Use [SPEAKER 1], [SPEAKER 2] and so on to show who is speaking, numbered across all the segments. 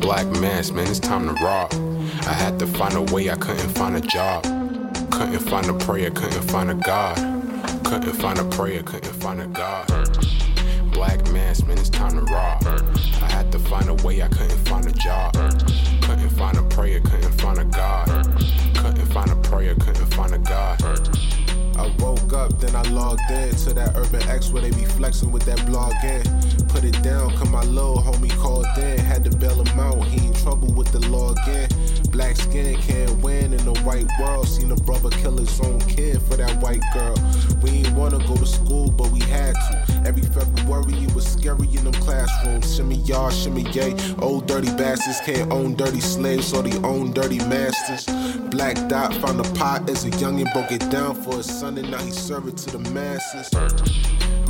[SPEAKER 1] black mass, man, it's time to rob. I had to find a way, I couldn't find a job. Couldn't find a prayer, couldn't find a God. Couldn't find a prayer, couldn't find a God. Black mass, man, it's time to rob. I had to find a way, I couldn't find a job. Couldn't find a prayer, couldn't find a God. Couldn't find a prayer, couldn't find a God.
[SPEAKER 2] I woke up, then I logged in to that Urban X where they be flexing with that blog in. Put it down, cause my little homie called in. Had to bail him out, he in trouble with the law again. Black skin can't win in the white world. Seen a brother kill his own kid for that white girl. We ain't wanna go to school, but we had to. Every February it was scary in them classrooms. Shimmy y'all, shimmy yay. Old dirty bastards can't own dirty slaves or they own dirty masters. Black Dot found a pot as a youngin', broke it down for his son, and now he serve it to the masses.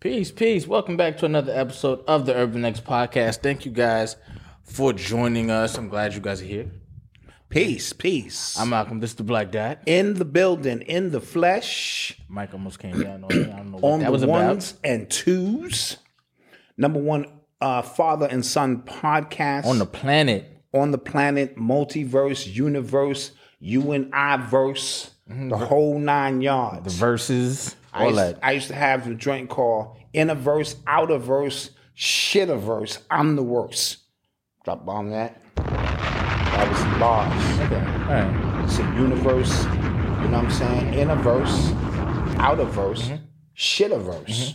[SPEAKER 3] Peace, peace. Welcome back to another episode of the Urban X Podcast. Thank you guys for joining us. I'm glad you guys are here.
[SPEAKER 4] Peace, peace.
[SPEAKER 3] I'm Malcolm. This is the Black Dot.
[SPEAKER 4] in the building, in the flesh,
[SPEAKER 3] Mike almost came down on me. I don't know what
[SPEAKER 4] on
[SPEAKER 3] that
[SPEAKER 4] the
[SPEAKER 3] was
[SPEAKER 4] ones
[SPEAKER 3] about.
[SPEAKER 4] and twos. Number one, uh, father and son podcast
[SPEAKER 3] On the planet.
[SPEAKER 4] on the planet, multiverse, universe, you and I verse, the whole nine yards.
[SPEAKER 3] Versus
[SPEAKER 4] I,
[SPEAKER 3] Mm-hmm. all
[SPEAKER 4] used,
[SPEAKER 3] that.
[SPEAKER 4] I used to have a drink called inner verse, outer verse, shitter verse. I'm the worst. Drop bomb that. That was bars.
[SPEAKER 3] Okay. All right.
[SPEAKER 4] It's a universe, you know what I'm saying? Inner verse, outer verse, shitter verse.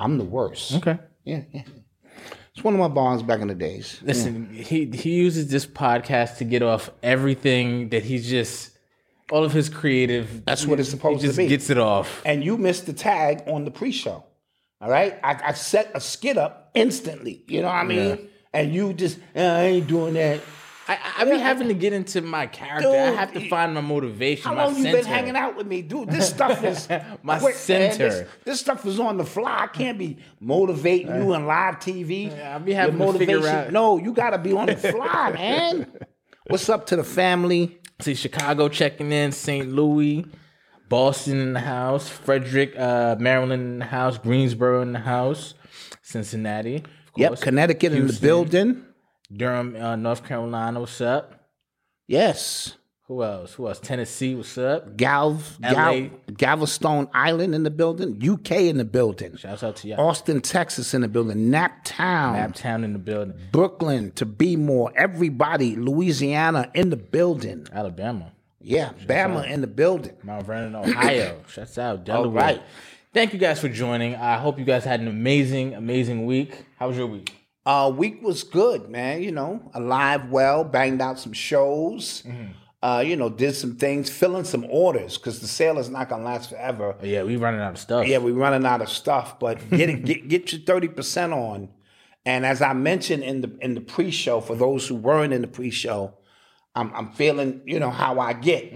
[SPEAKER 4] I'm the worst.
[SPEAKER 3] Okay.
[SPEAKER 4] Yeah, yeah. It's one of my bars back in the days.
[SPEAKER 3] Listen, he he uses this podcast to get off everything that he's just all of his creative.
[SPEAKER 4] That's what it's supposed
[SPEAKER 3] he
[SPEAKER 4] to
[SPEAKER 3] just
[SPEAKER 4] be.
[SPEAKER 3] Gets it off.
[SPEAKER 4] And you missed the tag on the pre-show. All right? I, I set a skit up instantly. You know what I mean? And you just, "Uh, I ain't doing that.
[SPEAKER 3] I I be having to get into my character. I
[SPEAKER 4] Dude,
[SPEAKER 3] have to
[SPEAKER 4] you-
[SPEAKER 3] find my motivation.
[SPEAKER 4] How
[SPEAKER 3] my
[SPEAKER 4] long you been
[SPEAKER 3] center.
[SPEAKER 4] hanging out with me, dude? This stuff is
[SPEAKER 3] My
[SPEAKER 4] man.
[SPEAKER 3] center.
[SPEAKER 4] This, this stuff is on the fly. I can't be motivating you in live TV.
[SPEAKER 3] Yeah, I be having
[SPEAKER 4] Your
[SPEAKER 3] to figure out-
[SPEAKER 4] No, you gotta be on the fly, man. What's up to the family?
[SPEAKER 3] See Chicago checking in, St. Louis, Boston in the house, Frederick, uh, Maryland in the house, Greensboro in the house, Cincinnati, of
[SPEAKER 4] Yep,
[SPEAKER 3] course,
[SPEAKER 4] Connecticut in the
[SPEAKER 3] Houston.
[SPEAKER 4] building.
[SPEAKER 3] Durham, uh, North Carolina. What's up?
[SPEAKER 4] Yes.
[SPEAKER 3] Who else? Who else? Tennessee. What's up?
[SPEAKER 4] Galv,
[SPEAKER 3] LA.
[SPEAKER 4] Gal, Galveston Island in the building. UK in the building.
[SPEAKER 3] Shouts out to y'all.
[SPEAKER 4] Austin, Texas in the building. Nap Town.
[SPEAKER 3] Naptown in the building.
[SPEAKER 4] Brooklyn to be more. Everybody. Louisiana in the building.
[SPEAKER 3] Alabama.
[SPEAKER 4] Yeah, Bama in the building.
[SPEAKER 3] Mount Vernon, Ohio. Shouts out. Delaware.
[SPEAKER 4] right.
[SPEAKER 3] Thank you guys for joining. I hope you guys had an amazing, amazing week. How was your week?
[SPEAKER 4] Uh, week was good, man. You know, alive, well, banged out some shows. Uh, you know, did some things, filling some orders because the sale is not gonna last forever.
[SPEAKER 3] Oh, yeah, we running out of stuff.
[SPEAKER 4] Yeah, we're running out of stuff, but get it, get get your thirty percent on. And as I mentioned in the in the pre-show, for those who weren't in the pre-show, I'm I'm feeling you know how I get.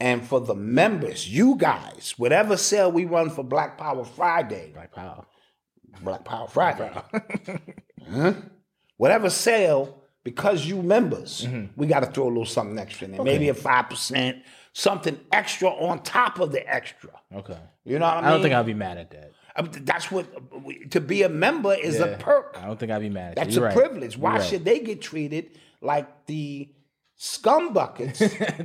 [SPEAKER 4] And for the members, you guys, whatever sale we run for Black Power Friday,
[SPEAKER 3] Like, wow.
[SPEAKER 4] Black Power Friday. Huh? Whatever sale, because you members,
[SPEAKER 3] Mm-hmm.
[SPEAKER 4] we got to throw a little something extra in there. Maybe a 5%, something extra on top of the extra.
[SPEAKER 3] Okay.
[SPEAKER 4] You know what I mean?
[SPEAKER 3] I don't think I'll be mad at that.
[SPEAKER 4] I mean, That's what, to be a member is
[SPEAKER 3] Yeah.
[SPEAKER 4] a perk.
[SPEAKER 3] I don't think I'll be mad at
[SPEAKER 4] That's
[SPEAKER 3] you.
[SPEAKER 4] a
[SPEAKER 3] You're right.
[SPEAKER 4] privilege. Why
[SPEAKER 3] You're right.
[SPEAKER 4] should they get treated like the scumbuckets?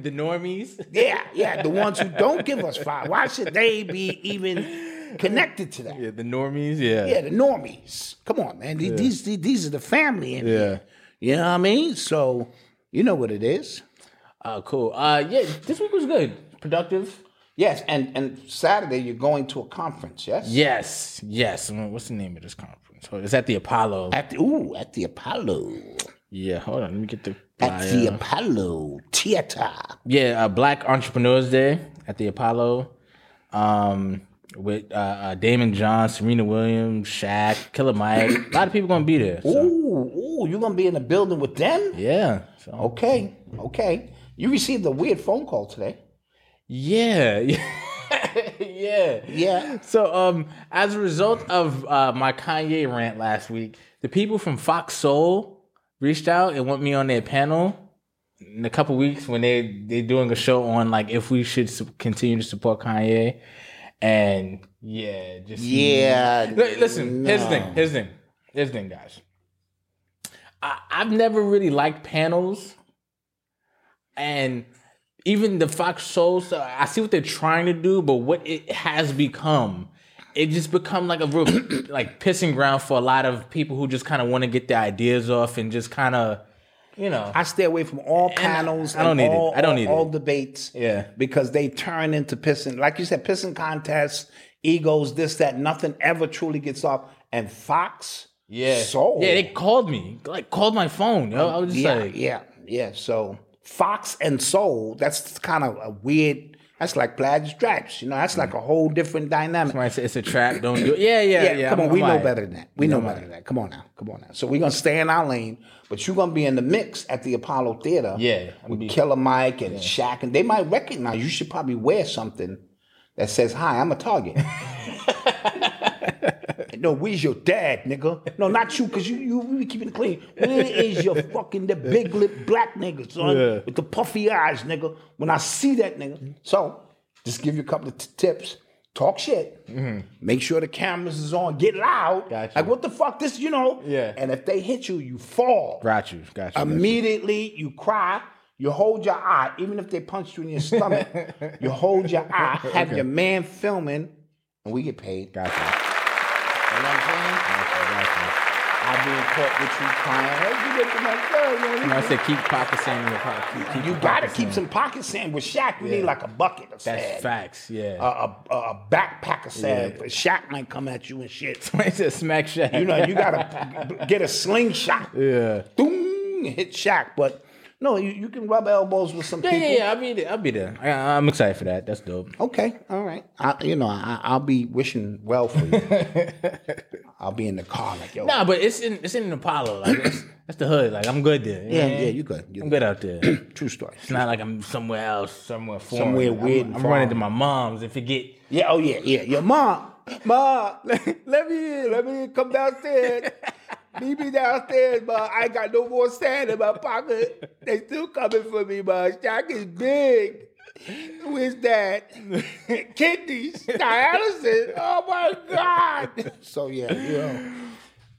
[SPEAKER 3] the normies?
[SPEAKER 4] yeah, yeah, the ones who don't give us five. Why should they be even connected to that?
[SPEAKER 3] Yeah, the normies. Yeah.
[SPEAKER 4] Yeah, the normies. Come on, man. These These, these these are the family in
[SPEAKER 3] Yeah.
[SPEAKER 4] here. You know what I mean? So you know what it is.
[SPEAKER 3] Oh, cool. Uh, yeah, this week was good. Productive.
[SPEAKER 4] Yes, and and Saturday you're going to a conference. Yes.
[SPEAKER 3] Yes. Yes. I mean, What's the name of this conference? Oh, It's at the Apollo.
[SPEAKER 4] At the ooh at the Apollo.
[SPEAKER 3] Yeah, hold on. Let me get the.
[SPEAKER 4] at the Apollo Theater.
[SPEAKER 3] Yeah, uh, Black Entrepreneurs Day at the Apollo um, with uh, uh, Damon John, Serena Williams, Shaq, Killer Mike. a lot of people gonna be there. so,
[SPEAKER 4] Ooh, ooh, you gonna be in the building with them?
[SPEAKER 3] yeah. So.
[SPEAKER 4] Okay, okay. You received a weird phone call today.
[SPEAKER 3] Yeah. yeah.
[SPEAKER 4] Yeah.
[SPEAKER 3] So, um, as a result of uh, my Kanye rant last week, the people from Fox Soul reached out and want me on their panel in a couple weeks when they they doing a show on like if we should su- continue to support Kanye, and yeah, just
[SPEAKER 4] Yeah.
[SPEAKER 3] Li- Listen, here's the thing. Here's the thing. Here's the thing, guys. I, I've never really liked panels, and even the Fox Soul stuff. I see what they're trying to do, but what it has become, it just become like a real like pissing ground for a lot of people who just kind of want to get their ideas off and just kind of, you know,
[SPEAKER 4] I stay away from all panels.
[SPEAKER 3] I don't
[SPEAKER 4] and
[SPEAKER 3] need it.
[SPEAKER 4] all-
[SPEAKER 3] I don't
[SPEAKER 4] all-
[SPEAKER 3] need it.
[SPEAKER 4] all debates.
[SPEAKER 3] Yeah.
[SPEAKER 4] because they turn into pissing, like you said, pissing contests, egos, this, that. Nothing ever truly gets off. And Fox,
[SPEAKER 3] yeah,
[SPEAKER 4] soul,
[SPEAKER 3] yeah. They called me, like called my phone. Yo, I was just
[SPEAKER 4] yeah,
[SPEAKER 3] like,
[SPEAKER 4] yeah, yeah. So Fox and Soul, that's kind of a weird. That's like plaid stripes, you know. That's like a whole different dynamic.
[SPEAKER 3] Somebody said it's a trap. Don't do it. Yeah, yeah, yeah. I'm-
[SPEAKER 4] come on,
[SPEAKER 3] I'm
[SPEAKER 4] we know
[SPEAKER 3] alright.
[SPEAKER 4] better than that. We know better than that. Come on now, come on now. So we're gonna stay in our lane, but you're gonna be in the mix at the Apollo Theater.
[SPEAKER 3] Yeah, I'm
[SPEAKER 4] with
[SPEAKER 3] be-
[SPEAKER 4] Killer Mike and Shaq, and they might recognize you. Should probably wear something that says "Hi, I'm a target." no, where's your dad, nigga? No, not you, cause you you we be keeping it clean. Where is your fucking the big lip black nigga, son,
[SPEAKER 3] Yeah.
[SPEAKER 4] with the puffy eyes, nigga? When I see that nigga, so just give you a couple of t- tips. Talk shit. Make sure the cameras is on. Get loud.
[SPEAKER 3] Mm-hmm. Gotcha.
[SPEAKER 4] Like what the fuck? This you know.
[SPEAKER 3] Yeah.
[SPEAKER 4] And if they hit you, you fall.
[SPEAKER 3] Got you. Got you.
[SPEAKER 4] Immediately you cry, you hold your eye, even if they punch you in your stomach, you hold your eye, have your man filming, and we get paid.
[SPEAKER 3] Got you.
[SPEAKER 4] You know what I'm saying? I've been caught with you crying. Hey, you look at my girl, man.
[SPEAKER 3] I said keep pocket sand in your pocket. Keep- keep
[SPEAKER 4] You
[SPEAKER 3] your
[SPEAKER 4] gotta
[SPEAKER 3] pocket
[SPEAKER 4] keep
[SPEAKER 3] sand.
[SPEAKER 4] some pocket sand. With Shaq, we need like a bucket of
[SPEAKER 3] That's
[SPEAKER 4] sand.
[SPEAKER 3] facts. Yeah.
[SPEAKER 4] A, a, a backpack of sand. Shaq might come at you and shit.
[SPEAKER 3] I said smack shack.
[SPEAKER 4] You know, you gotta get a slingshot.
[SPEAKER 3] Yeah.
[SPEAKER 4] Doom, hit Shaq. But no, you, you can rub elbows with some
[SPEAKER 3] Yeah,
[SPEAKER 4] people.
[SPEAKER 3] yeah, yeah. I'll be there. I'll be there. I, I'm excited for that. That's dope.
[SPEAKER 4] Okay, all right. I, you know, I, I'll be wishing well for you. I'll be in the car like yo.
[SPEAKER 3] Nah, but it's in it's in Apollo. Like it's, that's the hood. Like I'm good there. you know
[SPEAKER 4] yeah,
[SPEAKER 3] what I
[SPEAKER 4] yeah,
[SPEAKER 3] mean?
[SPEAKER 4] you good. You
[SPEAKER 3] I'm
[SPEAKER 4] good.
[SPEAKER 3] good out there. It's
[SPEAKER 4] True story.
[SPEAKER 3] not like I'm somewhere else, somewhere foreign.
[SPEAKER 4] Somewhere
[SPEAKER 3] I'm-
[SPEAKER 4] weird and
[SPEAKER 3] I'm, running
[SPEAKER 4] foreign.
[SPEAKER 3] to my mom's and forget.
[SPEAKER 4] Yeah. Oh yeah. Yeah. Your mom. Ma, let, let me in. Let me in. Come downstairs. Meet me downstairs, ma. I ain't got no more sand in my pocket. They still coming for me, ma. Shaq is big. Where's that? Kidneys, dialysis. Oh my God. So yeah,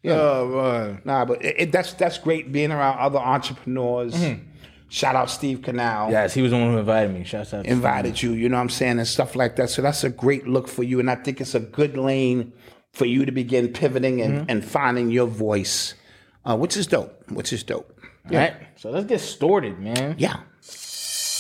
[SPEAKER 4] you know.
[SPEAKER 3] Oh man.
[SPEAKER 4] Nah, but it, it- that's that's great being around other entrepreneurs.
[SPEAKER 3] Mm-hmm.
[SPEAKER 4] Shout out Steve Canal.
[SPEAKER 3] Yes, he was the one who invited me. Shouts out. to
[SPEAKER 4] Invited you, you know what I'm saying, and stuff like that. So that's a great look for you. And I think it's a good lane for you to begin pivoting and,
[SPEAKER 3] Mm-hmm.
[SPEAKER 4] and finding your voice, uh, which is dope, which is dope.
[SPEAKER 3] All right. So let's get started, man.
[SPEAKER 4] Yeah.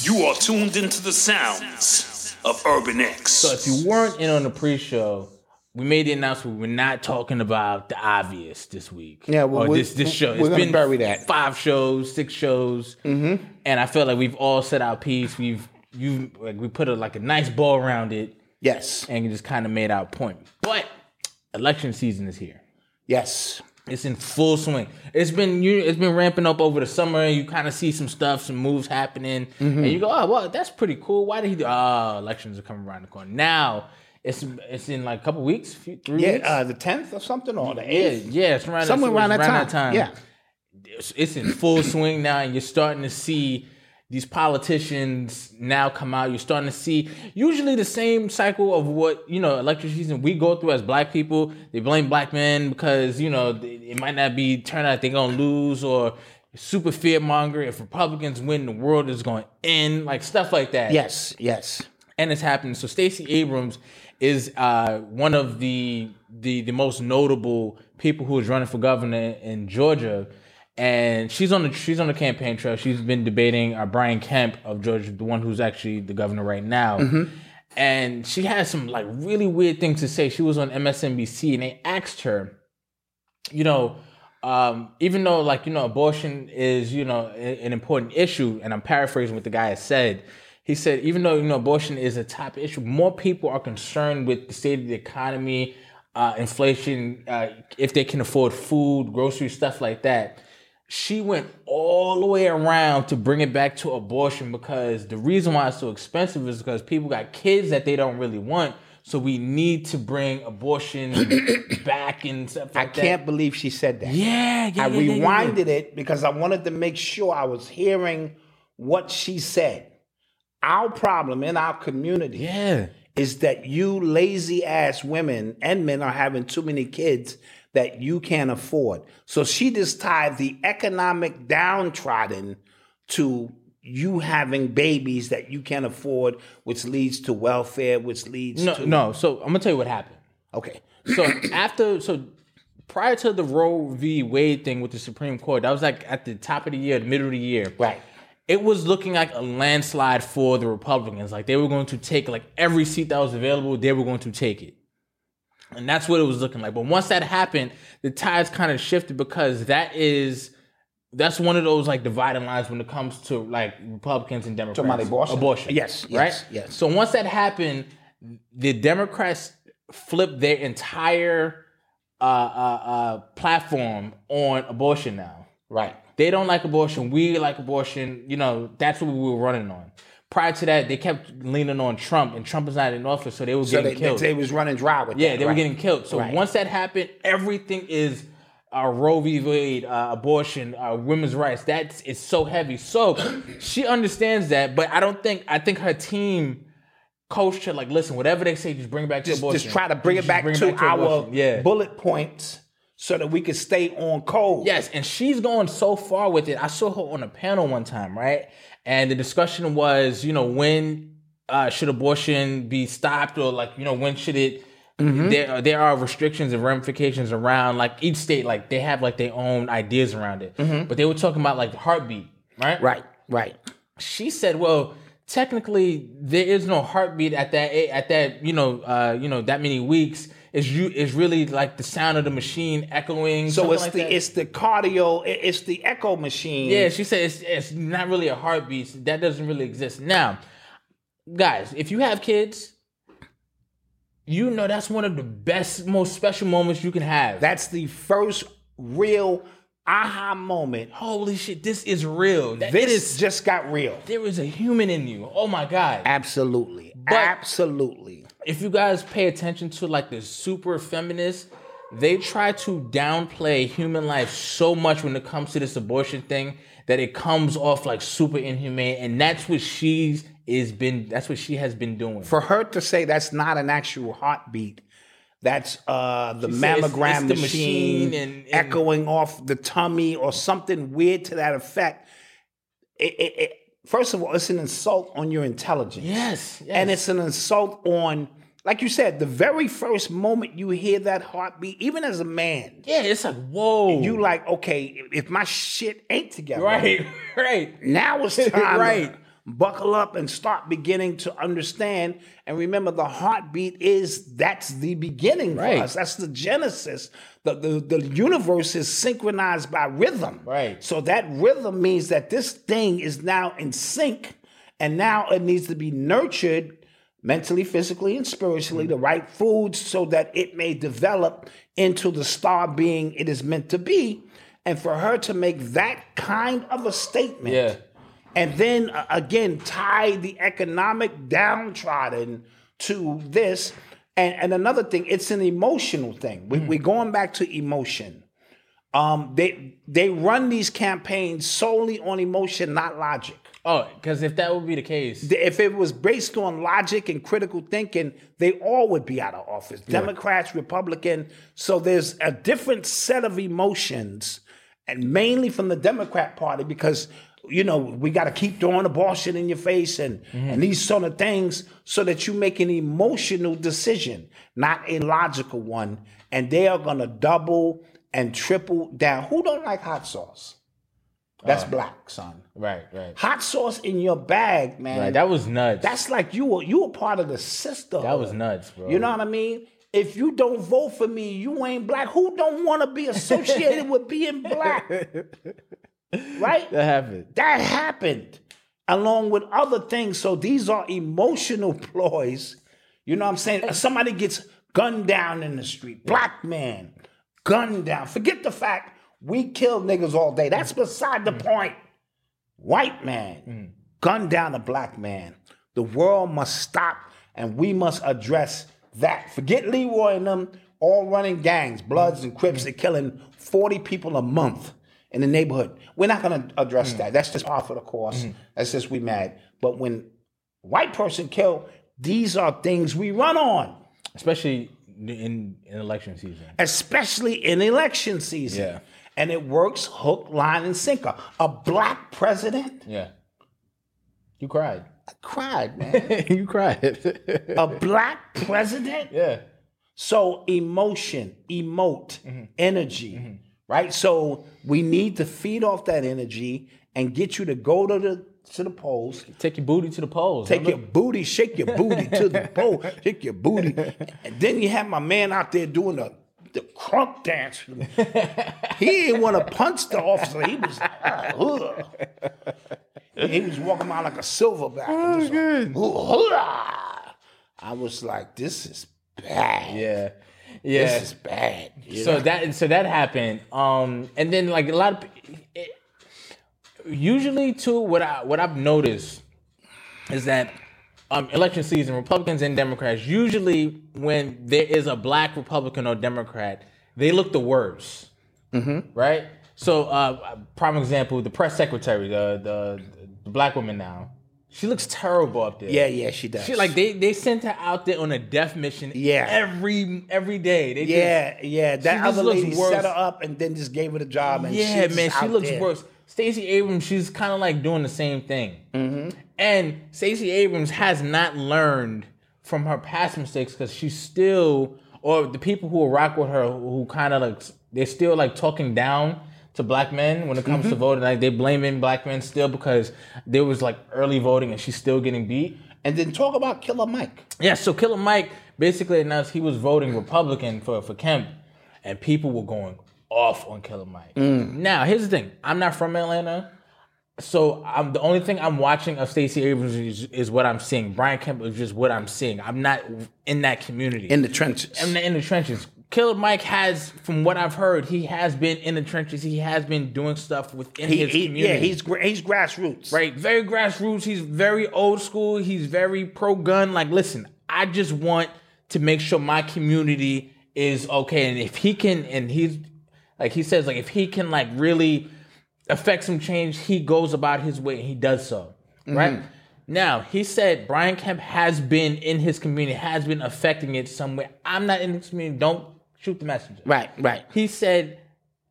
[SPEAKER 5] You are tuned into the sounds of Urban X.
[SPEAKER 3] So if you weren't in on the pre-show, we made the announcement we're not talking about the obvious this week.
[SPEAKER 4] Yeah, well,
[SPEAKER 3] or
[SPEAKER 4] we-
[SPEAKER 3] this this show.
[SPEAKER 4] we're
[SPEAKER 3] It's
[SPEAKER 4] gonna
[SPEAKER 3] been
[SPEAKER 4] bury that.
[SPEAKER 3] five shows, six shows, mm-hmm. and I feel like we've all said our piece. We've you like we put a, like a nice ball around it
[SPEAKER 4] Yes.
[SPEAKER 3] and just kind of made our point. But election season is here.
[SPEAKER 4] Yes.
[SPEAKER 3] It's in full swing. It's been you. It's been ramping up over the summer, and you kind of see some stuff, some moves happening,
[SPEAKER 4] Mm-hmm.
[SPEAKER 3] and you go, "Oh, well, that's pretty cool. Why did he do? Oh, elections are coming around the corner now. It's it's in like a couple weeks, few, three
[SPEAKER 4] Yeah.
[SPEAKER 3] weeks.
[SPEAKER 4] Uh, the tenth or something or the
[SPEAKER 3] yeah,
[SPEAKER 4] eighth.
[SPEAKER 3] yeah, it's around
[SPEAKER 4] Somewhere
[SPEAKER 3] it's
[SPEAKER 4] around, that, time. Yeah.
[SPEAKER 3] time. it's, it's in full swing now, and you're starting to see these politicians now come out. You're starting to see usually the same cycle of what you know election season we go through as black people. They blame black men because you know they- it might not be turn out they're gonna lose or super fear monger. If Republicans win, the world is gonna end, like stuff like that
[SPEAKER 4] Yes. Yes.
[SPEAKER 3] and it's happening. So Stacey Abrams is uh, one of the, the the most notable people who is running for governor in Georgia, and she's on the she's on the campaign trail. She's been debating uh, Brian Kemp of Georgia, the one who's actually the governor right now. And she has some like really weird things to say. She was on MSNBC and they asked her, you know, um, even though like you know abortion is you know a- an important issue and i'm paraphrasing what the guy has said he said even though you know abortion is a top issue more people are concerned with the state of the economy uh, inflation uh, if they can afford food grocery stuff like that she went all the way around to bring it back to abortion because the reason why it's so expensive is because people got kids that they don't really want so we need to bring abortion back and stuff
[SPEAKER 4] I
[SPEAKER 3] like that.
[SPEAKER 4] can't believe she said that.
[SPEAKER 3] Yeah, yeah. yeah,
[SPEAKER 4] I
[SPEAKER 3] yeah, yeah, yeah.
[SPEAKER 4] rewinded it because I wanted to make sure I was hearing what she said. Our problem in our community
[SPEAKER 3] Yeah.
[SPEAKER 4] is that you lazy ass women and men are having too many kids that you can't afford. So she just tied the economic downtrodden to you having babies that you can't afford, which leads to welfare, which leads
[SPEAKER 3] No,
[SPEAKER 4] to
[SPEAKER 3] no. So I'm gonna tell you what happened.
[SPEAKER 4] okay.
[SPEAKER 3] So after, so prior to the Roe v. Wade thing with the Supreme Court, that was like at the top of the year, the middle of the year.
[SPEAKER 4] Right.
[SPEAKER 3] It was looking like a landslide for the Republicans. Like they were going to take like every seat that was available. They were going to take it. And that's what it was looking like. But once that happened, the tides kind of shifted because that is that's one of those like dividing lines when it comes to like Republicans and Democrats.
[SPEAKER 4] about abortion?
[SPEAKER 3] Abortion.
[SPEAKER 4] Yes, yes,
[SPEAKER 3] Right?
[SPEAKER 4] yes.
[SPEAKER 3] So once that happened, the Democrats flipped their entire uh, uh, uh, platform on abortion now.
[SPEAKER 4] Right.
[SPEAKER 3] They don't like abortion. We like abortion. You know, that's what we were running on. Prior to that, they kept leaning on Trump, and Trump was not in office, so they were
[SPEAKER 4] So
[SPEAKER 3] getting
[SPEAKER 4] they, they,
[SPEAKER 3] killed.
[SPEAKER 4] they was running dry with
[SPEAKER 3] Yeah,
[SPEAKER 4] that,
[SPEAKER 3] they were
[SPEAKER 4] right.
[SPEAKER 3] getting killed. So
[SPEAKER 4] Right.
[SPEAKER 3] once that happened, everything is uh, Roe v. Wade, uh, abortion, uh, women's rights. That is so heavy. So she understands that, but I don't think I think her team coached her like, listen, whatever they say, just bring it back to
[SPEAKER 4] just,
[SPEAKER 3] abortion.
[SPEAKER 4] just try to bring it back
[SPEAKER 3] bring it
[SPEAKER 4] to
[SPEAKER 3] back to
[SPEAKER 4] our
[SPEAKER 3] abortion. Yeah.
[SPEAKER 4] bullet points so that we could stay on code.
[SPEAKER 3] Yes, and she's going so far with it. I saw her on a panel one time, right? And the discussion was, you know, when uh, should abortion be stopped, or like, you know, when should it?
[SPEAKER 4] Mm-hmm.
[SPEAKER 3] There, there are restrictions and ramifications around like each state, like they have like their own ideas around it. But they were talking about like the heartbeat, right?
[SPEAKER 4] Mm-hmm. Right, right.
[SPEAKER 3] she said, "Well, technically, there is no heartbeat at that a- at that you know uh, you know that many weeks. It's you is really like the sound of the machine echoing.
[SPEAKER 4] So
[SPEAKER 3] something
[SPEAKER 4] it's
[SPEAKER 3] like
[SPEAKER 4] the
[SPEAKER 3] that.
[SPEAKER 4] it's the cardio, it- it's the echo machine.
[SPEAKER 3] yeah." She said, "It's it's not really a heartbeat. so That doesn't really exist now, guys. If you have kids." You know that's one of the best, most special moments you can have.
[SPEAKER 4] That's the first real aha moment.
[SPEAKER 3] Holy shit, this is real. That-
[SPEAKER 4] This just got real.
[SPEAKER 3] there is a human in you. Oh my god.
[SPEAKER 4] Absolutely. Absolutely.
[SPEAKER 3] if you guys pay attention to like the super feminists, they try to downplay human life so much when it comes to this abortion thing that it comes off like super inhumane, and that's what she's is been. That's what she has been doing.
[SPEAKER 4] For her to say that's not an actual heartbeat, that's uh, the
[SPEAKER 3] said it's-
[SPEAKER 4] mammogram
[SPEAKER 3] it's the
[SPEAKER 4] machine,
[SPEAKER 3] machine and- and-
[SPEAKER 4] echoing off the tummy or something weird to that effect. It, it, it, first of all, it's an insult on your intelligence.
[SPEAKER 3] yes, yes,
[SPEAKER 4] And it's an insult on, like you said, the very first moment you hear that heartbeat, even as a man,
[SPEAKER 3] yeah. It's like whoa,
[SPEAKER 4] you like, okay, if my shit ain't together,
[SPEAKER 3] right, right.
[SPEAKER 4] now it's time
[SPEAKER 3] Right.
[SPEAKER 4] to buckle up and start beginning to understand. And remember, the heartbeat is that's the beginning
[SPEAKER 3] Right.
[SPEAKER 4] for us. That's the genesis. The, the the universe is synchronized by rhythm.
[SPEAKER 3] Right.
[SPEAKER 4] So that rhythm means that this thing is now in sync, and now it needs to be nurtured. Mentally, physically, and spiritually, the right foods so that it may develop into the star being it is meant to be. And for her to make that kind of a statement,
[SPEAKER 3] Yeah.
[SPEAKER 4] and then uh, again tie the economic downtrodden to this and, and another thing it's an emotional thing we, we're going back to emotion um, they they run these campaigns solely on emotion not logic
[SPEAKER 3] Oh, because if that would be the case,
[SPEAKER 4] if it was based on logic and critical thinking, they all would be out of office. Democrats, Republican. So there's a different set of emotions, and mainly from the Democrat Party because you know we got to keep throwing abortion in your face and
[SPEAKER 3] Mm-hmm.
[SPEAKER 4] and these sort of things so that you make an emotional decision, not a logical one. And they are gonna double and triple down. Who don't like hot sauce?
[SPEAKER 3] Uh.
[SPEAKER 4] That's black, son.
[SPEAKER 3] right, right,
[SPEAKER 4] Hot sauce in your bag, man.
[SPEAKER 3] right. That was nuts.
[SPEAKER 4] That's like you were you were part of the sisterhood.
[SPEAKER 3] That was nuts, bro.
[SPEAKER 4] You know what I mean? If you don't vote for me, you ain't black. Who don't want to be associated with being black? Right?
[SPEAKER 3] That happened.
[SPEAKER 4] That happened along with other things. So these are emotional ploys. You know what I'm saying? Somebody gets gunned down in the street. Black man, gunned down. Forget the fact we kill niggas all day. That's beside the point. White man, gunned down a black man. The world must stop and we must address that. Forget Leroy and them all running gangs, Bloods and Crips, they're killing 40 people a month in the neighborhood. We're not going to address that. That's just part of the course. That's just we mad. But when white person kill, these are things we run on,
[SPEAKER 3] Especially in, in election season.
[SPEAKER 4] especially in election season.
[SPEAKER 3] Yeah.
[SPEAKER 4] And it works hook, line, and sinker. A black president
[SPEAKER 3] Yeah. You cried.
[SPEAKER 4] I cried, man.
[SPEAKER 3] you cried.
[SPEAKER 4] a black president.
[SPEAKER 3] yeah.
[SPEAKER 4] So emotion, emote, energy, right? So we need to feed off that energy and get you to go to the to the polls
[SPEAKER 3] Take your booty to the polls.
[SPEAKER 4] Take your booty, shake your booty to the pole, shake your booty. And then you have my man out there doing the, the crunk dance. He didn't want to punch the officer. He was, uh, ugh. he was walking around like a silverback. Oh, good. I was like, this is bad.
[SPEAKER 3] Yeah. Yeah.
[SPEAKER 4] This is bad. you
[SPEAKER 3] so
[SPEAKER 4] know?
[SPEAKER 3] that so that happened um and then like a lot of pe- it, usually too what i what i've noticed is that um election season republicans and democrats usually when there is a black republican or democrat they look the worst
[SPEAKER 4] Mm-hmm.
[SPEAKER 3] right so uh prime example the press secretary the the, the black woman now she looks terrible up there
[SPEAKER 4] yeah, yeah, she does.
[SPEAKER 3] she like they they sent her out there on a death mission
[SPEAKER 4] Yeah.
[SPEAKER 3] every every day they just-
[SPEAKER 4] yeah, yeah. That
[SPEAKER 3] just
[SPEAKER 4] other
[SPEAKER 3] looks
[SPEAKER 4] lady
[SPEAKER 3] worse.
[SPEAKER 4] set her up and then just gave her the job. And
[SPEAKER 3] Yeah,
[SPEAKER 4] she's
[SPEAKER 3] man, she
[SPEAKER 4] out
[SPEAKER 3] looks
[SPEAKER 4] there.
[SPEAKER 3] worse. Stacey Abrams, she's kind of like doing the same thing.
[SPEAKER 4] Mm-hmm.
[SPEAKER 3] And Stacey Abrams has not learned from her past mistakes because she's still, or the people who will rock with her, who kind of like, they're still like talking down to black men when it comes
[SPEAKER 4] Mm-hmm.
[SPEAKER 3] to voting. Like they blaming black men still because there was like early voting and she's still getting beat.
[SPEAKER 4] And then talk about Killer Mike.
[SPEAKER 3] Yeah, so Killer Mike basically announced he was voting Republican for, for Kemp, and people were going off on Killer Mike.
[SPEAKER 4] Mm.
[SPEAKER 3] Now, here's the thing I'm not from Atlanta, so I'm the only thing I'm watching of Stacey Abrams is, is what I'm seeing. Brian Kemp is just what I'm seeing. I'm not in that community.
[SPEAKER 4] in the trenches.
[SPEAKER 3] I'm not in the trenches. Killer Mike has, from what I've heard, he has been in the trenches. He has been doing stuff within
[SPEAKER 4] He-
[SPEAKER 3] his
[SPEAKER 4] he-
[SPEAKER 3] community.
[SPEAKER 4] yeah, he's gra- he's grassroots.
[SPEAKER 3] Right, very grassroots. He's very old school. He's very pro gun. Like, listen, I just want to make sure my community is okay. And if he can, and he's like he says, like if he can, like really affect some change, he goes about his way and he does so. Right now, he said Brian Kemp has been in his community, has been affecting it somewhere. I'm not in this community. Don't shoot the messenger.
[SPEAKER 4] right, right.
[SPEAKER 3] He said,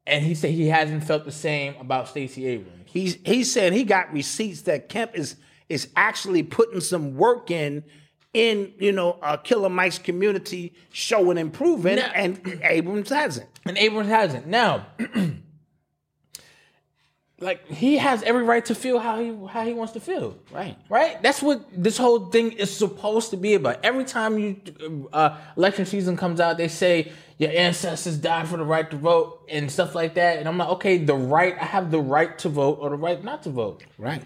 [SPEAKER 3] and he said he hasn't felt the same about Stacey Abrams.
[SPEAKER 4] He's he's saying he got receipts that Kemp is is actually putting some work in in you know uh, Killer Mike's community, showing improving,
[SPEAKER 3] Now-
[SPEAKER 4] and Abrams hasn't.
[SPEAKER 3] and Abrams hasn't. Now, like he has every right to feel how he how he wants to feel.
[SPEAKER 4] Right.
[SPEAKER 3] Right. That's what this whole thing is supposed to be about. Every time you uh, election season comes out, they say your ancestors died for the right to vote and stuff like that. And I'm like, okay, the right. I have the right to vote or the right not to vote.
[SPEAKER 4] Right.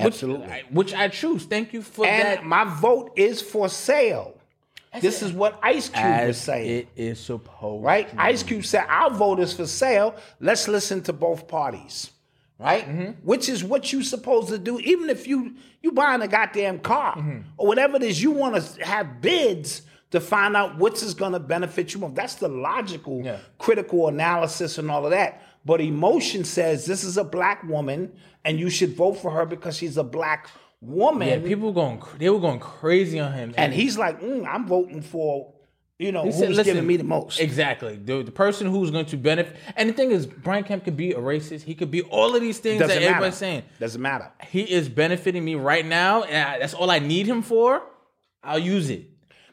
[SPEAKER 3] Which-
[SPEAKER 4] Absolutely.
[SPEAKER 3] I- Which, I choose. Thank you for
[SPEAKER 4] and
[SPEAKER 3] that.
[SPEAKER 4] my vote is for sale. This is what Ice Cube was
[SPEAKER 3] As
[SPEAKER 4] saying.
[SPEAKER 3] it is supposed.
[SPEAKER 4] right? Ice Cube said, "Our vote is for sale. Let's listen to both parties." Right,
[SPEAKER 3] Mm-hmm.
[SPEAKER 4] which is what you supposed to do. Even if you you buying a goddamn car
[SPEAKER 3] Mm-hmm.
[SPEAKER 4] or whatever it is, you want to have bids to find out what's is going to benefit you most. That's the logical,
[SPEAKER 3] Yeah.
[SPEAKER 4] critical analysis and all of that. But emotion says this is a black woman, and you should vote for her because she's a black woman.
[SPEAKER 3] Yeah, people going. cr- They were going crazy on him.
[SPEAKER 4] and he's like, mm, I'm voting for you know
[SPEAKER 3] He said,
[SPEAKER 4] who's
[SPEAKER 3] "Listen,
[SPEAKER 4] giving me the most.
[SPEAKER 3] Exactly. The, the person who's going to benefit. And the thing is, Brian Kemp could be a racist. He could be all of these things
[SPEAKER 4] Doesn't
[SPEAKER 3] that
[SPEAKER 4] matter.
[SPEAKER 3] everybody's saying.
[SPEAKER 4] Doesn't matter.
[SPEAKER 3] He is benefiting me right now, and I, that's all I need him for. I'll use it.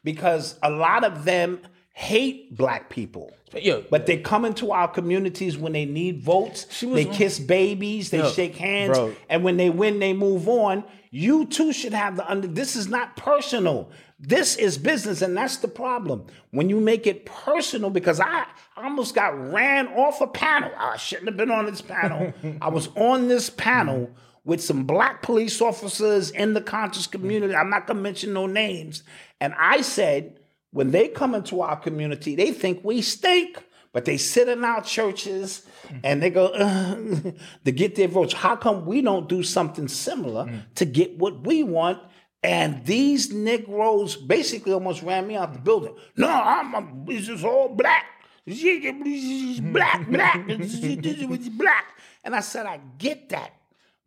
[SPEAKER 4] because a lot of them hate black people.
[SPEAKER 3] But yo,
[SPEAKER 4] But they come into our communities when they need votes.
[SPEAKER 3] She was
[SPEAKER 4] they
[SPEAKER 3] on-
[SPEAKER 4] kiss babies. They
[SPEAKER 3] Yo,
[SPEAKER 4] shake hands.
[SPEAKER 3] bro.
[SPEAKER 4] And when they win, they move on. You too should have the under. This is not personal. This is business, and that's the problem. When you make it personal, because I almost got ran off a panel. I shouldn't have been on this panel. I was on this panel with some black police officers in the conscious community. I'm not gonna mention no names. And I said, when they come into our community, they think we stink, but they sit in our churches and they go "Ugh," to get their votes. How come we don't do something similar to get what we want? And these Negroes basically almost ran me out the building. No, I'm, I'm this is all black. Black, black, black. And I said, I get that.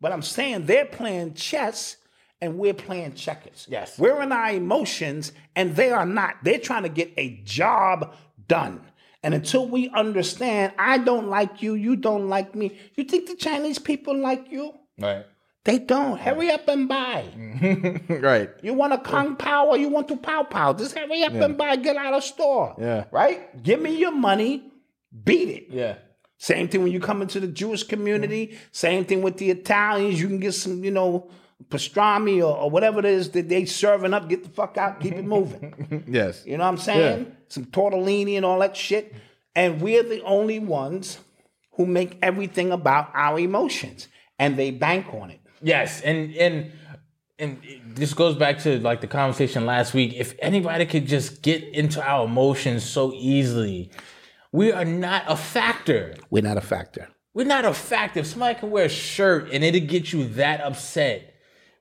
[SPEAKER 4] But I'm saying they're playing chess and we're playing checkers.
[SPEAKER 3] Yes.
[SPEAKER 4] We're in our emotions and they are not. They're trying to get a job done. And until we understand, I don't like you, you don't like me. You think the Chinese people like you?
[SPEAKER 3] Right. Mm.
[SPEAKER 4] They don't. Hurry up and buy.
[SPEAKER 3] Right.
[SPEAKER 4] You want a Kung Pao or you want to Pow Pow. Just hurry up and buy, get out of store.
[SPEAKER 3] Yeah.
[SPEAKER 4] Right? Give me your money, beat it.
[SPEAKER 3] Yeah.
[SPEAKER 4] Same thing when you come into the Jewish community. Same thing with the Italians. You can get some, you know, pastrami or, or whatever it is that they serving up. Get the fuck out. Keep it moving.
[SPEAKER 3] Yes.
[SPEAKER 4] you know what I'm saying? Some tortellini and all that shit. And we're the only ones who make everything about our emotions, and they bank on it.
[SPEAKER 3] Yes, and and and this goes back to like the conversation last week. If anybody could just get into our emotions so easily, we are not a factor.
[SPEAKER 4] We're not a factor.
[SPEAKER 3] We're not a factor. If somebody can wear a shirt and it'll get you that upset,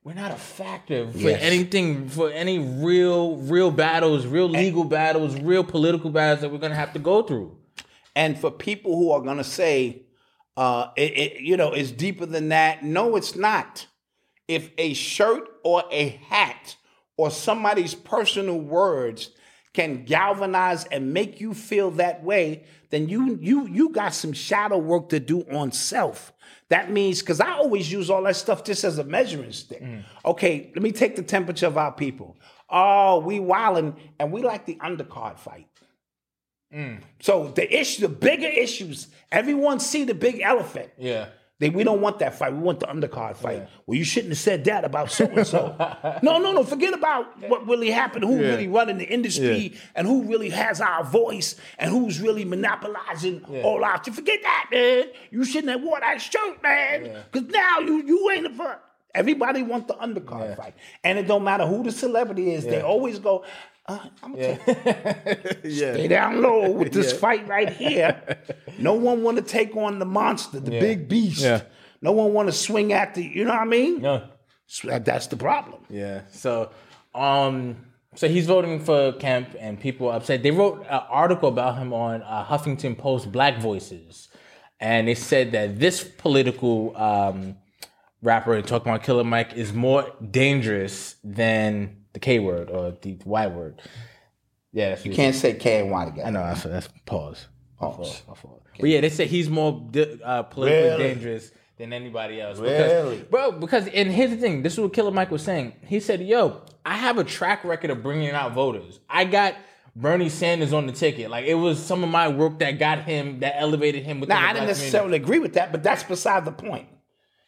[SPEAKER 3] we're not a factor for
[SPEAKER 4] Yes.
[SPEAKER 3] anything, for any real, real battles, real legal battles, real political battles that we're gonna have to go through.
[SPEAKER 4] And for people who are going to say, uh, it, it, you know, it's deeper than that, no, it's not. If a shirt or a hat or somebody's personal words can galvanize and make you feel that way, then you you you got some shadow work to do on self. That means because I always use all that stuff just as a measuring stick. Okay, let me take the temperature of our people. Oh, we wildin' and we like the undercard fight. So the issue, the bigger issues, everyone see the big elephant.
[SPEAKER 3] Yeah.
[SPEAKER 4] They, we don't want that fight. We want the undercard fight. Well, you shouldn't have said that about so and so. No, no, no. Forget about what really happened, who really running the industry, and who really has our voice, and who's really monopolizing all our. Forget that, man. You shouldn't have wore that shirt, man. Because now you you ain't a fir- Everybody want the undercard fight, and it don't matter who the celebrity is. They always go. Uh, I'm gonna take Stay down low with this fight right here. No one want to take on the monster, the big beast.
[SPEAKER 3] Yeah.
[SPEAKER 4] No one want to swing at the. You know what I mean?
[SPEAKER 3] No.
[SPEAKER 4] So that- That's the problem.
[SPEAKER 3] Yeah. So, um, so he's voting for Kemp, and people are upset. They wrote an article about him on uh, Huffington Post Black Voices, and they said that this political um, rapper and talking about Killer Mike is more dangerous than the K word or the Y word. Yeah, that's what he
[SPEAKER 4] Can't say K and Y together.
[SPEAKER 3] I know. That's, that's pause. My fault,
[SPEAKER 4] Pause.
[SPEAKER 3] my fault. But yeah, they said he's more di- uh, politically dangerous than anybody else.
[SPEAKER 4] Really?
[SPEAKER 3] Because, bro, because, and here's the thing this is what Killer Mike was saying. He said, yo, I have a track record of bringing out voters. I got Bernie Sanders on the ticket. Like, it was some of my work that got him, that elevated him within the
[SPEAKER 4] Now, I
[SPEAKER 3] black
[SPEAKER 4] didn't necessarily agree with that, but that's beside the point.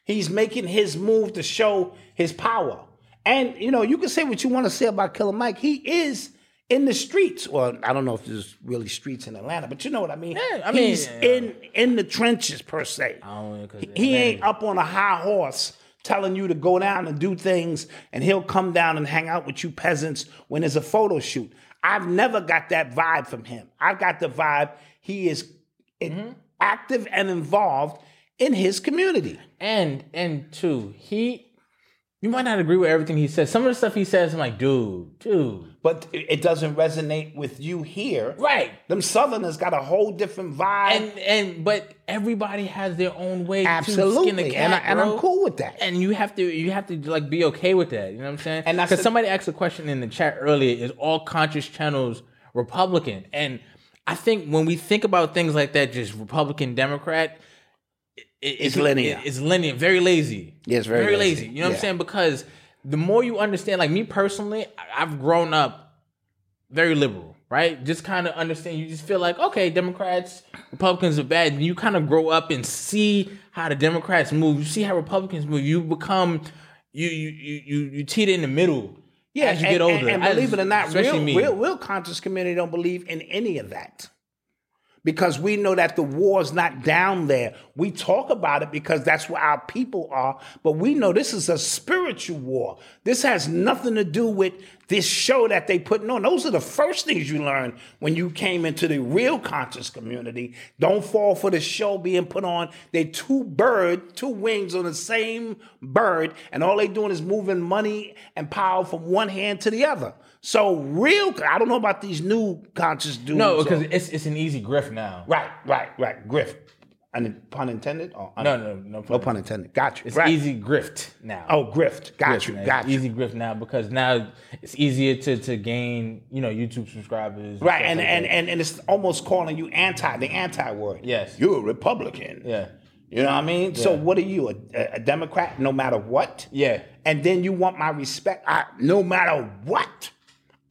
[SPEAKER 4] He's making his move to show his power. And, you know, you can say what you want to say about Killer Mike. He is in the streets. Well, I don't know if there's really streets in Atlanta, but you know what I mean.
[SPEAKER 3] Yeah, I mean,
[SPEAKER 4] He's
[SPEAKER 3] yeah.
[SPEAKER 4] in, in the trenches, per se.
[SPEAKER 3] community. I don't know, 'cause
[SPEAKER 4] He ain't
[SPEAKER 3] Atlanta-
[SPEAKER 4] up on a high horse telling you to go down and do things, and he'll come down and hang out with you peasants when there's a photo shoot. I've never got that vibe from him. I've got the vibe he is in- active and involved in his community.
[SPEAKER 3] And and two, he you might not agree with everything he says. Some of the stuff he says, I'm like, dude, dude.
[SPEAKER 4] But it it doesn't resonate with you here.
[SPEAKER 3] Right.
[SPEAKER 4] Them Southerners got a whole different vibe.
[SPEAKER 3] and and but everybody has their own way to skin a
[SPEAKER 4] Absolutely.
[SPEAKER 3] cat,
[SPEAKER 4] And, I, and I'm
[SPEAKER 3] bro.
[SPEAKER 4] cool with that.
[SPEAKER 3] And you have to you have to like be okay with that. You know what I'm saying?
[SPEAKER 4] And
[SPEAKER 3] And
[SPEAKER 4] that's
[SPEAKER 3] because
[SPEAKER 4] the-
[SPEAKER 3] somebody asked a question in the chat earlier, is all conscious channels Republican? And I think when we think about things like that, just Republican Democrat, it- it-
[SPEAKER 4] It's linear.
[SPEAKER 3] it- it's linear. Very lazy.
[SPEAKER 4] Yeah, it's very lazy.
[SPEAKER 3] lazy. You know what
[SPEAKER 4] Yeah.
[SPEAKER 3] I'm saying? Because the more you understand, like me personally, I- I've grown up very liberal, right? Just kind of understand. You just feel like, okay, Democrats, Republicans are bad. And you kind of grow up and see how the Democrats move. You see how Republicans move. You become, you you you you, you teeter in the middle.
[SPEAKER 4] Yeah,
[SPEAKER 3] as you
[SPEAKER 4] and,
[SPEAKER 3] get older.
[SPEAKER 4] and- and
[SPEAKER 3] As-
[SPEAKER 4] believe it or not,
[SPEAKER 3] especially
[SPEAKER 4] real,
[SPEAKER 3] me.
[SPEAKER 4] real, real conscious community don't believe in any of that. Because we know that the war is not down there. We talk about it because that's where our people are, but we know this is a spiritual war. This has nothing to do with this show that they putting on. Those are the first things you learn when you came into the real conscious community. Don't fall for the show being put on. They two bird, two wings on the same bird, and all they doing is moving money and power from one hand to the other. So real, I don't know about these new conscious dudes. uh,
[SPEAKER 3] No,
[SPEAKER 4] or-
[SPEAKER 3] because it's it's an easy grift now.
[SPEAKER 4] Right, right, right. Griff. And pun intended? Oh, Or un-
[SPEAKER 3] No, no, no.
[SPEAKER 4] No pun intended. Got you.
[SPEAKER 3] It's
[SPEAKER 4] right.
[SPEAKER 3] easy grift now.
[SPEAKER 4] Oh, grift. Got
[SPEAKER 3] grift
[SPEAKER 4] you.
[SPEAKER 3] now.
[SPEAKER 4] Got you.
[SPEAKER 3] Easy grift now because now it's easier to to gain you know YouTube subscribers. and
[SPEAKER 4] Right.
[SPEAKER 3] stuff
[SPEAKER 4] And,
[SPEAKER 3] like
[SPEAKER 4] and
[SPEAKER 3] that.
[SPEAKER 4] and and it's almost calling you anti the anti word.
[SPEAKER 3] Yes.
[SPEAKER 4] You're a Republican.
[SPEAKER 3] Yeah.
[SPEAKER 4] You know what I mean? So what are you a, a Democrat? No matter what.
[SPEAKER 3] Yeah.
[SPEAKER 4] And then you want my respect? I, no matter what,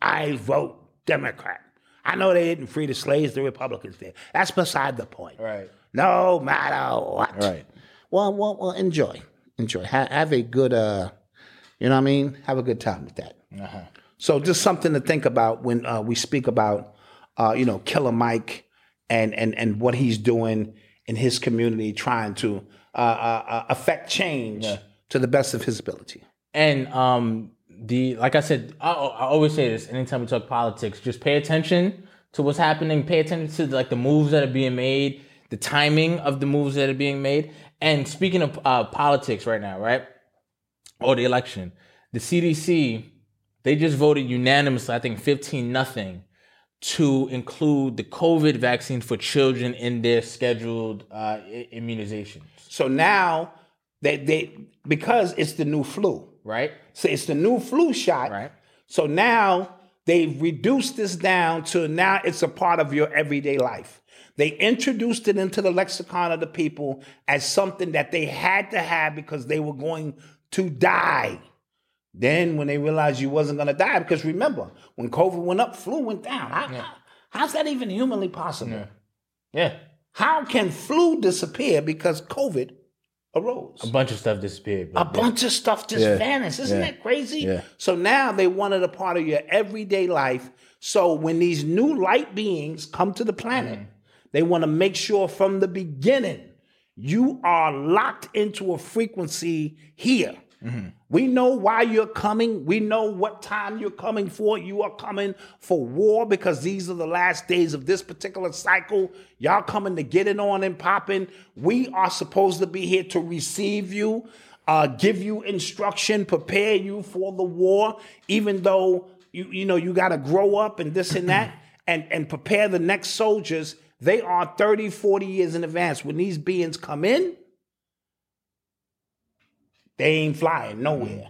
[SPEAKER 4] I vote Democrat. I know they didn't free the slaves, the Republicans did. That's beside the point.
[SPEAKER 3] Right.
[SPEAKER 4] No matter what.
[SPEAKER 3] Right.
[SPEAKER 4] Well, well, well. Enjoy, enjoy. Ha- have a good, uh, you know what I mean. Have a good time with that. So just something to think about when uh, we speak about, uh, you know, Killer Mike and and and what he's doing in his community, trying to uh, uh, uh, affect change to the best of his ability.
[SPEAKER 3] And um, the like I said, I, I always say this. Anytime we talk politics, just pay attention to what's happening. Pay attention to like the moves that are being made, the timing of the moves that are being made. And speaking of uh, politics right now, right, or the election, the CDC they just voted unanimously. I think fifteen nothing. To include the COVID vaccine for children in their scheduled uh, i- immunizations,
[SPEAKER 4] So now they they because it's the new flu.
[SPEAKER 3] right?
[SPEAKER 4] So it's the new flu shot.
[SPEAKER 3] Right.
[SPEAKER 4] So now they've reduced this down to now it's a part of your everyday life. They introduced it into the lexicon of the people as something that they had to have because they were going to die. Then when they realized you wasn't going to die, because remember, when COVID went up, flu went down. How, How's that even humanly possible?
[SPEAKER 3] Yeah,
[SPEAKER 4] How can flu disappear because COVID arose?
[SPEAKER 3] a bunch of stuff disappeared.
[SPEAKER 4] A
[SPEAKER 3] but-
[SPEAKER 4] bunch of stuff just vanished. Isn't that crazy? So now they want it a part of your everyday life. So when these new light beings come to the planet, they want to make sure from the beginning you are locked into a frequency here. We know why you're coming. We know what time you're coming for. You are coming for war because these are the last days of this particular cycle. Y'all coming to get it on and popping. We are supposed to be here to receive you, uh, give you instruction, prepare you for the war, even though you, you know you gotta grow up and this and that and, and prepare the next soldiers. They are 30, 40 years in advance. When these beings come in, they ain't
[SPEAKER 3] Mm-hmm.
[SPEAKER 4] flying nowhere.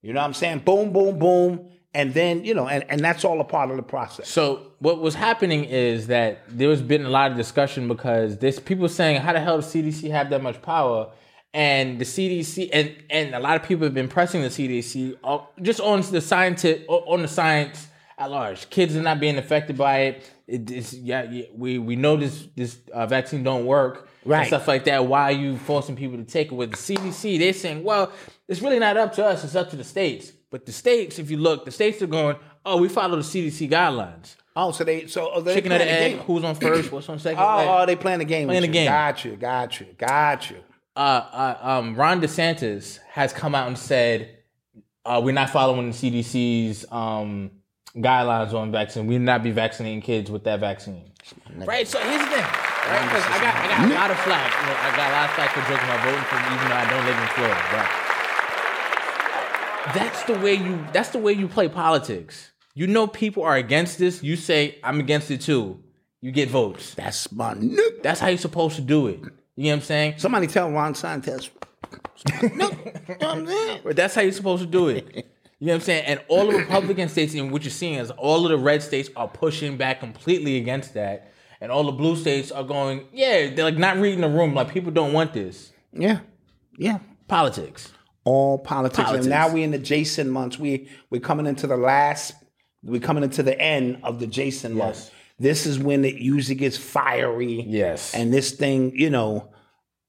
[SPEAKER 4] You know what I'm saying? Boom, boom, boom. And then, you know, and, and that's all a part of the process.
[SPEAKER 3] So what was happening is that there was been a lot of discussion because there's people saying, how the hell does CDC have that much power? And the CDC and and a lot of people have been pressing the CDC uh, just on the scientific on the science at large. Kids are not being affected by it. It- it's, yeah, yeah, we we know this this uh, vaccine don't work. and
[SPEAKER 4] Right.
[SPEAKER 3] stuff like that. Why are you forcing people to take it? With the CDC, they're saying, well, it's really not up to us. It's up to the states. But the states, if you look, the states are going, oh, we follow the CDC guidelines
[SPEAKER 4] Oh, so they so oh, they
[SPEAKER 3] chicken or
[SPEAKER 4] playing
[SPEAKER 3] the egg,
[SPEAKER 4] game.
[SPEAKER 3] who's on first, what's on second.
[SPEAKER 4] Oh,
[SPEAKER 3] like-
[SPEAKER 4] oh, they playing the game.
[SPEAKER 3] Playing
[SPEAKER 4] with
[SPEAKER 3] the
[SPEAKER 4] you.
[SPEAKER 3] game.
[SPEAKER 4] Got you, got you, got you.
[SPEAKER 3] uh, uh, um, Ron DeSantis has come out and said, uh, we're not following the CDC's um, guidelines on vaccine. We will not be vaccinating kids with that vaccine. Right, so here's the thing. Right, 'cause I got, I got a lot of flack. You know, I got a lot of flack for joking about voting for even though I don't live in Florida. But that's the way you that's the way you play politics. You know people are against this. You say, I'm against it too. You get votes.
[SPEAKER 4] That's my nigga.
[SPEAKER 3] That's how you're supposed to do it. You know what I'm saying?
[SPEAKER 4] Somebody tell Ron Santos. no, I'm saying.
[SPEAKER 3] But that's how you're supposed to do it. You know what I'm saying? And all the Republican states, and what you're seeing is all of the red states are pushing back completely against that. And all the blue states are going, yeah, they're like not reading the room. Like people don't want this.
[SPEAKER 4] Yeah, yeah.
[SPEAKER 3] Politics.
[SPEAKER 4] all politics.
[SPEAKER 3] Politics.
[SPEAKER 4] And now we're in the Jason months. We we're coming into the last. We're coming into the end of the Jason month. This is when it usually gets fiery.
[SPEAKER 3] Yes.
[SPEAKER 4] And this thing, you know,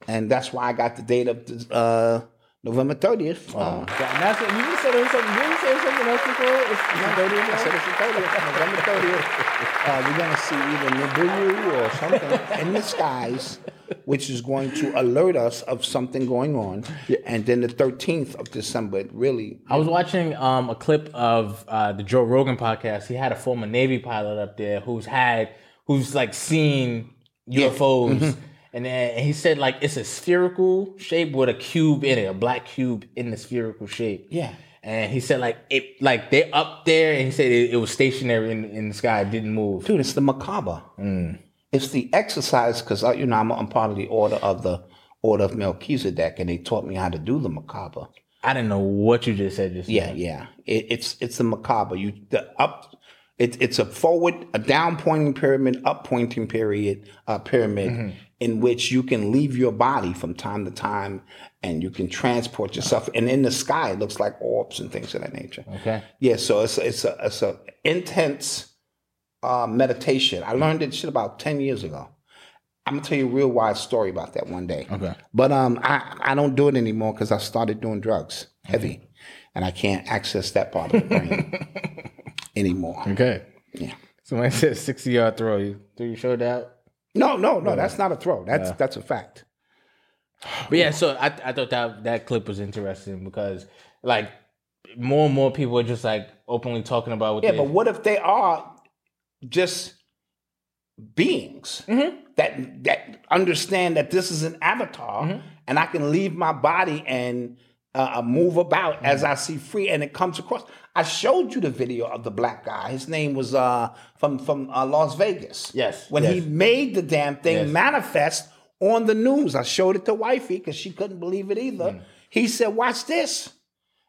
[SPEAKER 4] and that's why I got the date of uh, November 30th. Uh,
[SPEAKER 3] And that's it. You just said it was something. Didn't you say something else before? It's, it's the 30th
[SPEAKER 4] I said it's the 30th, November 30th. Uh, we're going to see either Nibiru or something in the skies, which is going to alert us of something going on. And then the 13th of December, it really,
[SPEAKER 3] I was watching um, a clip of uh, the Joe Rogan podcast. He had a former Navy pilot up there who's had who's like seen UFOs, and then and he said like it's a spherical shape with a cube in it, a black cube in the spherical shape.
[SPEAKER 4] Yeah.
[SPEAKER 3] And he said like it like they're up there, and he said it, it was stationary in, in the sky, it didn't move.
[SPEAKER 4] dude, it's the macabre. Mm. It's the exercise, because, you know, I'm, I'm part of the order of the Order of Melchizedek, and they taught me how to do the macabre.
[SPEAKER 3] I didn't know what you just said. Just
[SPEAKER 4] Yeah,
[SPEAKER 3] now.
[SPEAKER 4] yeah. It, it's it's the macabre. You the up. It, it's a forward, a down pointing pyramid, up pointing period, uh, pyramid, in which you can leave your body from time to time, and you can transport yourself. And in the sky, it looks like orbs and things of that nature.
[SPEAKER 3] Okay.
[SPEAKER 4] Yeah, so it's it's a it's a intense uh, meditation. I learned that shit about ten years ago. I'm gonna tell you a real wide story about that one day.
[SPEAKER 3] Okay.
[SPEAKER 4] But um, I I don't do it anymore because I started doing drugs heavy,
[SPEAKER 3] Mm-hmm.
[SPEAKER 4] and I can't access that part of the brain anymore.
[SPEAKER 3] Okay.
[SPEAKER 4] Yeah.
[SPEAKER 3] Somebody said sixty yard throw. You threw your shoulder out.
[SPEAKER 4] No, no, no. That's not a throw. That's that's a fact.
[SPEAKER 3] But yeah, so I I thought that that clip was interesting because like more and more people are just like openly talking about what
[SPEAKER 4] Yeah,
[SPEAKER 3] they
[SPEAKER 4] but what if they are just beings
[SPEAKER 3] Mm-hmm.
[SPEAKER 4] that that understand that this is an avatar,
[SPEAKER 3] Mm-hmm.
[SPEAKER 4] and I can leave my body and uh, uh, move about
[SPEAKER 3] Mm-hmm.
[SPEAKER 4] as I see free, and it comes across. I showed you the video of the black guy. His name was uh, from from uh, Las Vegas.
[SPEAKER 3] Yes,
[SPEAKER 4] when he
[SPEAKER 3] yes.
[SPEAKER 4] made the damn thing
[SPEAKER 3] Yes.
[SPEAKER 4] manifest on the news, I showed it to wifey because she couldn't believe it either.
[SPEAKER 3] Mm.
[SPEAKER 4] He said, "Watch this."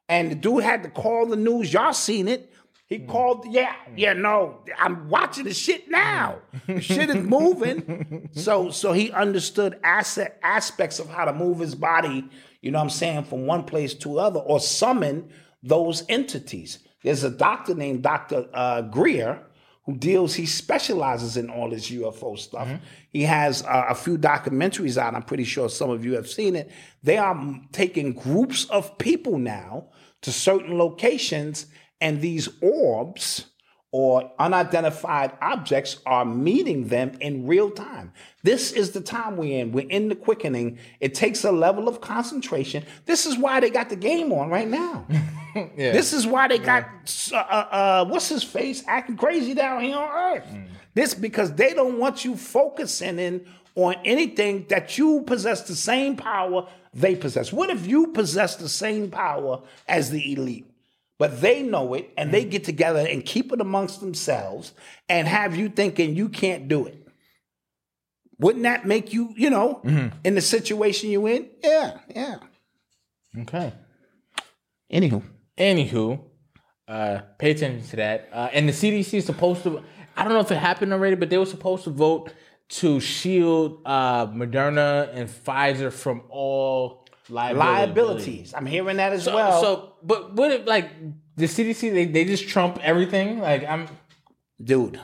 [SPEAKER 4] And the dude had to call the news. Y'all seen it. He called, yeah, yeah, no, I'm watching the shit now. shit is moving. so so he understood asset aspects of how to move his body, you know what I'm saying, from one place to other or summon those entities. There's a doctor named Dr. Uh, Greer who deals, he specializes in all this UFO stuff. He has uh, a few documentaries out. I'm pretty sure some of you have seen it. They are m- taking groups of people now to certain locations, and these orbs or unidentified objects are meeting them in real time. This is the time we're in. We're in the quickening. It takes a level of concentration. This is why they got the game on right now. This is why they got uh, uh, uh, what's his face acting crazy down here on earth.
[SPEAKER 3] Mm.
[SPEAKER 4] This because they don't want you focusing in on anything that you possess the same power they possess. What if you possess the same power as the elite? But they know it and
[SPEAKER 3] Mm.
[SPEAKER 4] they get together and keep it amongst themselves and have you thinking you can't do it. Wouldn't that make you, you know,
[SPEAKER 3] Mm-hmm.
[SPEAKER 4] in the situation you in? Yeah, yeah.
[SPEAKER 3] okay.
[SPEAKER 4] Anywho.
[SPEAKER 3] Anywho, uh, pay attention to that. Uh, and the CDC is supposed to. I don't know if it happened already, but they were supposed to vote to shield uh, Moderna and Pfizer from all liability.
[SPEAKER 4] Liabilities. I'm hearing that as
[SPEAKER 3] So,
[SPEAKER 4] well.
[SPEAKER 3] so, but what if like the CDC they, they just trump everything? Like I'm,
[SPEAKER 4] dude,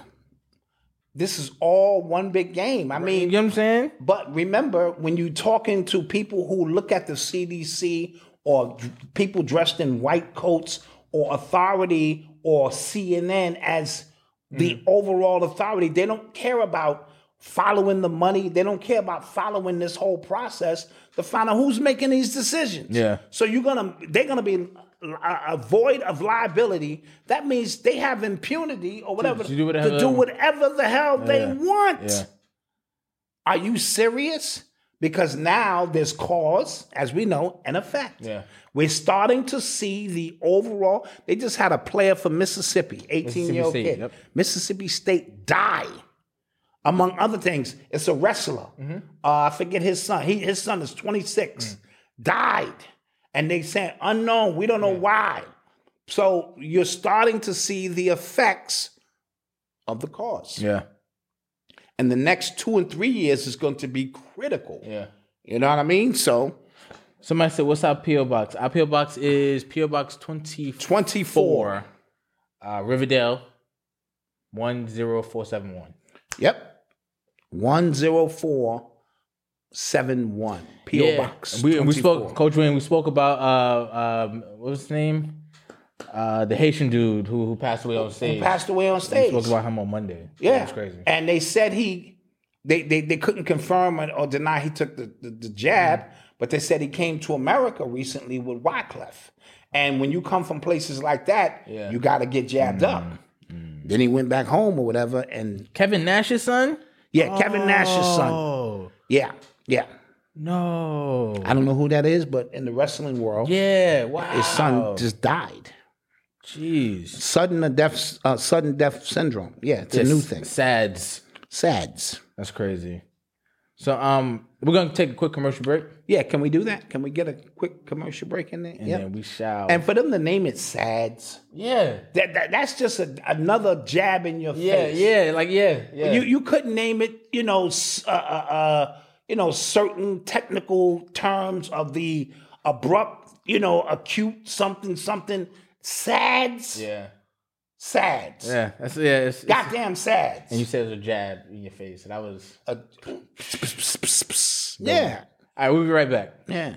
[SPEAKER 4] this is all one big game. I
[SPEAKER 3] you
[SPEAKER 4] mean,
[SPEAKER 3] know what I'm saying?
[SPEAKER 4] but remember when you're talking to people who look at the CDC or d- people dressed in white coats or authority or CNN as
[SPEAKER 3] Mm.
[SPEAKER 4] the overall authority, they don't care about following the money. They don't care about following this whole process to find out who's making these decisions.
[SPEAKER 3] Yeah.
[SPEAKER 4] So you're gonna, they're gonna be uh, uh, void of liability. That means they have impunity or whatever
[SPEAKER 3] to do whatever
[SPEAKER 4] to
[SPEAKER 3] they
[SPEAKER 4] do
[SPEAKER 3] want.
[SPEAKER 4] whatever the hell they
[SPEAKER 3] Yeah.
[SPEAKER 4] want.
[SPEAKER 3] Yeah.
[SPEAKER 4] Are you serious? Because now there's cause, as we know, and effect.
[SPEAKER 3] Yeah.
[SPEAKER 4] We're starting to see the overall. They just had a player from Mississippi, 18 year old
[SPEAKER 3] Mississippi State,
[SPEAKER 4] kid.
[SPEAKER 3] yep.
[SPEAKER 4] Mississippi State die. Among other things, it's a wrestler.
[SPEAKER 3] Mm-hmm.
[SPEAKER 4] Uh, I forget his son. He, his son is 26.
[SPEAKER 3] Mm.
[SPEAKER 4] Died. And they said, unknown. We don't know why. So you're starting to see the effects of the cause
[SPEAKER 3] Yeah.
[SPEAKER 4] and the next two and three years is going to be critical.
[SPEAKER 3] Yeah.
[SPEAKER 4] You know what I mean? So
[SPEAKER 3] Somebody said, "What's our PO box?" Our PO box is PO box twenty
[SPEAKER 4] twenty four.
[SPEAKER 3] four, uh, Riverdale, one zero four seven one.
[SPEAKER 4] Yep. One zero oh four 771 P.O.
[SPEAKER 3] yeah.
[SPEAKER 4] Box.
[SPEAKER 3] We, we
[SPEAKER 4] 24.
[SPEAKER 3] spoke, Coach Wayne. We spoke about uh, um, what was his name? Uh, the Haitian dude who, who passed away on stage.
[SPEAKER 4] Passed away on
[SPEAKER 3] We
[SPEAKER 4] stage.
[SPEAKER 3] spoke about him on Monday.
[SPEAKER 4] Yeah,
[SPEAKER 3] it was crazy.
[SPEAKER 4] And they said he, they they, they couldn't confirm or, or deny he took the, the, the jab,
[SPEAKER 3] Mm-hmm.
[SPEAKER 4] but they said he came to America recently with Wyclef. And when you come from places like that,
[SPEAKER 3] Yeah. Mm-hmm.
[SPEAKER 4] you got to get jabbed up. Then he went back home or whatever, and
[SPEAKER 3] Kevin Nash's son?
[SPEAKER 4] yeah, Kevin Nash's son.
[SPEAKER 3] Oh
[SPEAKER 4] Yeah, yeah.
[SPEAKER 3] no!
[SPEAKER 4] I don't know who that is, but in the wrestling world,
[SPEAKER 3] Yeah, wow.
[SPEAKER 4] his son just died.
[SPEAKER 3] Jeez,
[SPEAKER 4] Sudden death, uh, sudden death syndrome. Yeah, it's a new thing.
[SPEAKER 3] Sads.
[SPEAKER 4] Sads.
[SPEAKER 3] That's crazy. So um, we're gonna take a quick commercial break,
[SPEAKER 4] Yeah, can we do that? Can we get a quick commercial break in there?
[SPEAKER 3] and then we shall.
[SPEAKER 4] And for them to name it SADS,
[SPEAKER 3] yeah,
[SPEAKER 4] that, that that's just a, another jab in your
[SPEAKER 3] yeah,
[SPEAKER 4] face.
[SPEAKER 3] yeah, like yeah, yeah.
[SPEAKER 4] You you couldn't name it, you know, s- uh, uh, uh, you know, certain technical terms of the abrupt, you know, acute something something SADS,
[SPEAKER 3] yeah,
[SPEAKER 4] SADS,
[SPEAKER 3] yeah. That's yeah. It's, it's-
[SPEAKER 4] goddamn SADS.
[SPEAKER 3] you said it was a jab in your face, and I was.
[SPEAKER 4] Uh, yeah,
[SPEAKER 3] All right, we'll be right back.
[SPEAKER 4] yeah.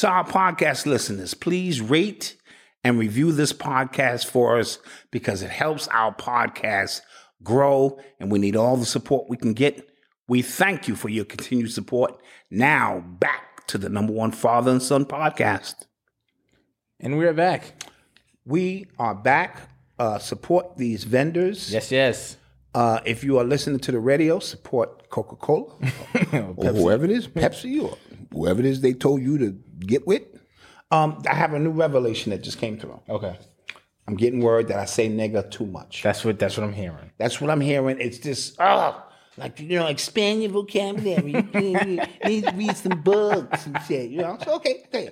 [SPEAKER 4] To our podcast listeners, please rate and review this podcast for us because it helps our podcast grow and we need all the support we can get. We thank you for your continued support. Now, back to the number one father and son podcast.
[SPEAKER 3] And we're back.
[SPEAKER 4] We are back. Uh, support these vendors.
[SPEAKER 3] Yes, yes.
[SPEAKER 4] Uh, if you are listening to the radio, support Coca Cola or whoever it is, Pepsi or whoever it is they told you to get with. Um, I have a new revelation that just came through.
[SPEAKER 3] Okay,
[SPEAKER 4] I'm getting word that I say nigga too much.
[SPEAKER 3] that's what that's what I'm hearing.
[SPEAKER 4] That's what I'm hearing. It's just, oh, like, you know, expand your vocabulary. You need to read some books and shit. You know, so, okay, okay.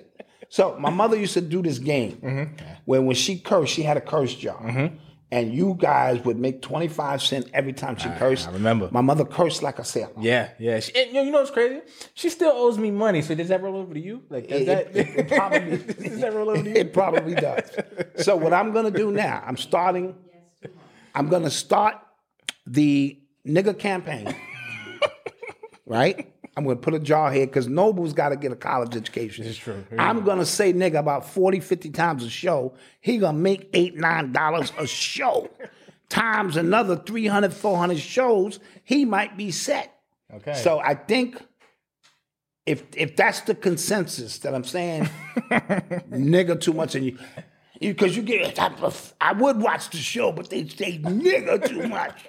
[SPEAKER 4] So my mother used to do this game
[SPEAKER 3] Mm-hmm.
[SPEAKER 4] where when she cursed, she had a curse jar. And you guys would make 25 cents every time she cursed.
[SPEAKER 3] I remember.
[SPEAKER 4] My mother cursed like a sailor.
[SPEAKER 3] Yeah, yeah. She, and you know- you know what's crazy? She still owes me money. So does that roll over to you? Like does
[SPEAKER 4] It-
[SPEAKER 3] that?
[SPEAKER 4] it- it probably-
[SPEAKER 3] does that roll over to you?
[SPEAKER 4] It probably does. So what I'm gonna do now, I'm starting. I'm gonna start the nigga campaign. right? I'm gonna put a jar here because Noble's gotta get a college education. It's
[SPEAKER 3] true.
[SPEAKER 4] I'm gonna say nigga about 40, 50 times a show. He gonna make eight, nine dollars a show. times another 300, 400 shows, he might be set.
[SPEAKER 3] Okay.
[SPEAKER 4] So I think if if that's the consensus that I'm saying, nigga too much and you because you, get I, pref- I would watch the show, but they say nigga too much.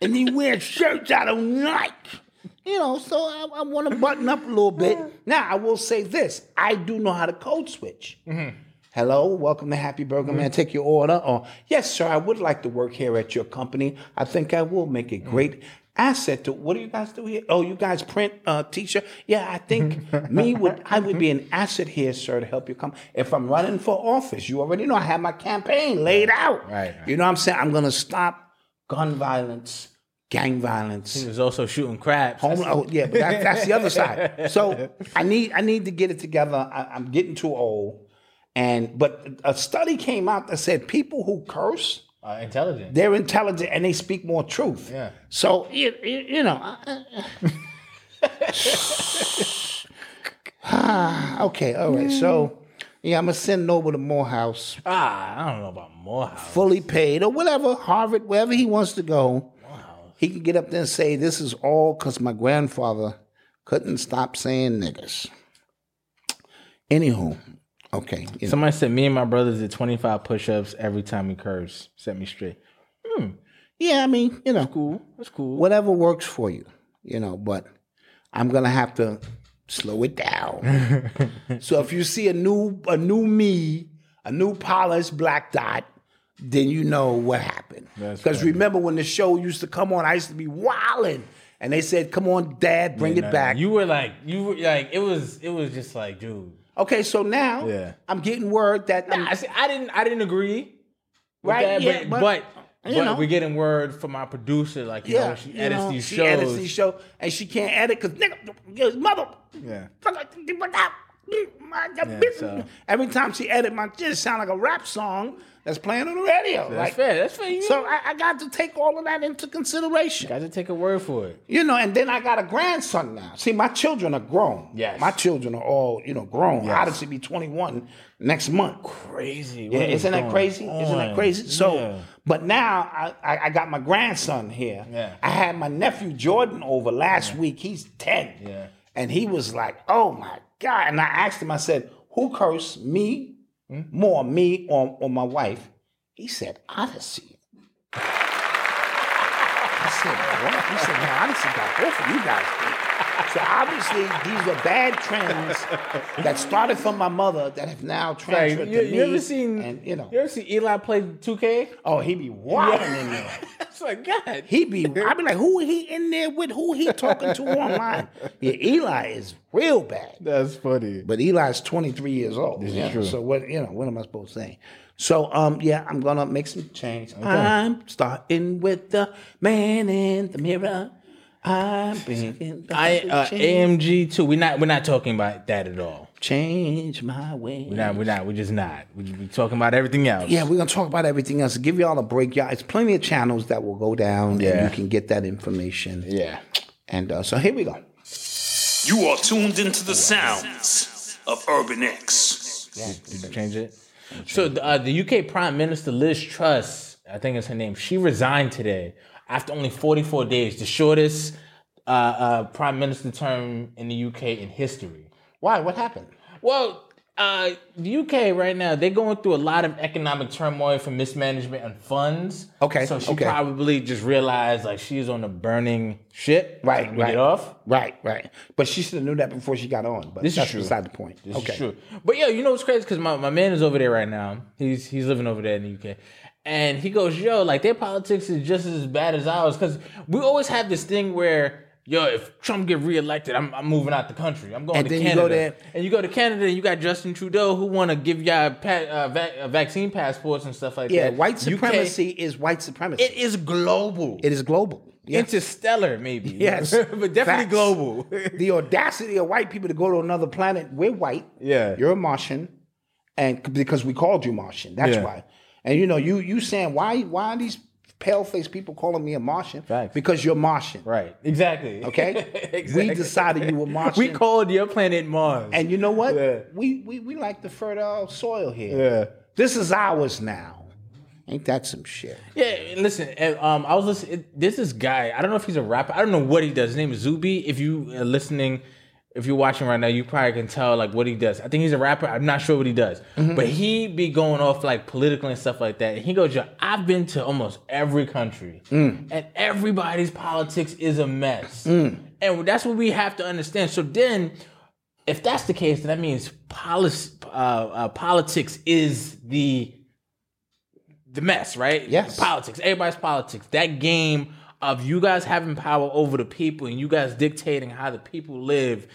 [SPEAKER 4] And he wears shirts I don't like. You know, so I, I want to button up a little bit. Now I will say this: I do know how to code switch.
[SPEAKER 3] Mm-hmm.
[SPEAKER 4] Hello, welcome to Happy Burger Man. Take your order. Or yes, sir, I would like to work here at your company. I think I will make a great
[SPEAKER 3] Mm-hmm.
[SPEAKER 4] asset to. What do you guys do here? Oh, you guys print uh, t-shirt. Yeah, I think me would. I would be an asset here, sir, to help you come. If I'm running for office, you already know I have my campaign laid out.
[SPEAKER 3] Right, right.
[SPEAKER 4] You know what I'm saying? I'm gonna stop gun violence, gang violence.
[SPEAKER 3] He was also shooting crabs.
[SPEAKER 4] Home, oh yeah, but that, that's the other side. So I need I need to get it together. I, I'm getting too old, and but a study came out that said people who curse
[SPEAKER 3] uh, intelligent.
[SPEAKER 4] they're intelligent and they speak more truth.
[SPEAKER 3] Yeah.
[SPEAKER 4] So you, you, you know. I- I- okay. All right. So yeah, I'm gonna send Noble to Morehouse,
[SPEAKER 3] Ah, I don't know about Morehouse.
[SPEAKER 4] fully paid or whatever Harvard, wherever he wants to go. He can get up there and say, "This is all because my grandfather couldn't stop saying niggas." Anywho, okay. you know.
[SPEAKER 3] Somebody said me and my brothers did 25 push-ups every time we curse. Set me straight.
[SPEAKER 4] yeah, I mean, you know,
[SPEAKER 3] Cool. That's cool.
[SPEAKER 4] whatever works for you, you know, but I'm gonna have to slow it down. so if you see a new a new me, a new polished black dot, then you know what happened. Because remember when the show used to come on, I used to be wilding, and they said, "Come on, Dad, bring it back."
[SPEAKER 3] You were like, you were like, it was, it was just like, dude.
[SPEAKER 4] okay, so now
[SPEAKER 3] Yeah.
[SPEAKER 4] I'm getting word that I'm-
[SPEAKER 3] I, see, I didn't, I didn't agree. with
[SPEAKER 4] Right,
[SPEAKER 3] that,
[SPEAKER 4] yeah,
[SPEAKER 3] but,
[SPEAKER 4] but,
[SPEAKER 3] but,
[SPEAKER 4] you
[SPEAKER 3] but
[SPEAKER 4] know.
[SPEAKER 3] we're getting word from our producer, like, you know,
[SPEAKER 4] yeah,
[SPEAKER 3] when she
[SPEAKER 4] you
[SPEAKER 3] edits
[SPEAKER 4] know,
[SPEAKER 3] these
[SPEAKER 4] she
[SPEAKER 3] shows.
[SPEAKER 4] edits these show, and she can't edit because nigga, your mother,
[SPEAKER 3] Yeah.
[SPEAKER 4] fucker, what up? My- that
[SPEAKER 3] Yeah,
[SPEAKER 4] bitch-
[SPEAKER 3] so-
[SPEAKER 4] Every time she edit my shit, it sound like a rap song that's playing on the radio.
[SPEAKER 3] That's
[SPEAKER 4] like,
[SPEAKER 3] fair. That's fair. You
[SPEAKER 4] So I, I got to take all of that into consideration.
[SPEAKER 3] got to take a word for it.
[SPEAKER 4] You know, and then I got a grandson now. See, my children are grown.
[SPEAKER 3] Yes.
[SPEAKER 4] My children are all, you know, grown. I'll Obviously be 21 next month.
[SPEAKER 3] Crazy.
[SPEAKER 4] Yeah,
[SPEAKER 3] What is
[SPEAKER 4] isn't that
[SPEAKER 3] going
[SPEAKER 4] crazy? Isn't that
[SPEAKER 3] on?
[SPEAKER 4] crazy? So,
[SPEAKER 3] Yeah.
[SPEAKER 4] but now I, I, I got my grandson here.
[SPEAKER 3] Yeah.
[SPEAKER 4] I had my nephew Jordan over last week. He's 10.
[SPEAKER 3] Yeah.
[SPEAKER 4] And he was like, oh my God. And I asked him, I said, who cursed me
[SPEAKER 3] Hmm?
[SPEAKER 4] more, me or, or my wife? He said, Odyssey. I said, what? He said, no, Odyssey got both of you guys. So obviously, these are bad trends that started from my mother that have now
[SPEAKER 3] Like,
[SPEAKER 4] transferred
[SPEAKER 3] you,
[SPEAKER 4] to me.
[SPEAKER 3] you ever seen?
[SPEAKER 4] And you know,
[SPEAKER 3] you ever see Eli play 2K?
[SPEAKER 4] Oh, he be wilding in there.
[SPEAKER 3] It's like God.
[SPEAKER 4] He be. I be like, who he in there with? Who he talking to online? Yeah, Eli is real bad.
[SPEAKER 3] That's funny.
[SPEAKER 4] But Eli's 23 years old. yeah. So what? You know, what am I supposed to say? So um, yeah, I'm gonna make some change. I'm starting with the man in the mirror. I'm thinking
[SPEAKER 3] I
[SPEAKER 4] about
[SPEAKER 3] uh,
[SPEAKER 4] to
[SPEAKER 3] AMG too. We're not. We're not talking about that at all.
[SPEAKER 4] change my way.
[SPEAKER 3] We're not. We're not. We're just not. We we talking about everything else.
[SPEAKER 4] Yeah, we're gonna talk about everything else. Give y'all a break, y'all. It's plenty of channels that will go down,
[SPEAKER 3] Yeah.
[SPEAKER 4] and you can get that information.
[SPEAKER 3] Yeah.
[SPEAKER 4] And uh, so here we go.
[SPEAKER 5] You are tuned into the sounds of Urban X.
[SPEAKER 3] Did you change it? So the, uh, the UK Prime Minister Liz Truss, I think is her name. She resigned today after only 44 days, the shortest uh, uh, prime minister term in the UK in history.
[SPEAKER 4] Why? What happened?
[SPEAKER 3] Well, uh, the UK right now they're going through a lot of economic turmoil from mismanagement and funds.
[SPEAKER 4] Okay,
[SPEAKER 3] so she
[SPEAKER 4] okay.
[SPEAKER 3] probably just realized like she's on a burning ship.
[SPEAKER 4] Right,
[SPEAKER 3] When we
[SPEAKER 4] right.
[SPEAKER 3] Get off.
[SPEAKER 4] Right, right. But she should have knew that before she got on. But
[SPEAKER 3] This is
[SPEAKER 4] that's
[SPEAKER 3] true.
[SPEAKER 4] beside the point.
[SPEAKER 3] This
[SPEAKER 4] okay.
[SPEAKER 3] is true. But yo, you know what's crazy? Because my, my man is over there right now. He's he's living over there in the UK, and he goes, "Yo, like their politics is just as bad as ours." Because we always have this thing where. Yo, if Trump get reelected, I'm, I'm moving out the country. I'm going
[SPEAKER 4] And
[SPEAKER 3] to
[SPEAKER 4] then you
[SPEAKER 3] Canada.
[SPEAKER 4] go there-
[SPEAKER 3] and you go to Canada, and you got Justin Trudeau who want to give y'all pa- uh, va- uh, vaccine passports and stuff like
[SPEAKER 4] Yeah,
[SPEAKER 3] that.
[SPEAKER 4] white
[SPEAKER 3] UK
[SPEAKER 4] supremacy is white supremacy.
[SPEAKER 3] it is global.
[SPEAKER 4] it is global. Yes.
[SPEAKER 3] interstellar, maybe.
[SPEAKER 4] Yes.
[SPEAKER 3] but definitely
[SPEAKER 4] Facts.
[SPEAKER 3] global.
[SPEAKER 4] the audacity of white people to go to another planet. We're white.
[SPEAKER 3] Yeah.
[SPEAKER 4] You're a Martian. And c- because we called you Martian. That's
[SPEAKER 3] Yeah.
[SPEAKER 4] why. And you know, you you saying why why are these pale faced people calling me a Martian?
[SPEAKER 3] Facts.
[SPEAKER 4] Because you're Martian.
[SPEAKER 3] right. Exactly.
[SPEAKER 4] Okay?
[SPEAKER 3] exactly.
[SPEAKER 4] We decided you were Martian.
[SPEAKER 3] We called your planet Mars.
[SPEAKER 4] And you know what?
[SPEAKER 3] Yeah.
[SPEAKER 4] We, we we like the fertile soil here.
[SPEAKER 3] Yeah.
[SPEAKER 4] This is ours now. Ain't that some shit?
[SPEAKER 3] yeah, and listen. and, Um, I was listening. it- There's this guy. I don't know if he's a rapper. I don't know what he does. His name is Zuby. If you are listening, if you're watching right now, you probably can tell like what he does. I think he's a rapper. I'm not sure what he does, but he be going off like political and stuff like that. And he goes, "Yo, I've been to almost every country, and everybody's politics is a mess." And that's what we have to understand. So then, if that's the case, then that means policy, uh, uh, politics is the the mess, right?
[SPEAKER 4] Yes.
[SPEAKER 3] Politics. Everybody's politics. That game of you guys having power over the people and you guys dictating how the people live,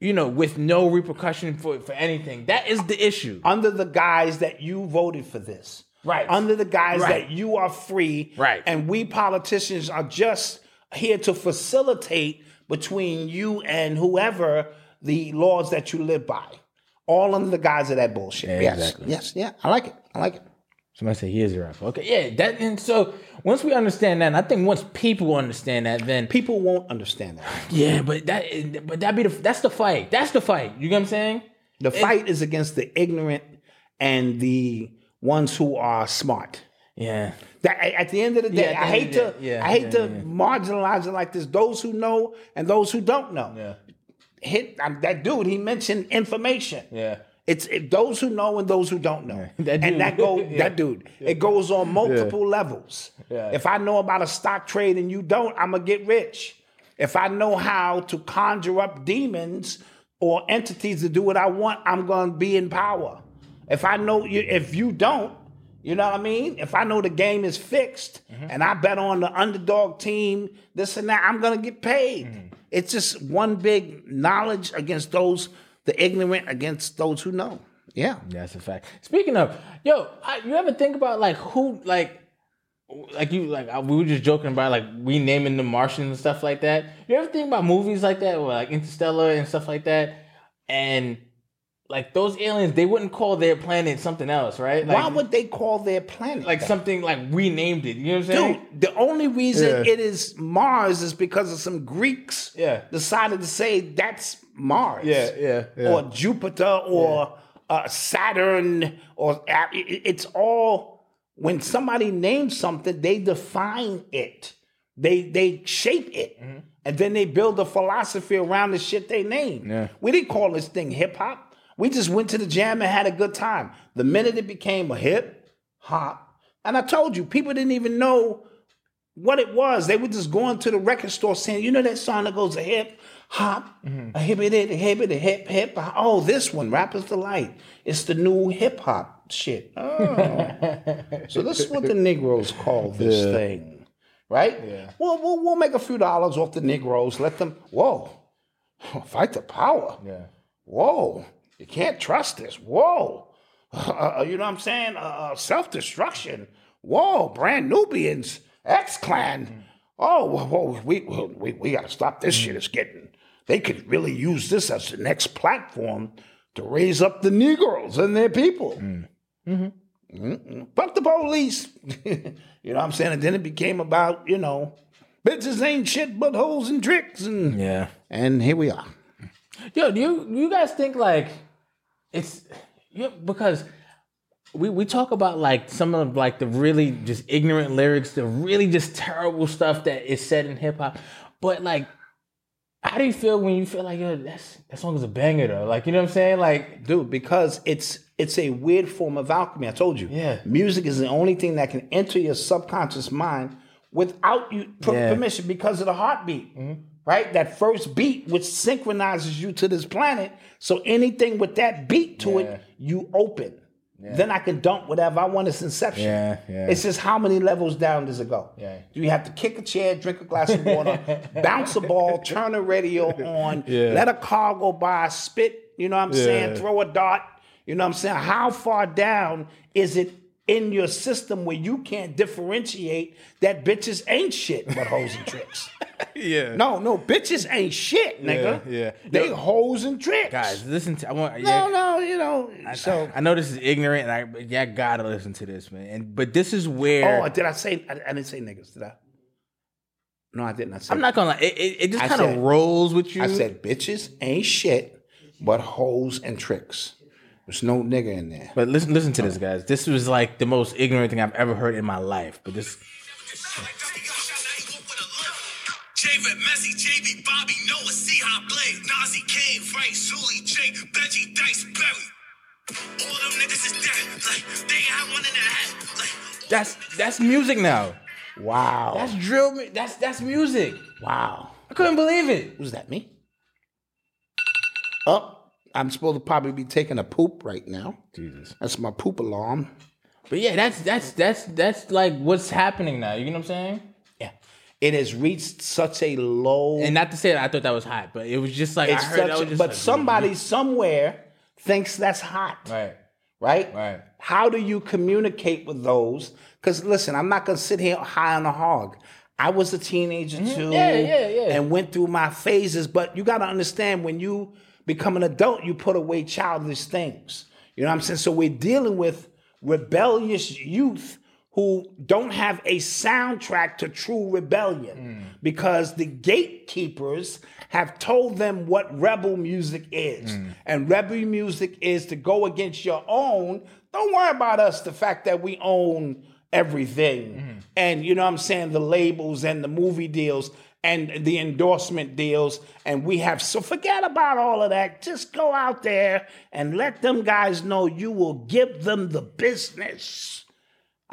[SPEAKER 3] you know, with no repercussion for, for anything. That is the issue.
[SPEAKER 4] Under the guise that you voted for this.
[SPEAKER 3] Right.
[SPEAKER 4] Under the guise
[SPEAKER 3] Right.
[SPEAKER 4] that you are free.
[SPEAKER 3] Right.
[SPEAKER 4] And we politicians are just here to facilitate between you and whoever the laws that you live by. All under the guise of that bullshit. yes.
[SPEAKER 3] exactly.
[SPEAKER 4] Yes. Yeah. I like it. I like it.
[SPEAKER 3] Somebody say he is a rapper. Okay, yeah. That and so once we understand that, and I think once people understand that, then
[SPEAKER 4] People won't understand that.
[SPEAKER 3] yeah. But that but that be the that's the fight. That's the fight. You get what I'm saying?
[SPEAKER 4] The fight is against the ignorant and the ones who are smart.
[SPEAKER 3] Yeah.
[SPEAKER 4] That a- at the end of the day,
[SPEAKER 3] Yeah, at
[SPEAKER 4] I
[SPEAKER 3] the
[SPEAKER 4] hate
[SPEAKER 3] end
[SPEAKER 4] to
[SPEAKER 3] of the- yeah,
[SPEAKER 4] I hate
[SPEAKER 3] yeah,
[SPEAKER 4] to
[SPEAKER 3] yeah.
[SPEAKER 4] marginalize it like this. Those who know and those who don't know.
[SPEAKER 3] Yeah.
[SPEAKER 4] Hit um, that dude. He mentioned information.
[SPEAKER 3] Yeah.
[SPEAKER 4] It's it, those who know and those who don't know.
[SPEAKER 3] That
[SPEAKER 4] And
[SPEAKER 3] dude.
[SPEAKER 4] that go
[SPEAKER 3] Yeah.
[SPEAKER 4] that dude. It goes on multiple levels. If I know about a stock trade and you don't, I'm gonna get rich. If I know how to conjure up demons or entities to do what I want, I'm gonna be in power. If I know you, if you don't, You know what I mean? If I know the game is fixed
[SPEAKER 3] Mm-hmm.
[SPEAKER 4] and I bet on the underdog team, this and that, I'm gonna get paid.
[SPEAKER 3] Mm-hmm.
[SPEAKER 4] It's just one big knowledge against those the ignorant against those who know. Yeah.
[SPEAKER 3] That's a fact. Speaking of, yo, I, you ever think about like who like like you like I- we were just joking about like renaming the Martians and stuff like that. You ever think about movies like that, or like Interstellar and stuff like that, and like those aliens, they wouldn't call their planet something else, right? Like,
[SPEAKER 4] Why would they call their planet?
[SPEAKER 3] like
[SPEAKER 4] that?
[SPEAKER 3] something like renamed it? You know what I'm saying?
[SPEAKER 4] Dude, the only reason
[SPEAKER 3] Yeah.
[SPEAKER 4] it is Mars is because of some Greeks
[SPEAKER 3] Yeah.
[SPEAKER 4] decided to say that's Mars.
[SPEAKER 3] Yeah, yeah, yeah.
[SPEAKER 4] Or Jupiter or uh, Saturn or uh, it- it- it's all when somebody names something, they define it. They they shape it.
[SPEAKER 3] Mm-hmm.
[SPEAKER 4] And then they build a philosophy around the shit they name.
[SPEAKER 3] Yeah.
[SPEAKER 4] We didn't call this thing hip hop. We just went to the jam and had a good time. The minute it became a hip hop, and I told you, people didn't even know what it was. They were just going to the record store saying, you know that song that goes a hip hop, a hip it it, a hip it, a hip hip. Oh, this one, Rapper's Delight. It's the new hip hop shit. Oh. so this is what the Negroes call this thing. Right? Yeah. Well, we'll we'll make a few dollars off the Negroes. Let them whoa. Fight the power. Yeah. Whoa. You can't trust this. Whoa. Uh, you know what I'm saying? Uh, Self destruction. Whoa, brand Nubians, X Clan. Oh, whoa, whoa, we we we got to stop this shit. It's getting. They could really use this as the next platform to raise up the Negroes and their people. Mm-mm. Fuck the police. you know what I'm saying? And then it became about you know, bitches ain't shit but holes and tricks and
[SPEAKER 3] Yeah.
[SPEAKER 4] and here we are.
[SPEAKER 3] Yo, do you do you guys think like it's you because we we talk about like some of like the really just ignorant lyrics, the really just terrible stuff that is said in hip hop, but like. How do you feel when you feel like yo, that's that song is a banger though? Like you know what I'm saying? Like
[SPEAKER 4] dude because it's it's a weird form of alchemy i told you
[SPEAKER 3] Yeah.
[SPEAKER 4] music is the only thing that can enter your subconscious mind without you per-
[SPEAKER 3] Yeah.
[SPEAKER 4] permission because of the heartbeat right that first beat which synchronizes you to this planet so anything with that beat to
[SPEAKER 3] Yeah.
[SPEAKER 4] it you open then i can dump whatever i want it's inception
[SPEAKER 3] Yeah, yeah.
[SPEAKER 4] it's just how many levels down does it go
[SPEAKER 3] Yeah.
[SPEAKER 4] do you have to kick a chair drink a glass of water bounce a ball turn the radio on let a car go by spit you know what i'm saying throw a dart you know what i'm saying how far down is it in your system where you can't differentiate that bitches ain't shit but hoes and tricks
[SPEAKER 3] yeah,
[SPEAKER 4] no no bitches ain't shit nigga
[SPEAKER 3] Yeah, yeah.
[SPEAKER 4] they hoes and tricks
[SPEAKER 3] guys, listen to I want
[SPEAKER 4] no
[SPEAKER 3] yeah,
[SPEAKER 4] no you know so
[SPEAKER 3] I know this is ignorant, and I but yeah, I gotta listen to this man. And but this is where
[SPEAKER 4] Oh, did I say? I, I didn't say niggas, did I? No, I did not say.
[SPEAKER 3] I'm not gonna lie. It, it, it just
[SPEAKER 4] I
[SPEAKER 3] kind of
[SPEAKER 4] said-
[SPEAKER 3] rolls with you.
[SPEAKER 4] I said bitches ain't shit, but hoes and tricks. There's no nigga in there.
[SPEAKER 3] But listen, listen to this, guys. This was like the most ignorant thing I've ever heard in my life. But this,
[SPEAKER 6] Javen, Messi, JB, Bobby, Noah, see how play. Nazi, Kane, Frank, Sully, Jake, Benji, Dice, Berry. All them niggas is dead. Like, they ain't had one in their head. Like,
[SPEAKER 3] that's that's music now.
[SPEAKER 4] Wow.
[SPEAKER 3] That's drill. mu- That's that's music.
[SPEAKER 4] wow.
[SPEAKER 3] I couldn't believe it.
[SPEAKER 4] Who's that? Me? Up. I'm supposed to probably be taking a poop right now. Jesus. That's my poop alarm.
[SPEAKER 3] But yeah, that's that's that's that's like what's happening now. You know what I'm saying?
[SPEAKER 4] Yeah. It has reached such a low.
[SPEAKER 3] And not to say that I thought that was hot, but it was just like
[SPEAKER 4] it's
[SPEAKER 3] I heard that was
[SPEAKER 4] such,
[SPEAKER 3] just
[SPEAKER 4] but
[SPEAKER 3] like,
[SPEAKER 4] somebody somewhere thinks that's hot.
[SPEAKER 3] right.
[SPEAKER 4] right?
[SPEAKER 3] Right.
[SPEAKER 4] How do you communicate with those? Because listen, I'm not gonna sit here high on a hog. I was a teenager too,
[SPEAKER 3] Yeah, yeah, yeah.
[SPEAKER 4] and went through my phases. But you gotta understand when you become an adult, you put away childish things. You know what I'm saying? So we're dealing with rebellious youth who don't have a soundtrack to true rebellion because the gatekeepers have told them what rebel music is. And rebel music is to go against your own. Don't worry about us, the fact that we own everything. And you know what I'm saying? The labels and the movie deals and the endorsement deals. And we have, so forget about all of that. Just go out there and let them guys know you will give them the business.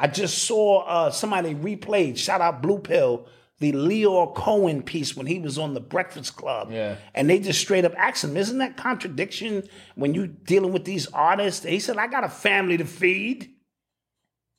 [SPEAKER 4] I just saw uh, somebody replayed, shout out Blue Pill, the Leo Cohen piece when he was on the Breakfast Club.
[SPEAKER 3] Yeah.
[SPEAKER 4] And they just straight up asked him, isn't that contradiction when you dealing with these artists? And he said, I got a family to feed.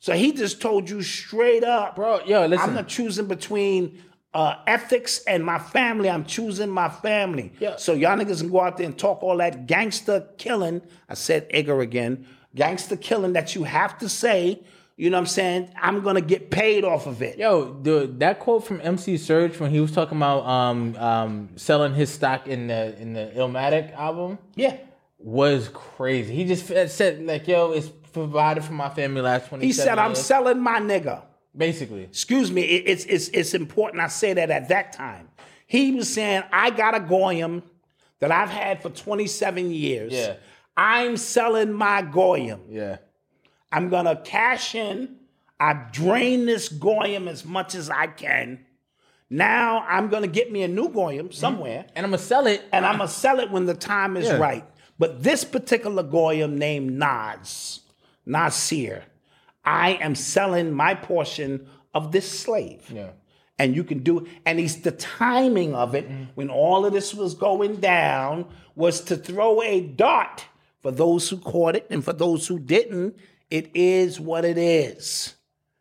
[SPEAKER 4] So he just told you straight up,
[SPEAKER 3] Bro, yo, listen.
[SPEAKER 4] I'm not choosing between uh, ethics and my family. I'm choosing my family.
[SPEAKER 3] Yeah.
[SPEAKER 4] So y'all niggas can go out there and talk all that gangster killing. I said Igor again, gangster killing that you have to say. You know what I'm saying? I'm gonna get paid off of it.
[SPEAKER 3] Yo, dude, that quote from MC Surge when he was talking about um, um, selling his stock in the in the Illmatic album
[SPEAKER 4] Yeah.
[SPEAKER 3] was crazy. He just f- said like, "Yo, it's provided for my family last 27
[SPEAKER 4] He said, "I'm
[SPEAKER 3] years."
[SPEAKER 4] selling my nigga."
[SPEAKER 3] basically."
[SPEAKER 4] excuse me, it, it's it's it's important I say that at that time. He was saying, I got a goyim that I've had for 27 years.
[SPEAKER 3] Yeah.
[SPEAKER 4] I'm selling my goyim.
[SPEAKER 3] Yeah,
[SPEAKER 4] I'm gonna cash in. I drain this goyim as much as I can. Now I'm gonna get me a new goyim somewhere,
[SPEAKER 3] and I'm gonna sell it.
[SPEAKER 4] and I'm gonna sell it when the time is
[SPEAKER 3] Yeah.
[SPEAKER 4] right. But this particular goyim named Nas, Nasir, I am selling my portion of this slave
[SPEAKER 3] Yeah,
[SPEAKER 4] and you can do and he's the timing of it
[SPEAKER 3] Mm-hmm.
[SPEAKER 4] when all of this was going down was to throw a dart for those who caught it and for those who didn't it is what it is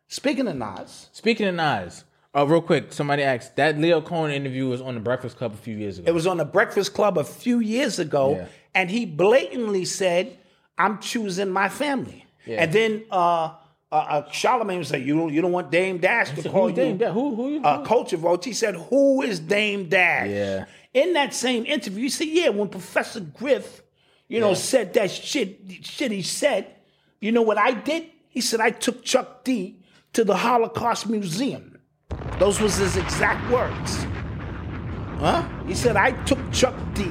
[SPEAKER 4] speaking of nas
[SPEAKER 3] Speaking of Nas, uh, real quick, somebody asked that Leo Cohen interview was on the Breakfast Club a few years ago.
[SPEAKER 4] it was on the breakfast club a few years ago
[SPEAKER 3] Yeah.
[SPEAKER 4] and he blatantly said i'm choosing my family
[SPEAKER 3] Yeah.
[SPEAKER 4] and then uh uh, uh, Charlemagne was like, you don't, you don't want Dame Dash to
[SPEAKER 3] Who's
[SPEAKER 4] call you
[SPEAKER 3] Dame Dash? Who- who you-
[SPEAKER 4] uh, culture vote. He said, "Who is Dame Dash?"
[SPEAKER 3] Yeah.
[SPEAKER 4] In that same interview, he said, "Yeah, when Professor Griff, you know, said that shit, shit he said, you know what I did? He said I took Chuck D to the Holocaust Museum. Those was his exact words. Huh? He said I took Chuck D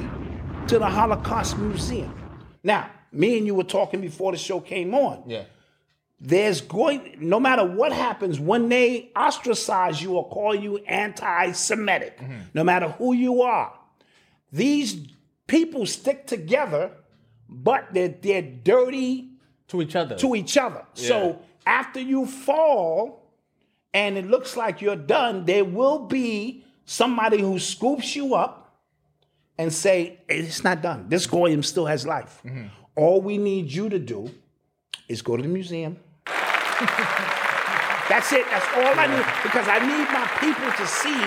[SPEAKER 4] to the Holocaust Museum. Now, me and you were talking before the show came on
[SPEAKER 3] yeah,
[SPEAKER 4] there's going no matter what happens when they ostracize you or call you anti-semitic no matter who you are these people stick together but they're, they're dirty
[SPEAKER 3] to each other.
[SPEAKER 4] to e- each other
[SPEAKER 3] Yeah.
[SPEAKER 4] so after you fall and it looks like you're done there will be somebody who scoops you up and say it's not done this goyim still has life
[SPEAKER 3] Mm-hmm.
[SPEAKER 4] all we need you to do is go to the museum that's it. That's all I need because I need my people to see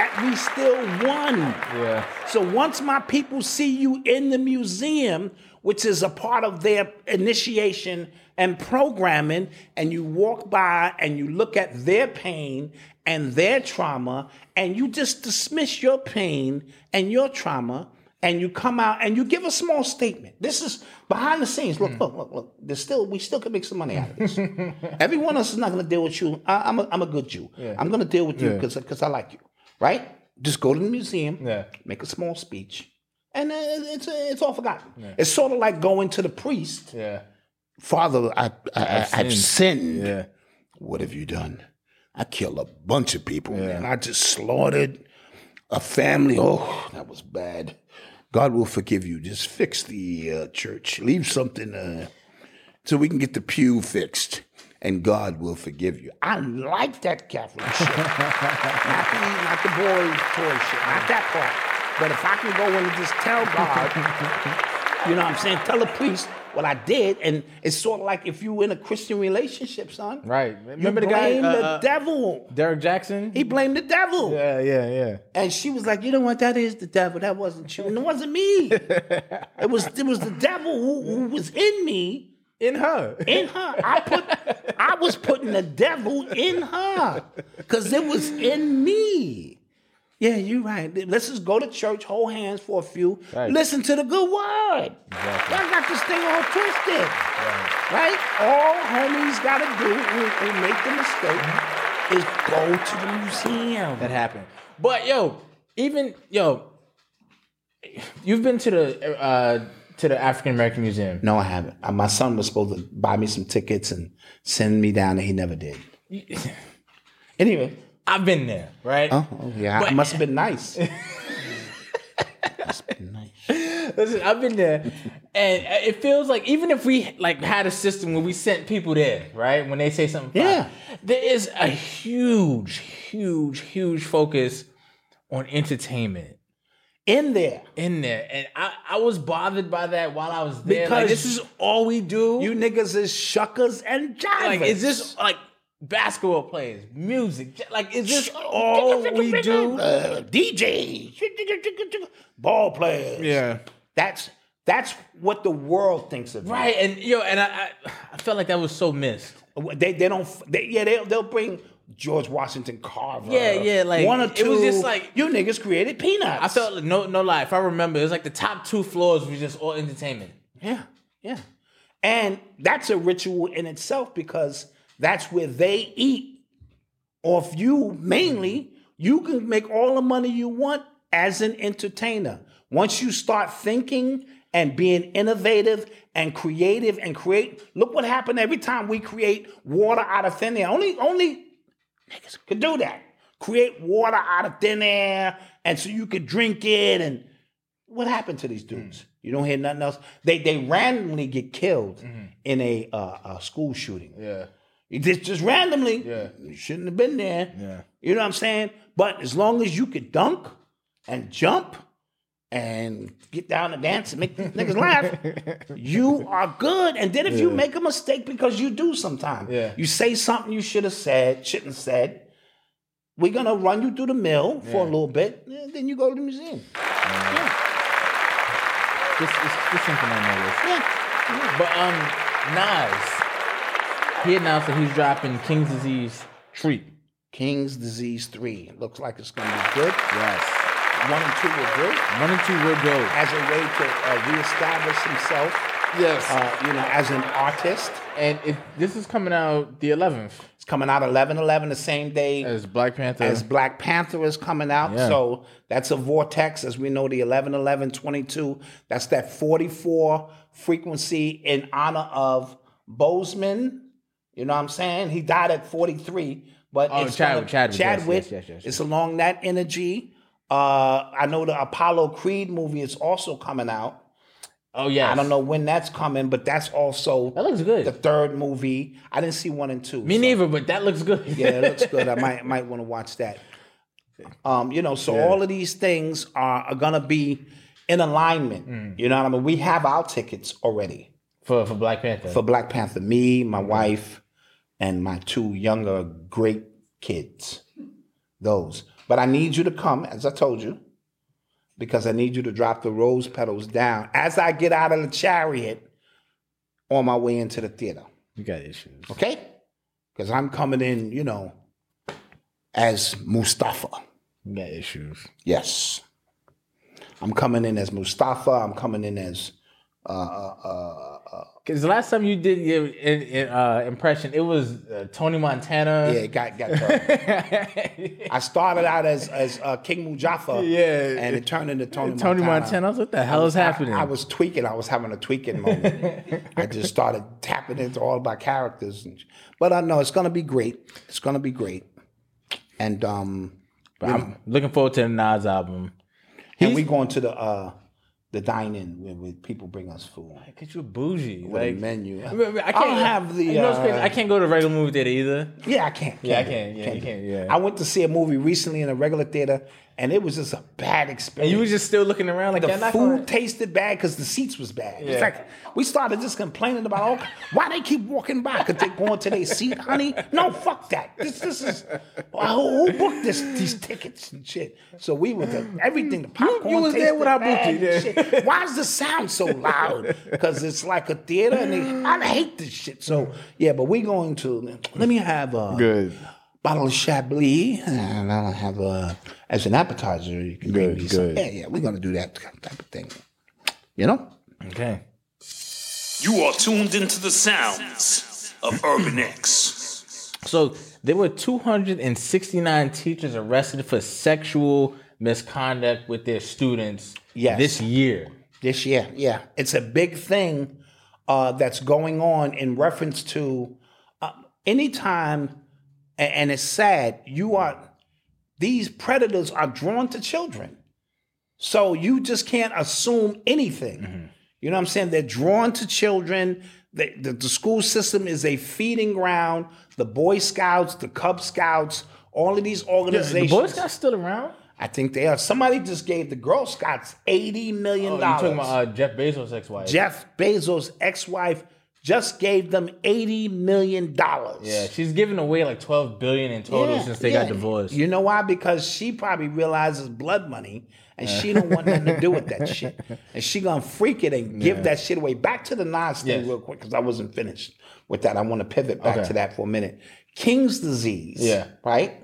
[SPEAKER 4] that we still won.
[SPEAKER 3] yeah,
[SPEAKER 4] So once my people see you in the museum, which is a part of their initiation and programming, and you walk by and you look at their pain and their trauma, and you just dismiss your pain and your trauma, and you come out and you give a small statement. This is behind the scenes. Look, look, look, look. There's still we still can make some money out of this. Everyone else is not going to deal with you. I, am a, I'm a good Jew. I'm going to deal with you
[SPEAKER 3] Yeah.
[SPEAKER 4] because I like you, right? Just go to the museum
[SPEAKER 3] Yeah.
[SPEAKER 4] make a small speech, and uh, it's it's all forgotten. It's sort of like going to the priest,
[SPEAKER 3] yeah,
[SPEAKER 4] Father, I, I, I, I've sinned.
[SPEAKER 3] yeah.
[SPEAKER 4] What have you done? I killed a bunch of people, man. I just slaughtered a family. Oh, that was bad. God will forgive you. Just fix the uh, church. Leave something uh, so we can get the pew fixed, and God will forgive you. I like that Catholic shit not the, not the boy toy shit, not that part. But if I can go in and just tell God, you know what I'm saying, tell the priest what I did, and it's sort of like if you in a Christian relationship, son.
[SPEAKER 3] Right. Remember the
[SPEAKER 4] you
[SPEAKER 3] guy,
[SPEAKER 4] blame
[SPEAKER 3] uh,
[SPEAKER 4] the
[SPEAKER 3] uh,
[SPEAKER 4] devil.
[SPEAKER 3] Derek Jackson.
[SPEAKER 4] He blamed the devil.
[SPEAKER 3] yeah, yeah, yeah.
[SPEAKER 4] And she was like, you know what? That is the devil. That wasn't you. And it wasn't me. it was it was the devil who, who was in me
[SPEAKER 3] In her.
[SPEAKER 4] in her. I put I was putting the devil in her because it was in me. Yeah, you're right. Let's just go to church, hold hands for a few,
[SPEAKER 3] Right.
[SPEAKER 4] listen to the good word. Y'all got this thing all twisted. Right? All homies gotta do who, who make the mistake is go to the museum.
[SPEAKER 3] that happened. But yo, even yo, you've been to the uh, to the African American Museum.
[SPEAKER 4] No, I haven't. Uh, My son was supposed to buy me some tickets and send me down, and he never did. anyway.
[SPEAKER 3] I've been there, right?
[SPEAKER 4] Oh, yeah.
[SPEAKER 3] But-
[SPEAKER 4] it must have been nice. must have been nice.
[SPEAKER 3] Listen, I've been there, and it feels like even if we like had a system where we sent people there, right? When they say something, fine,
[SPEAKER 4] Yeah.
[SPEAKER 3] there is a huge, huge, huge focus on entertainment.
[SPEAKER 4] in there.
[SPEAKER 3] in there, and I, I was bothered by that while I was there. like,
[SPEAKER 4] Because
[SPEAKER 3] this is all we do.
[SPEAKER 4] You niggas is shuckers and jivers.
[SPEAKER 3] like, is this like basketball players, music? j- Like, is this all we do?
[SPEAKER 4] Uh, DJs, ball players. That's that's what the world thinks of you.
[SPEAKER 3] Right, and yo, and I, I, I felt like that was so missed.
[SPEAKER 4] They they don't. They, yeah, they'll they'll bring George Washington Carver.
[SPEAKER 3] Yeah, yeah, like,
[SPEAKER 4] one or
[SPEAKER 3] it
[SPEAKER 4] two.
[SPEAKER 3] was just like-
[SPEAKER 4] you niggas created peanuts.
[SPEAKER 3] I felt like, no, no lie. If I remember, it was like the top two floors was just all entertainment.
[SPEAKER 4] yeah, yeah, and that's a ritual in itself because that's where they eat off you mainly. You can make all the money you want as an entertainer. Once you start thinking and being innovative and creative and create, look what happened every time we create water out of thin air. Only, only niggas could do that. Create water out of thin air, and so you could drink it. And what happened to these dudes?
[SPEAKER 3] Mm.
[SPEAKER 4] You don't hear nothing else. They they randomly get killed in a, uh, a school shooting.
[SPEAKER 3] Mm-hmm. Yeah.
[SPEAKER 4] You Just, just randomly.
[SPEAKER 3] Yeah.
[SPEAKER 4] You shouldn't have been there. Yeah. You know what I'm saying? But as long as you could dunk and jump and get down and dance and make these niggas laugh, you are good. And then if you make a mistake because you do sometimes,
[SPEAKER 3] Yeah.
[SPEAKER 4] you say something you should have said, shouldn't have said, we're gonna run you through the mill for a little bit, and then you go to the museum.
[SPEAKER 3] This is something I noticed.
[SPEAKER 4] Yeah.
[SPEAKER 3] But um, Nas, he announced that he's dropping King's Disease Treat.
[SPEAKER 4] King's Disease 3. It looks like it's gonna be good.
[SPEAKER 3] Yes.
[SPEAKER 4] One and two were good.
[SPEAKER 3] One and two will go.
[SPEAKER 4] as a way to uh, reestablish himself,
[SPEAKER 3] Yes.
[SPEAKER 4] uh, you know, as an artist.
[SPEAKER 3] and if this is coming out the 11th
[SPEAKER 4] It's coming out 11 11 the same day as,
[SPEAKER 3] as Black Panther.
[SPEAKER 4] Black Panther is coming out.
[SPEAKER 3] Yeah.
[SPEAKER 4] So that's a vortex, as we know, the 11 11 22. That's that 44 frequency in honor of Bozeman. You know what I'm saying? He died at 43. But
[SPEAKER 3] Oh,
[SPEAKER 4] it's
[SPEAKER 3] Chadwick,
[SPEAKER 4] gonna-
[SPEAKER 3] Chadwick, yes, yes, yes, yes,
[SPEAKER 4] It's along that energy. Uh, I know the Apollo Creed movie is also coming out.
[SPEAKER 3] oh yeah.
[SPEAKER 4] I don't know when that's coming, but that's also
[SPEAKER 3] That looks good.
[SPEAKER 4] the third movie. I didn't see one and two.
[SPEAKER 3] Me
[SPEAKER 4] so-
[SPEAKER 3] neither, but that looks good.
[SPEAKER 4] Yeah, it looks good. I might might want to watch that. Um, you know, so all of these things are, are gonna be in alignment. You know what I mean? We have our tickets already
[SPEAKER 3] for for Black Panther.
[SPEAKER 4] for Black Panther. Me, my wife, and my two younger great kids. Those. But I need you to come, as I told you, because I need you to drop the rose petals down as I get out of the chariot on my way into the theater.
[SPEAKER 3] you got issues.
[SPEAKER 4] Okay? Because I'm coming in, you know, as Mustafa.
[SPEAKER 3] You got issues.
[SPEAKER 4] Yes. I'm coming in as Mustafa. I'm coming in as uh, uh, uh, uh,
[SPEAKER 3] Cause the last time you did your in, in, uh, impression, it was uh, Tony Montana.
[SPEAKER 4] yeah, got got turned. I started out as as uh, King Mujaffa,
[SPEAKER 3] Yeah.
[SPEAKER 4] and it turned into Tony
[SPEAKER 3] Tony
[SPEAKER 4] Montana.
[SPEAKER 3] Montana. I was like, what the hell is happening?
[SPEAKER 4] I, I was tweaking. I was having a tweaking moment. I just started tapping into all my characters, and, but I know it's gonna be great. It's gonna be great, and um,
[SPEAKER 3] I'm looking forward to the Nas album.
[SPEAKER 4] and we going to the uh the dining where, where people bring us food.
[SPEAKER 3] Cause you're bougie.
[SPEAKER 4] With a
[SPEAKER 3] like
[SPEAKER 4] menu.
[SPEAKER 3] I mean, I
[SPEAKER 4] I'll
[SPEAKER 3] can't
[SPEAKER 4] have the,
[SPEAKER 3] You know what's crazy?
[SPEAKER 4] uh,
[SPEAKER 3] I can't go to a regular movie theater either.
[SPEAKER 4] Yeah, I can't.
[SPEAKER 3] Yeah, I
[SPEAKER 4] do
[SPEAKER 3] can't.
[SPEAKER 4] it,
[SPEAKER 3] Yeah, you
[SPEAKER 4] do it.
[SPEAKER 3] can't, yeah.
[SPEAKER 4] I went to see a movie recently in a regular theater, and it was just a bad
[SPEAKER 3] And
[SPEAKER 4] experience.
[SPEAKER 3] you was just still looking around like
[SPEAKER 4] the
[SPEAKER 3] "Y'all not
[SPEAKER 4] food
[SPEAKER 3] gonna-"
[SPEAKER 4] tasted bad because the seats was bad. It's
[SPEAKER 3] Yeah.
[SPEAKER 4] like we started just complaining about all, why they keep walking by because they going to their seat, honey. No, fuck that. This this is uh, who, who booked this these tickets and shit. So we were the, everything the popcorn.
[SPEAKER 3] you was there
[SPEAKER 4] tasted
[SPEAKER 3] when I
[SPEAKER 4] bad
[SPEAKER 3] booked it,
[SPEAKER 4] and
[SPEAKER 3] yeah.
[SPEAKER 4] shit. Why is the sound so loud? Because it's like a theater and they, I hate this shit. So yeah, but we going to let me have uh, a
[SPEAKER 3] Good.
[SPEAKER 4] bottle of Chablis, and I'll have a as an appetizer. You can bring
[SPEAKER 3] Good,
[SPEAKER 4] me some-
[SPEAKER 3] good.
[SPEAKER 4] Yeah, yeah, we're gonna do that type of thing. You know,
[SPEAKER 3] Okay.
[SPEAKER 5] You are tuned into the sounds of Urban X.
[SPEAKER 3] So there were 269 teachers arrested for sexual misconduct with their students
[SPEAKER 4] Yes.
[SPEAKER 3] this year.
[SPEAKER 4] this year, yeah, it's a big thing uh, that's going on in reference to uh, anytime, and, and it's sad. You are these predators are drawn to children, so you just can't assume anything.
[SPEAKER 3] Mm-hmm.
[SPEAKER 4] You know what I'm saying? They're drawn to children. The, the, the school system is a feeding ground. The Boy Scouts, the Cub Scouts, all of these
[SPEAKER 3] The
[SPEAKER 4] organizations.
[SPEAKER 3] Boy Scouts still around?
[SPEAKER 4] I think they are. Somebody just gave the Girl Scouts eighty million
[SPEAKER 3] Oh, you
[SPEAKER 4] dollars.
[SPEAKER 3] talking about uh, Jeff Bezos' ex-wife?
[SPEAKER 4] Jeff Bezos' ex-wife just gave them eighty million dollars.
[SPEAKER 3] Yeah, she's given away like twelve billion in total since they got divorced.
[SPEAKER 4] You know why? Because she probably realizes blood money, and she don't want nothing to do with that shit. And she gonna freak it and give that shit away. Back to the Nas thing
[SPEAKER 3] Yes.
[SPEAKER 4] real quick, because I wasn't finished with that. I want to pivot back
[SPEAKER 3] Okay.
[SPEAKER 4] to that for a minute. King's disease.
[SPEAKER 3] Yeah.
[SPEAKER 4] Right.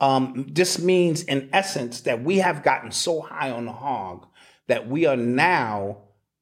[SPEAKER 4] Um, this means, in essence, that we have gotten so high on the hog that we are now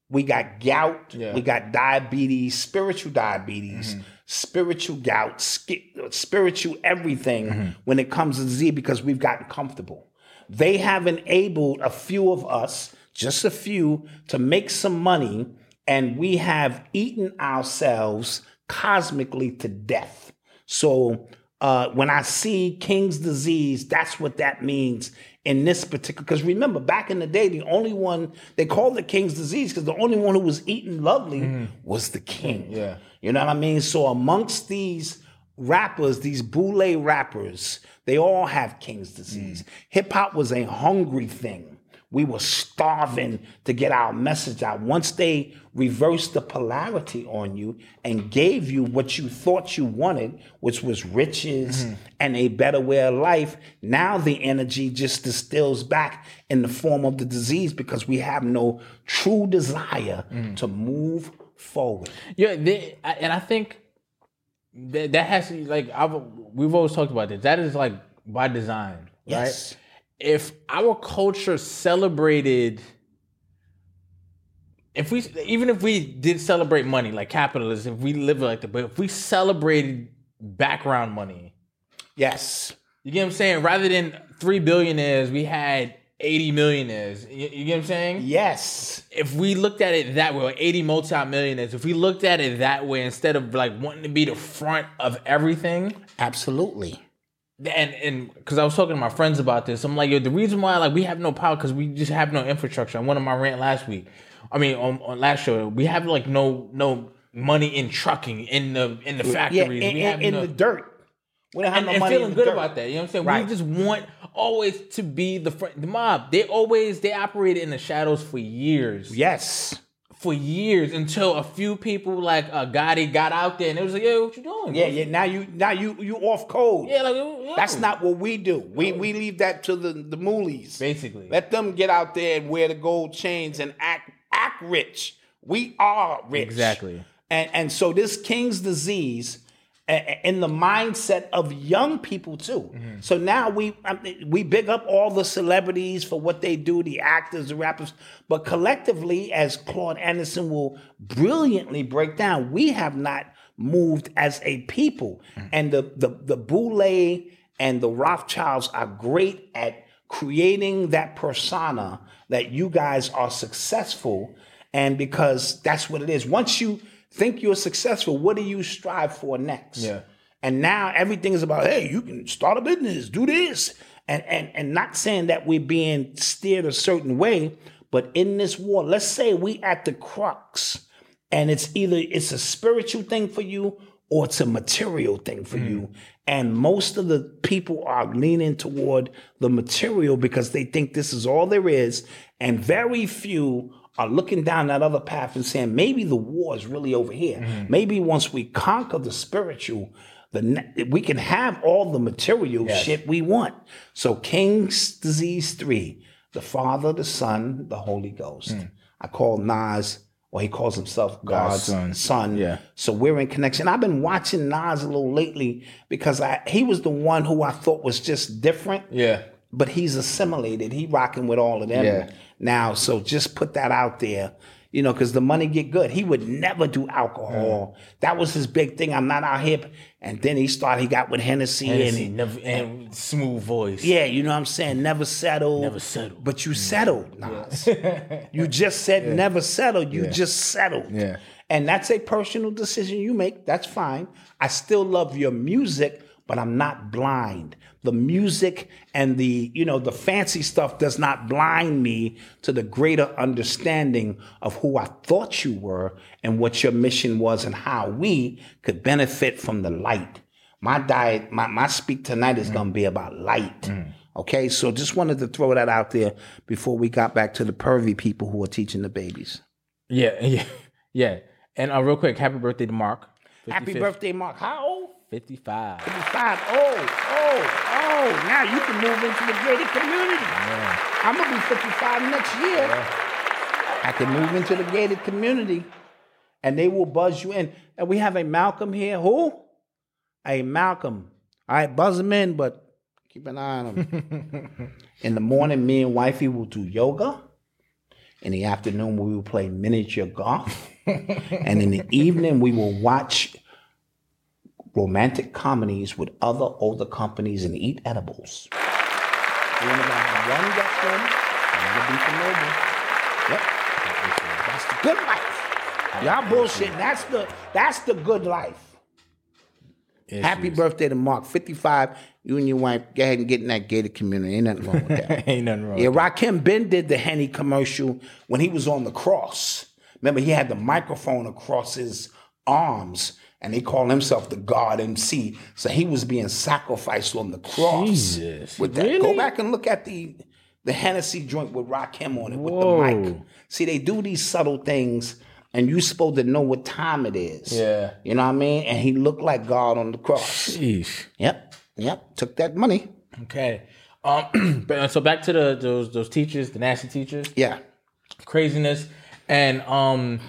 [SPEAKER 4] we got gout,
[SPEAKER 3] Yeah.
[SPEAKER 4] we got diabetes, spiritual diabetes, spiritual gout, ski- spiritual everything when it comes to Z because we've gotten comfortable. They have enabled a few of us, just a few, to make some money, and we have eaten ourselves cosmically to death. So uh, when I see King's disease, that's what that means in this particular. Because remember, back in the day, the only one they called it King's disease because the only one who was eating lovely was the king.
[SPEAKER 3] Yeah.
[SPEAKER 4] you know what I mean. So amongst these rappers, these boule rappers, they all have King's disease. Hip hop was a hungry thing. We were starving to get our message out. Once they reversed the polarity on you and gave you what you thought you wanted, which was riches and a better way of life, now the energy just distills back in the form of the disease because we have no true desire to move forward.
[SPEAKER 3] Yeah, they, I- and I think that, that has to be, like I've we've always talked about this. That is like by design,
[SPEAKER 4] Yes.
[SPEAKER 3] right? If our culture celebrated, if we even if we did celebrate money like capitalism, if we live like that, but if we celebrated background money,
[SPEAKER 4] Yes.
[SPEAKER 3] you get what I'm saying? Rather than three billionaires, we had eighty millionaires. You, you get what I'm saying?
[SPEAKER 4] Yes.
[SPEAKER 3] if we looked at it that way, or 80 multimillionaires, if we looked at it that way, instead of like wanting to be the front of everything,
[SPEAKER 4] Absolutely.
[SPEAKER 3] and and because I was talking to my friends about this, I'm like, yo, the reason why like we have no power because we just have no infrastructure. On one of my rant last week, I mean on, on last show, we have like no no money in trucking in the in the
[SPEAKER 4] Yeah,
[SPEAKER 3] factories,
[SPEAKER 4] in,
[SPEAKER 3] we
[SPEAKER 4] in-
[SPEAKER 3] have
[SPEAKER 4] in
[SPEAKER 3] no-
[SPEAKER 4] the dirt. We don't have
[SPEAKER 3] and,
[SPEAKER 4] no
[SPEAKER 3] and
[SPEAKER 4] money in
[SPEAKER 3] feeling
[SPEAKER 4] the
[SPEAKER 3] good
[SPEAKER 4] dirt.
[SPEAKER 3] about that. You know what I'm saying?
[SPEAKER 4] Right.
[SPEAKER 3] We just want always to be the front, the mob. They always they operated in the shadows for years.
[SPEAKER 4] Yes.
[SPEAKER 3] for years until a few people like uh, Gotti got out there and it was like, yo, what you doing?
[SPEAKER 4] Yeah, yeah. Now you now you you off code.
[SPEAKER 3] Yeah, like, yo.
[SPEAKER 4] That's not what we do. We we leave that to the the moolies.
[SPEAKER 3] Basically.
[SPEAKER 4] Let them get out there and wear the gold chains and act act rich. We are rich.
[SPEAKER 3] Exactly.
[SPEAKER 4] And and so this king's disease a- a- in the mindset of young people too. So now we I mean, we big up all the celebrities for what they do, the actors, the rappers, but collectively, as Claude Anderson will brilliantly break down, we have not moved as a people. And the the the Boule and the Rothschilds are great at creating that persona that you guys are successful and because that's what it is once you think you're successful what do you strive for next
[SPEAKER 3] Yeah.
[SPEAKER 4] and now everything is about hey you can start a business do this and and and not saying that we're being steered a certain way but in this war let's say we at the crux and it's either it's a spiritual thing for you or it's a material thing for you and most of the people are leaning toward the material because they think this is all there is and very few are looking down that other path and saying maybe the war is really over here maybe once we conquer the spiritual the ne- we can have all the material shit we want so king's disease 3 the father the son the holy ghost i call nas or he calls himself God's, son.
[SPEAKER 3] Yeah.
[SPEAKER 4] So we're in connection. I've been watching Nas a little lately because I he was the one who I thought was just different,
[SPEAKER 3] Yeah.
[SPEAKER 4] but he's assimilated. He rocking with all of them
[SPEAKER 3] Yeah.
[SPEAKER 4] now. So just put that out there. You know, because the money get good. He would never do alcohol. That was his big thing. I'm not out here. And then he started. He got with Hennessy,
[SPEAKER 3] And,
[SPEAKER 4] and
[SPEAKER 3] he
[SPEAKER 4] he,
[SPEAKER 3] never, and smooth voice.
[SPEAKER 4] yeah, you know what I'm saying? Never settle.
[SPEAKER 3] Never Mm. settle.
[SPEAKER 4] But you settled, Nas. you just said never settle. You just settled.
[SPEAKER 3] Yeah.
[SPEAKER 4] And that's a personal decision you make. That's fine. I still love your music, but I'm not blind. The music and the, you know, the fancy stuff does not blind me to the greater understanding of who I thought you were and what your mission was and how we could benefit from the light my diet, my, my speak tonight is gonna be about light. Okay, so just wanted to throw that out there before we got back to the pervy people who are teaching the babies.
[SPEAKER 3] Yeah, yeah, yeah. And uh, real quick, happy birthday to Mark.
[SPEAKER 4] Happy birthday, Mark. How old?
[SPEAKER 3] Fifty-five.
[SPEAKER 4] Five. Oh, oh, oh. Now you can move into the greater community. I'm going to be 55 next year. I can move into the gated community and they will buzz you in. And we have a Malcolm here. Who? A Malcolm. All right, buzz him in, but keep an eye on him. in the morning, me and wifey will do yoga. In the afternoon, we will play miniature golf. and in the evening, we will watch romantic comedies with other older companies and eat edibles. We're only gonna have one guest room, and it'll be for Noble. Yep. That's the good life. Y'all bullshit. That's the that's the good life. Happy birthday to Mark, 55. You and your wife, go ahead and get in that gated community. Ain't nothing wrong with that.
[SPEAKER 3] Ain't nothing wrong.
[SPEAKER 4] Yeah,
[SPEAKER 3] with
[SPEAKER 4] Rakim Ben did the Henny commercial when he was on the cross. Remember, he had the microphone across his arms, and he called himself the God MC. So he was being sacrificed on the cross.
[SPEAKER 3] Jesus.
[SPEAKER 4] with that.
[SPEAKER 3] Really?
[SPEAKER 4] Go back and look at the the Hennessy joint with Rakim on it with the mic.
[SPEAKER 3] Whoa.
[SPEAKER 4] See, they do these subtle things, and you supposed to know what time it is.
[SPEAKER 3] Yeah.
[SPEAKER 4] you know what I mean. And he looked like God on the cross.
[SPEAKER 3] that. Sheesh.
[SPEAKER 4] Yep, yep. Took that money.
[SPEAKER 3] Okay. Um, but, uh, so back to the those those teachers, the nasty teachers,
[SPEAKER 4] Yeah,
[SPEAKER 3] craziness, and um,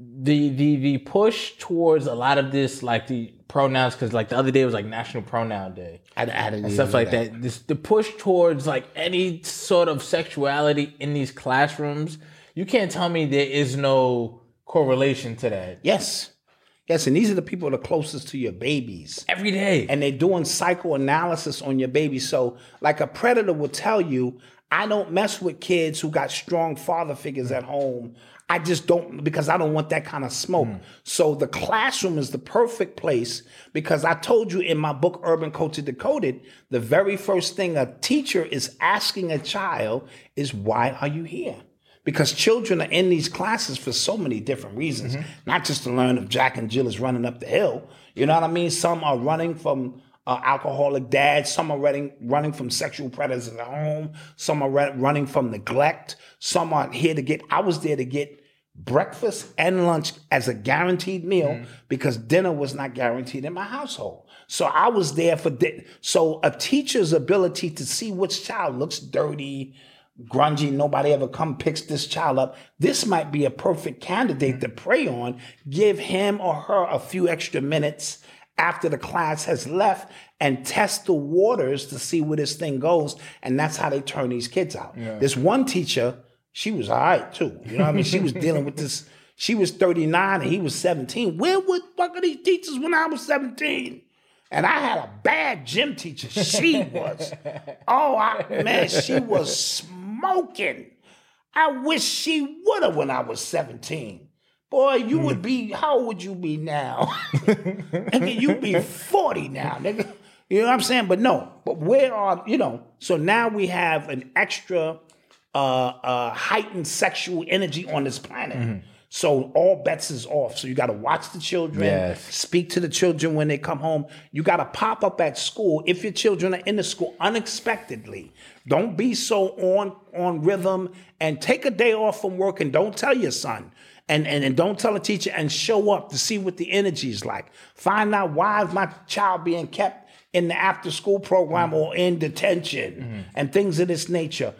[SPEAKER 3] the the the push towards a lot of this like the pronouns because like the other day was like National Pronoun Day.
[SPEAKER 4] I, I didn't even
[SPEAKER 3] and stuff
[SPEAKER 4] know
[SPEAKER 3] like that. This the push towards like any sort of sexuality in these classrooms. You can't tell me there is no correlation to that.
[SPEAKER 4] Yes, yes. And these are the people that are closest to your babies.
[SPEAKER 3] Every day,
[SPEAKER 4] and they're doing psychoanalysis on your baby. So, like a predator will tell you, I don't mess with kids who got strong father figures at home. I just don't because I don't want that kind of smoke. So the classroom is the perfect place because I told you in my book Urban Culture Decoded, the very first thing a teacher is asking a child is why are you here? because children are in these classes for so many different reasons, not just to learn if Jack and Jill is running up the hill. You know what I mean? Some are running from uh, alcoholic dads. Some are running running from sexual predators at home. Some are run- running from neglect. Some are here to get. I was there to get breakfast and lunch as a guaranteed meal because dinner was not guaranteed in my household. So I was there for di- so a teacher's ability to see which child looks dirty, grungy, nobody ever come picks this child up. This might be a perfect candidate to prey on. Give him or her a few extra minutes after the class has left and test the waters to see where this thing goes. And that's how they turn these kids out. This one teacher, she was all right too. You know what I mean? She was dealing with this. She was 39 and he was 17. Where were the fuck are these teachers when I was 17? And I had a bad gym teacher. She was. Oh, I, man, she was smoking. I wish she would have when I was 17. Boy, you would be, how old would you be now? nigga, you be 40 now, nigga. You know what I'm saying? But no, but where are, you know, so now we have an extra uh, uh, heightened sexual energy on this planet. So all bets is off. So you got to watch the children,
[SPEAKER 3] Yes.
[SPEAKER 4] speak to the children when they come home. You got to pop up at school if your children are in the school unexpectedly. Don't be so on on rhythm and take a day off from work and don't tell your son. And, and, and don't tell a teacher and show up to see what the energy is like. Find out why is my child being kept in the after school program or in detention and things of this nature.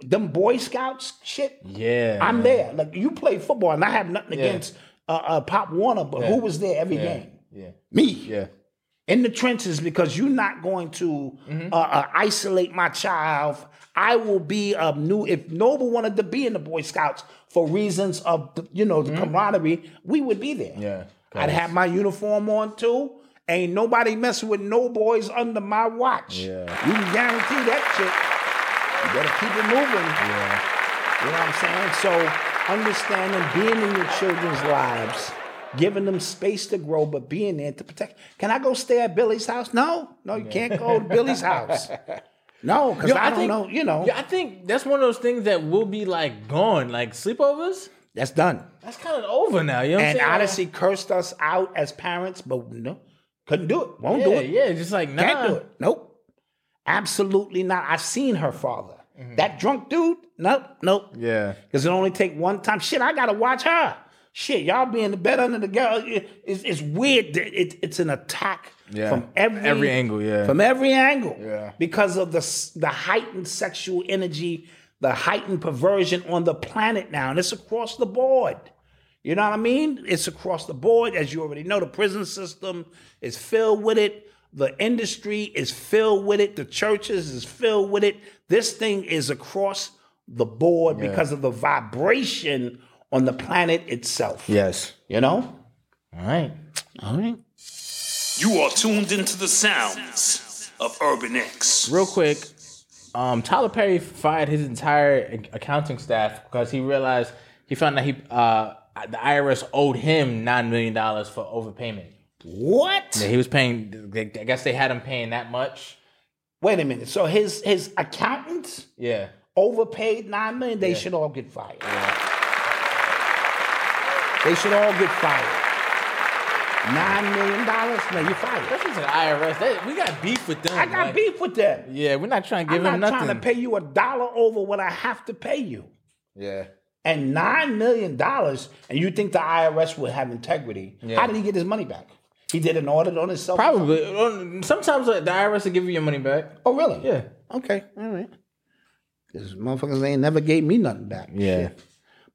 [SPEAKER 4] Them Boy Scouts shit.
[SPEAKER 3] Yeah,
[SPEAKER 4] I'm
[SPEAKER 3] man.
[SPEAKER 4] there. Like you play football, and I have nothing against uh, uh, Pop Warner, but who was there every game?
[SPEAKER 3] yeah,
[SPEAKER 4] Me.
[SPEAKER 3] yeah,
[SPEAKER 4] In the trenches because you're not going to uh, uh, isolate my child. I will be a new. If Noble wanted to be in the Boy Scouts for reasons of the, you know the camaraderie, we would be there.
[SPEAKER 3] Yeah,
[SPEAKER 4] I'd have my uniform on too. Ain't nobody messing with no boys under my watch. Yeah. You can guarantee that shit. You better keep it moving. You know what I'm saying? So understanding being in your children's lives, giving them space to grow, but being there to protect. Can I go stay at Billy's house? No, no, you can't go to Billy's house. No, because
[SPEAKER 3] Yo,
[SPEAKER 4] I, don't
[SPEAKER 3] think-
[SPEAKER 4] know. You know,
[SPEAKER 3] yeah, I think that's one of those things that will be like gone, like sleepovers.
[SPEAKER 4] that's done.
[SPEAKER 3] That's kind of over now. You know what I'm
[SPEAKER 4] And
[SPEAKER 3] saying?
[SPEAKER 4] Odyssey cursed us out as parents, but no, couldn't do it. Won't
[SPEAKER 3] yeah,
[SPEAKER 4] do it.
[SPEAKER 3] yeah, just like nah.
[SPEAKER 4] Can't do it. Nope. Absolutely not. I've seen her father.
[SPEAKER 3] Mm-hmm.
[SPEAKER 4] That drunk dude? Nope, nope.
[SPEAKER 7] Yeah.
[SPEAKER 4] Because it only take one time. Shit, I gotta watch her. Shit, y'all be in the bed under the girl. It- It's, it's weird. that It, it's an attack
[SPEAKER 7] Yeah.
[SPEAKER 4] from every
[SPEAKER 7] Every angle, yeah.
[SPEAKER 4] from every angle.
[SPEAKER 7] Yeah.
[SPEAKER 4] because of the s- the heightened sexual energy, the heightened perversion on the planet now, and it's across the board. You know what I mean? It's across the board, as you already know. The prison system is filled with it. The industry is filled with it. The churches is filled with it. This thing is across the board because of the vibration on the planet itself.
[SPEAKER 7] Yes.
[SPEAKER 4] You know?
[SPEAKER 3] All right.
[SPEAKER 4] All right.
[SPEAKER 5] You are tuned into the sounds of Urban X.
[SPEAKER 3] Real quick, um, Tyler Perry fired his entire a- accounting staff because he realized he found that he uh, the IRS owed him nine million dollars for overpayment.
[SPEAKER 4] What?
[SPEAKER 3] He was paying. I guess they had him paying that much.
[SPEAKER 4] Wait a minute. So his his accountants
[SPEAKER 3] Yeah.
[SPEAKER 4] overpaid nine million, they should all get fired. They should all get fired. Nine million dollars? No, you fired.
[SPEAKER 3] This is an IRS. They, we got beef with them.
[SPEAKER 4] I got
[SPEAKER 3] like-
[SPEAKER 4] beef with them.
[SPEAKER 3] Yeah, we're not trying to
[SPEAKER 4] I'm
[SPEAKER 3] give
[SPEAKER 4] not
[SPEAKER 3] him nothing.
[SPEAKER 4] trying to pay you a dollar over what I have to pay you.
[SPEAKER 7] Yeah.
[SPEAKER 4] And nine million dollars, and you think the IRS would have integrity? How did he get his money back? He did an audit on himself.
[SPEAKER 3] Probably. Um, Sometimes uh, the IRS will give you your money back.
[SPEAKER 4] Oh, really?
[SPEAKER 3] Yeah.
[SPEAKER 4] Okay. All right. Because motherfuckers ain't never gave me nothing back.
[SPEAKER 3] Yeah.
[SPEAKER 4] Shit.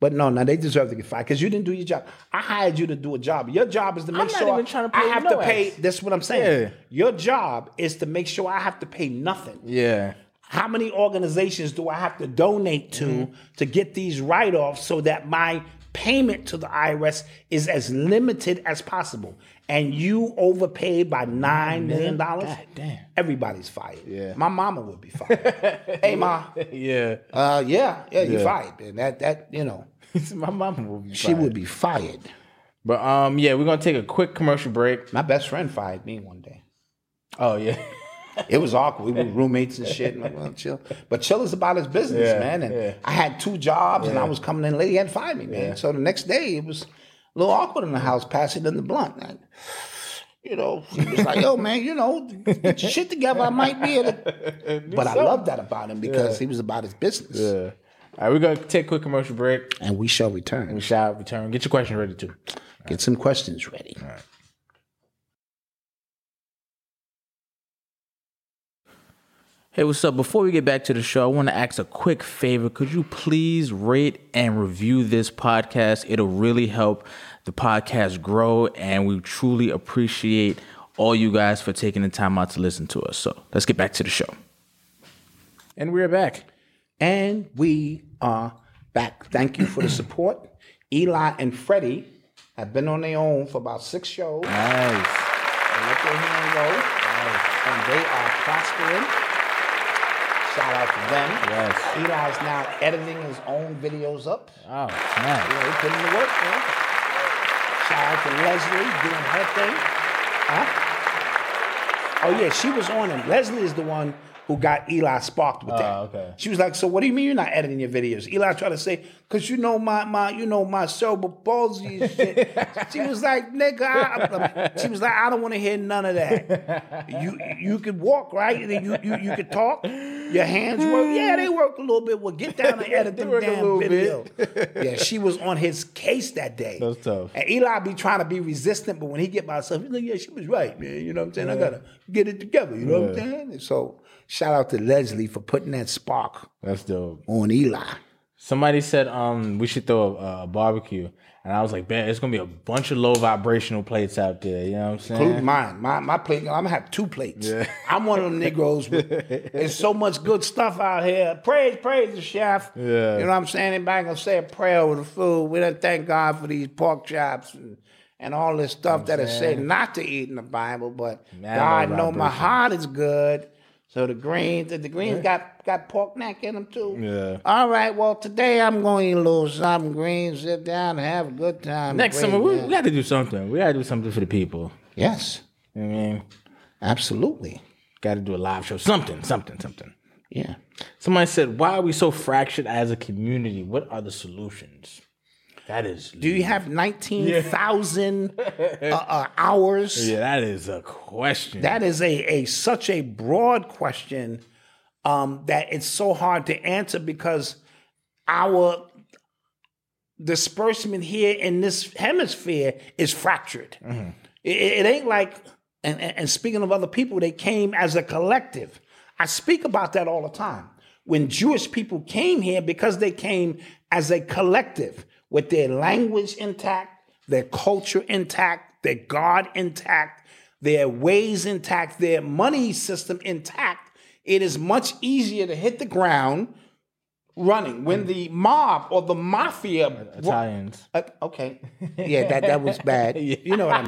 [SPEAKER 4] But no, now they deserve to get fired because you didn't do your job. I hired you to do a job. Your job is to make
[SPEAKER 3] not
[SPEAKER 4] sure
[SPEAKER 3] even trying to pay
[SPEAKER 4] I
[SPEAKER 3] you
[SPEAKER 4] have
[SPEAKER 3] no
[SPEAKER 4] to pay.
[SPEAKER 3] ass.
[SPEAKER 4] That's what I'm saying.
[SPEAKER 7] Yeah.
[SPEAKER 4] Your job is to make sure I have to pay nothing.
[SPEAKER 7] Yeah.
[SPEAKER 4] How many organizations do I have to donate to to get these write offs so that my payment to the IRS is as limited as possible? And you overpaid by $9 million? dollars?
[SPEAKER 3] damn.
[SPEAKER 4] Everybody's fired.
[SPEAKER 7] Yeah.
[SPEAKER 4] My mama would be fired. hey, Ma.
[SPEAKER 3] Yeah.
[SPEAKER 4] Uh, yeah, yeah, you
[SPEAKER 7] Yeah.
[SPEAKER 4] fired. And that, that you know,
[SPEAKER 3] My mom will be.
[SPEAKER 4] she would be fired.
[SPEAKER 3] But um, yeah, we're gonna take a quick commercial break.
[SPEAKER 4] My best friend fired me one day.
[SPEAKER 3] Oh yeah.
[SPEAKER 4] It was awkward. We were roommates and shit. And I'm like, well, chill. But chill is about his business,
[SPEAKER 7] Yeah,
[SPEAKER 4] man. And
[SPEAKER 7] yeah.
[SPEAKER 4] I had two jobs and I was coming in late. He had fired me, man. So the next day, it was a little awkward in the house, passing in the blunt. And, you know, he was like, yo, man, you know, get your shit together. I might be in it. But I love that about him because he was about his business.
[SPEAKER 3] All right, we're gonna take a quick commercial break.
[SPEAKER 4] And we shall return.
[SPEAKER 3] We shall return. Get your question ready too.
[SPEAKER 4] Get some questions ready.
[SPEAKER 3] Hey, what's up? Before we get back to the show, I want to ask a quick favor. Could you please rate and review this podcast? It'll really help the podcast grow, and we truly appreciate all you guys for taking the time out to listen to us. So let's get back to the show. And we're back.
[SPEAKER 4] And we are back. Thank you for the support. Eli and Freddie have been on their own for about six shows.
[SPEAKER 7] Nice.
[SPEAKER 4] And let their hand go. And they are prospering. Shout out to them.
[SPEAKER 7] Yes.
[SPEAKER 4] Eli's now editing his own videos up.
[SPEAKER 3] Oh,
[SPEAKER 4] You
[SPEAKER 3] nice.
[SPEAKER 4] know, he put in the work, man. Shout out to Leslie doing her thing. Huh? Oh yeah, she was on him. Leslie is the one who got Eli sparked with that.
[SPEAKER 3] Oh, okay.
[SPEAKER 4] She was like, "So what do you mean you're not editing your videos?" Eli tried to say, "Cause you know my my you know my cerebral palsy and shit." she was like, "Nigga," I, she was like, "I don't want to hear none of that. You you could walk right, and then you you you could talk. Your hands work. Yeah, they work a little bit. Well, get down and edit
[SPEAKER 3] They
[SPEAKER 4] them
[SPEAKER 3] work a
[SPEAKER 4] damn
[SPEAKER 3] little bit.
[SPEAKER 4] video." yeah, she was on his case that day.
[SPEAKER 3] That was tough.
[SPEAKER 4] And Eli be trying to be resistant, but when he get by himself, he's like, yeah, she was right, man. You know what I'm saying? I gotta get it together. You know what I'm
[SPEAKER 3] Yeah.
[SPEAKER 4] saying? And so shout out to Leslie for putting that spark
[SPEAKER 3] That's dope.
[SPEAKER 4] on Eli.
[SPEAKER 3] Somebody said um we should throw a, a barbecue, and I was like, man, it's gonna be a bunch of low vibrational plates out there. You know what I'm saying?
[SPEAKER 4] Including mine. My my plate, I'm gonna have two plates. I'm one of them Negroes with there's so much good stuff out here. Praise, praise the chef.
[SPEAKER 7] Yeah.
[SPEAKER 4] You know what I'm saying? Anybody gonna say a prayer over the food. We done thank God for these pork chops and, and all this stuff that is said not to eat in the Bible, but
[SPEAKER 3] Man,
[SPEAKER 4] God
[SPEAKER 3] no
[SPEAKER 4] know my
[SPEAKER 3] vibration.
[SPEAKER 4] heart is good. So the greens, the greens got got pork neck in them too.
[SPEAKER 7] Yeah.
[SPEAKER 4] All right. Well, today I'm gonna eat a little something green, sit down, and have a good time.
[SPEAKER 3] Next
[SPEAKER 4] Great,
[SPEAKER 3] summer, we,
[SPEAKER 4] man.
[SPEAKER 3] we got to do something. We got to do something for the people.
[SPEAKER 4] yes,
[SPEAKER 3] You know what I mean,
[SPEAKER 4] absolutely.
[SPEAKER 3] got to do a live show. Something, something, something.
[SPEAKER 4] Yeah.
[SPEAKER 3] Somebody said, "Why are we so fractured as a community? What are the solutions?" That is.
[SPEAKER 4] Do you have 19,000 uh, uh, hours?
[SPEAKER 3] Yeah, that is a question.
[SPEAKER 4] That is a, a such a broad question um, that it's so hard to answer because our disbursement here in this hemisphere is fractured. It, it ain't like and, and and speaking of other people, they came as a collective. I speak about that all the time. When Jewish people came here, because they came as a collective with their language intact, their culture intact, their God intact, their ways intact, their money system intact, it is much easier to hit the ground running. When the mob or the mafia
[SPEAKER 3] Italians.
[SPEAKER 4] uh, okay. Yeah, that that was bad. You know what I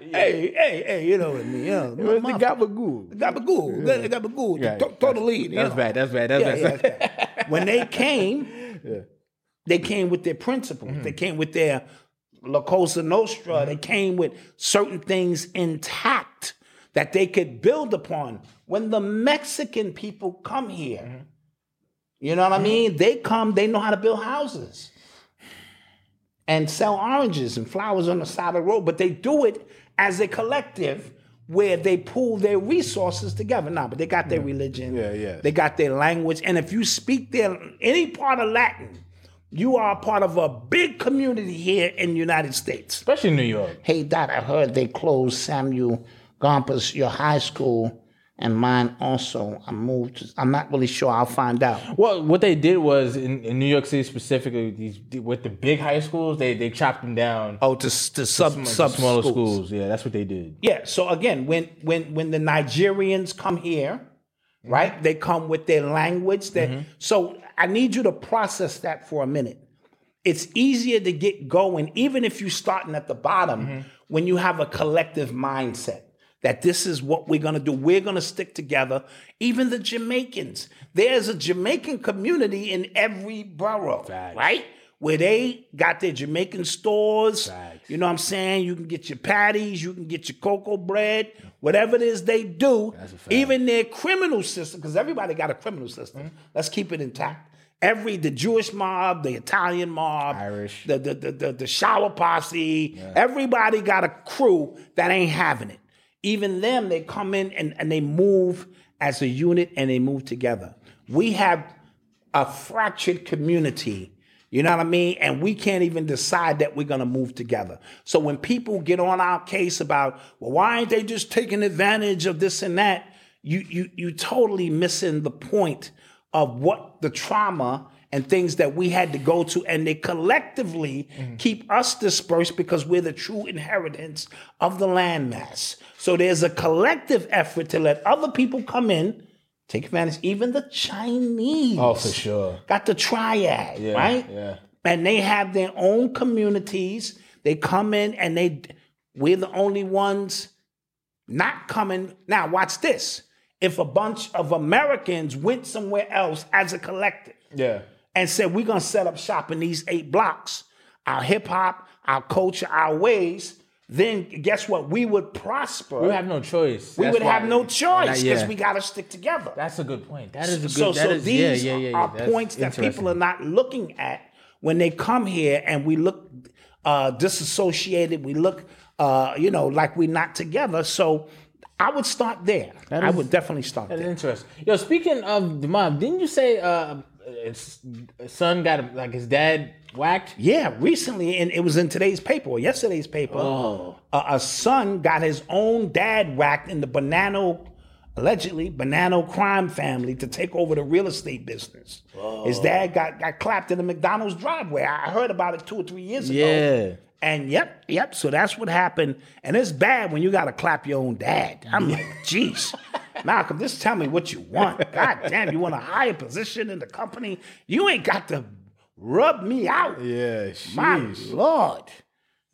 [SPEAKER 4] mean? Hey, hey, hey, you know what I mean? Yeah. It
[SPEAKER 3] was the gabagool.
[SPEAKER 4] Gabagool. the Gabagool.
[SPEAKER 3] Yeah,
[SPEAKER 4] Yeah. Totally.
[SPEAKER 3] That's bad. That's bad. That's
[SPEAKER 4] Yeah,
[SPEAKER 3] bad.
[SPEAKER 4] yeah, that's bad. when they came, they came with their principles. They came with their La Cosa Nostra. They came with certain things intact that they could build upon. When the Mexican people come here, you know what I mean? They come, they know how to build houses and sell oranges and flowers on the side of the road, but they do it as a collective where they pool their resources together. Nah, but they got their religion.
[SPEAKER 7] Yeah, yeah.
[SPEAKER 4] They got their language. And if you speak their any part of Latin, you are a part of a big community here in the United States.
[SPEAKER 3] Especially in New York.
[SPEAKER 4] Hey, Dad, I heard they closed Samuel Gompers, your high school, and mine also. I moved. to- I'm not really sure. I'll find out.
[SPEAKER 3] Well, what they did was in, in New York City specifically, these with the big high schools, they they chopped them down.
[SPEAKER 4] Oh, to, s- to sub,
[SPEAKER 3] Some-
[SPEAKER 4] sub
[SPEAKER 3] smaller
[SPEAKER 4] schools.
[SPEAKER 3] schools. Yeah, that's what they did.
[SPEAKER 4] Yeah. So again, when when when the Nigerians come here, right? They come with their language. That so I need you to process that for a minute. It's easier to get going, even if you're starting at the bottom, when you have a collective mindset that this is what we're gonna do. We're gonna stick together. Even the Jamaicans, there's a Jamaican community in every borough, right? Where they got their Jamaican stores, you know what I'm saying? You can get your patties, you can get your cocoa bread, whatever it is they do. Even their criminal system, because everybody got a criminal system. Let's keep it intact. Every the Jewish mob, the Italian mob,
[SPEAKER 3] Irish.
[SPEAKER 4] the the the, the, the shower posse. Everybody got a crew that ain't having it. Even them, they come in and, and they move as a unit and they move together. We have a fractured community. You know what I mean? And we can't even decide that we're gonna move together. So when people get on our case about, well, why ain't they just taking advantage of this and that? You you you totally missing the point of what the trauma and things that we had to go to, and they collectively keep us dispersed because we're the true inheritance of the landmass. So there's a collective effort to let other people come in, take advantage, even the Chinese
[SPEAKER 3] Oh, for sure.
[SPEAKER 4] got the triad,
[SPEAKER 3] Yeah,
[SPEAKER 4] right?
[SPEAKER 3] yeah.
[SPEAKER 4] And they have their own communities. They come in and they we're the only ones not coming. Now watch this. If a bunch of Americans went somewhere else as a collective
[SPEAKER 3] Yeah.
[SPEAKER 4] and said we're gonna set up shop in these eight blocks, our hip hop, our culture, our ways, then guess what? We would prosper.
[SPEAKER 3] We would have no choice.
[SPEAKER 4] We
[SPEAKER 3] That's
[SPEAKER 4] would
[SPEAKER 3] why-
[SPEAKER 4] have no choice because
[SPEAKER 3] yeah.
[SPEAKER 4] we gotta stick together.
[SPEAKER 3] That's a good point. That is a good.
[SPEAKER 4] So,
[SPEAKER 3] that
[SPEAKER 4] so
[SPEAKER 3] is- yeah,
[SPEAKER 4] these
[SPEAKER 3] yeah, yeah, yeah.
[SPEAKER 4] are
[SPEAKER 3] That's
[SPEAKER 4] points that
[SPEAKER 3] interesting.
[SPEAKER 4] people are not looking at when they come here, and we look uh, disassociated. We look, uh, you know, like we're not together. So, I would start there. I would definitely start
[SPEAKER 3] That's
[SPEAKER 4] there.
[SPEAKER 3] interesting. Yo, speaking of the mob, didn't you say uh, his son got like his dad whacked?
[SPEAKER 4] Yeah, recently, and it was in today's paper or yesterday's paper. A, a son got his own dad whacked in the banana, allegedly banana crime family to take over the real estate business. His dad got, got clapped in the McDonald's driveway. I heard about it two or three years ago.
[SPEAKER 3] Yeah.
[SPEAKER 4] And yep, yep. So that's what happened. And it's bad when you gotta clap your own dad. I'm like, jeez, Malcolm, just tell me what you want. God damn, you want a higher position in the company? You ain't got to rub me out.
[SPEAKER 7] Yeah,
[SPEAKER 4] My
[SPEAKER 7] sheesh.
[SPEAKER 4] lord.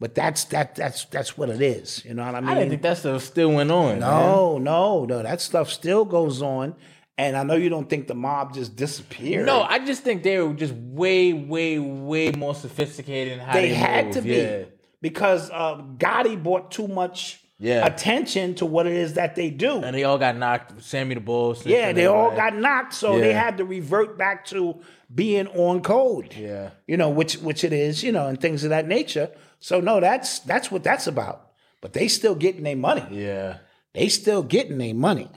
[SPEAKER 4] But that's that that's that's what it is. You know what I mean?
[SPEAKER 3] I didn't think that stuff still went on. man.
[SPEAKER 4] no, no, no. That stuff still goes on. And I know you don't think the mob just disappeared.
[SPEAKER 3] No, I just think they were just way, way, way more sophisticated in how
[SPEAKER 4] they
[SPEAKER 3] they,
[SPEAKER 4] had
[SPEAKER 3] moved.
[SPEAKER 4] to be
[SPEAKER 3] Yeah.
[SPEAKER 4] because uh, Gotti bought um, too much
[SPEAKER 7] Yeah.
[SPEAKER 4] attention to what it is that they do.
[SPEAKER 7] And they all got knocked. Sammy the Bull. Snitch
[SPEAKER 4] Yeah,
[SPEAKER 7] on
[SPEAKER 4] they all
[SPEAKER 7] everybody.
[SPEAKER 4] got knocked, so they
[SPEAKER 7] Yeah.
[SPEAKER 4] had to revert back to being on code.
[SPEAKER 7] Yeah.
[SPEAKER 4] you know which which it is, you know, and things of that nature. So no, that's that's what that's about. But they still getting their money.
[SPEAKER 7] Yeah.
[SPEAKER 4] They still getting their money.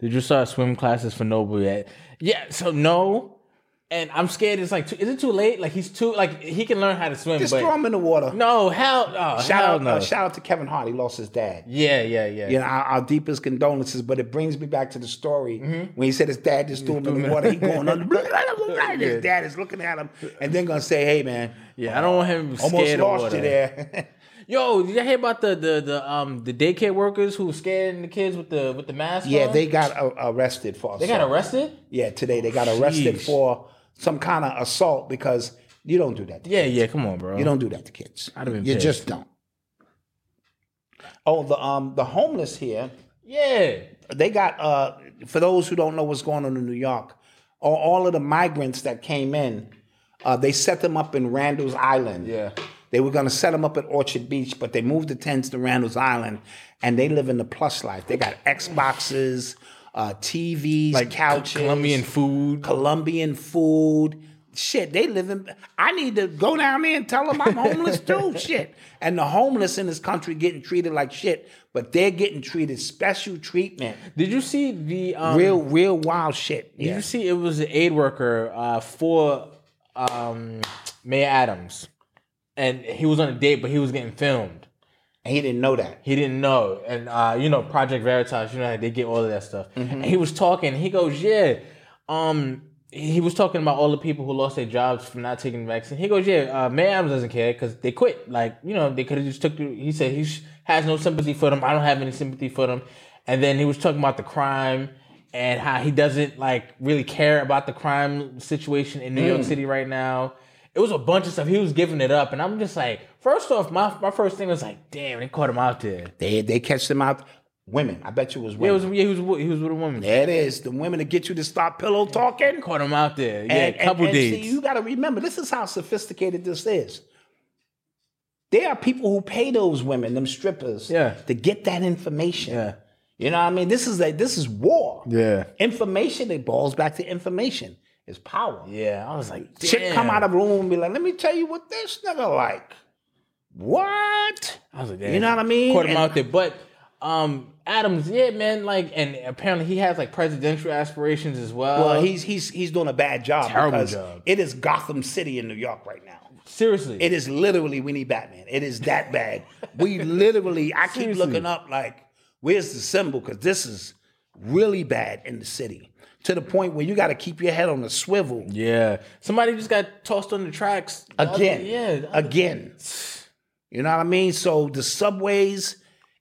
[SPEAKER 7] Did you start swim classes for Noble yet? Yeah, so no. And I'm scared it's like, too, is it too late? Like, he's too, like, he can learn how to swim,
[SPEAKER 4] Just
[SPEAKER 7] but.
[SPEAKER 4] throw them in the water.
[SPEAKER 7] no, hell, oh,
[SPEAKER 4] shout
[SPEAKER 7] hell
[SPEAKER 4] out,
[SPEAKER 7] no.
[SPEAKER 4] uh, shout out to Kevin Hart. He lost his dad.
[SPEAKER 7] yeah, yeah, yeah.
[SPEAKER 4] You know, our, our deepest condolences. But it brings me back to the story
[SPEAKER 7] Mm-hmm.
[SPEAKER 4] when he said his dad just threw him in the water. He going under. his dad is looking at him and then gonna say, "Hey, man, uh,
[SPEAKER 7] yeah, I don't want him scared
[SPEAKER 4] almost
[SPEAKER 7] of
[SPEAKER 4] lost
[SPEAKER 7] water.
[SPEAKER 4] you there."
[SPEAKER 7] Yo, did you hear about the, the, the, um, the daycare workers who were scaring the kids with the, with the mask?
[SPEAKER 4] Yeah,
[SPEAKER 7] on?
[SPEAKER 4] they got uh, arrested for assault.
[SPEAKER 7] they got arrested?
[SPEAKER 4] Yeah, today they got arrested
[SPEAKER 7] Jeez.
[SPEAKER 4] for some kind of assault because you don't do that. To
[SPEAKER 7] Yeah,
[SPEAKER 4] kids.
[SPEAKER 7] yeah, come on, bro.
[SPEAKER 4] you don't do that to kids.
[SPEAKER 7] I'd've been
[SPEAKER 4] you
[SPEAKER 7] pissed.
[SPEAKER 4] just don't. Oh, the um the homeless here,
[SPEAKER 7] Yeah.
[SPEAKER 4] they got uh for those who don't know what's going on in New York, all, all of the migrants that came in, uh, they set them up in Randall's Island.
[SPEAKER 8] Yeah.
[SPEAKER 4] They were gonna set them up at Orchard Beach, but they moved the tents to Randall's Island, and they live in the plus life. They got Xboxes, uh, TVs, couches,
[SPEAKER 7] Colombian food.
[SPEAKER 4] Colombian food. Shit, they live in. I need to go down there and tell them I'm homeless too. Shit, and the homeless in this country getting treated like shit, but they're getting treated special treatment.
[SPEAKER 7] Did you see the, um,
[SPEAKER 4] Real, real wild shit.
[SPEAKER 7] Did
[SPEAKER 4] Yeah,
[SPEAKER 7] you see it was an aid worker uh, for um, Mayor Adams, and he was on a date, but he was getting filmed.
[SPEAKER 4] and he didn't know that.
[SPEAKER 7] He didn't know, and uh, you know Project Veritas, you know how they get all of that stuff. And he was talking. He goes, "Yeah," um, he was talking about all the people who lost their jobs from not taking the vaccine. He goes, "Yeah, uh, Mayor Adams doesn't care because they quit. Like you know, they could have just took." The, he said he sh- has no sympathy for them. I don't have any sympathy for them. And then he was talking about the crime and how he doesn't like really care about the crime situation in New York City right now. It was a bunch of stuff. He was giving it up, and I'm just like, first off, my my first thing was like, damn, they caught him out there.
[SPEAKER 4] They they catch them out. Women, I bet you it was
[SPEAKER 7] Yeah, it
[SPEAKER 4] women.
[SPEAKER 7] was yeah, he was with- he was with a woman.
[SPEAKER 4] there it is. The women to get you to stop pillow talking.
[SPEAKER 7] Caught him out there. Yeah,
[SPEAKER 4] And-
[SPEAKER 7] a couple
[SPEAKER 4] and, and
[SPEAKER 7] days.
[SPEAKER 4] See, you got to remember, this is how sophisticated this is. There are people who pay those women, them strippers,
[SPEAKER 7] Yeah.
[SPEAKER 4] to get that information.
[SPEAKER 7] Yeah.
[SPEAKER 4] You know what I mean? This is a this is war.
[SPEAKER 7] Yeah.
[SPEAKER 4] Information, it boils back to information. It's power.
[SPEAKER 7] yeah, I was like, damn.
[SPEAKER 4] Chick come out of the room and be like, let me tell you what this nigga like. What?
[SPEAKER 7] I was like,
[SPEAKER 4] You
[SPEAKER 7] damn.
[SPEAKER 4] know what I mean?
[SPEAKER 7] Caught him
[SPEAKER 4] And-
[SPEAKER 7] out there, but um, Adams, yeah, man, like, and apparently he has like presidential aspirations as well.
[SPEAKER 4] Well, he's he's he's doing a bad job
[SPEAKER 7] Terrible
[SPEAKER 4] because
[SPEAKER 7] job.
[SPEAKER 4] it is Gotham City in New York right now.
[SPEAKER 7] seriously.
[SPEAKER 4] It is literally we need Batman. It is that bad. We literally, I keep
[SPEAKER 7] Seriously.
[SPEAKER 4] looking up like, where's the symbol? Because this is really bad in the city to the point where you got to keep your head on a swivel
[SPEAKER 7] yeah, somebody just got tossed on the tracks the other-
[SPEAKER 4] again,
[SPEAKER 7] yeah, the other-
[SPEAKER 4] again. You know what I mean? So the subways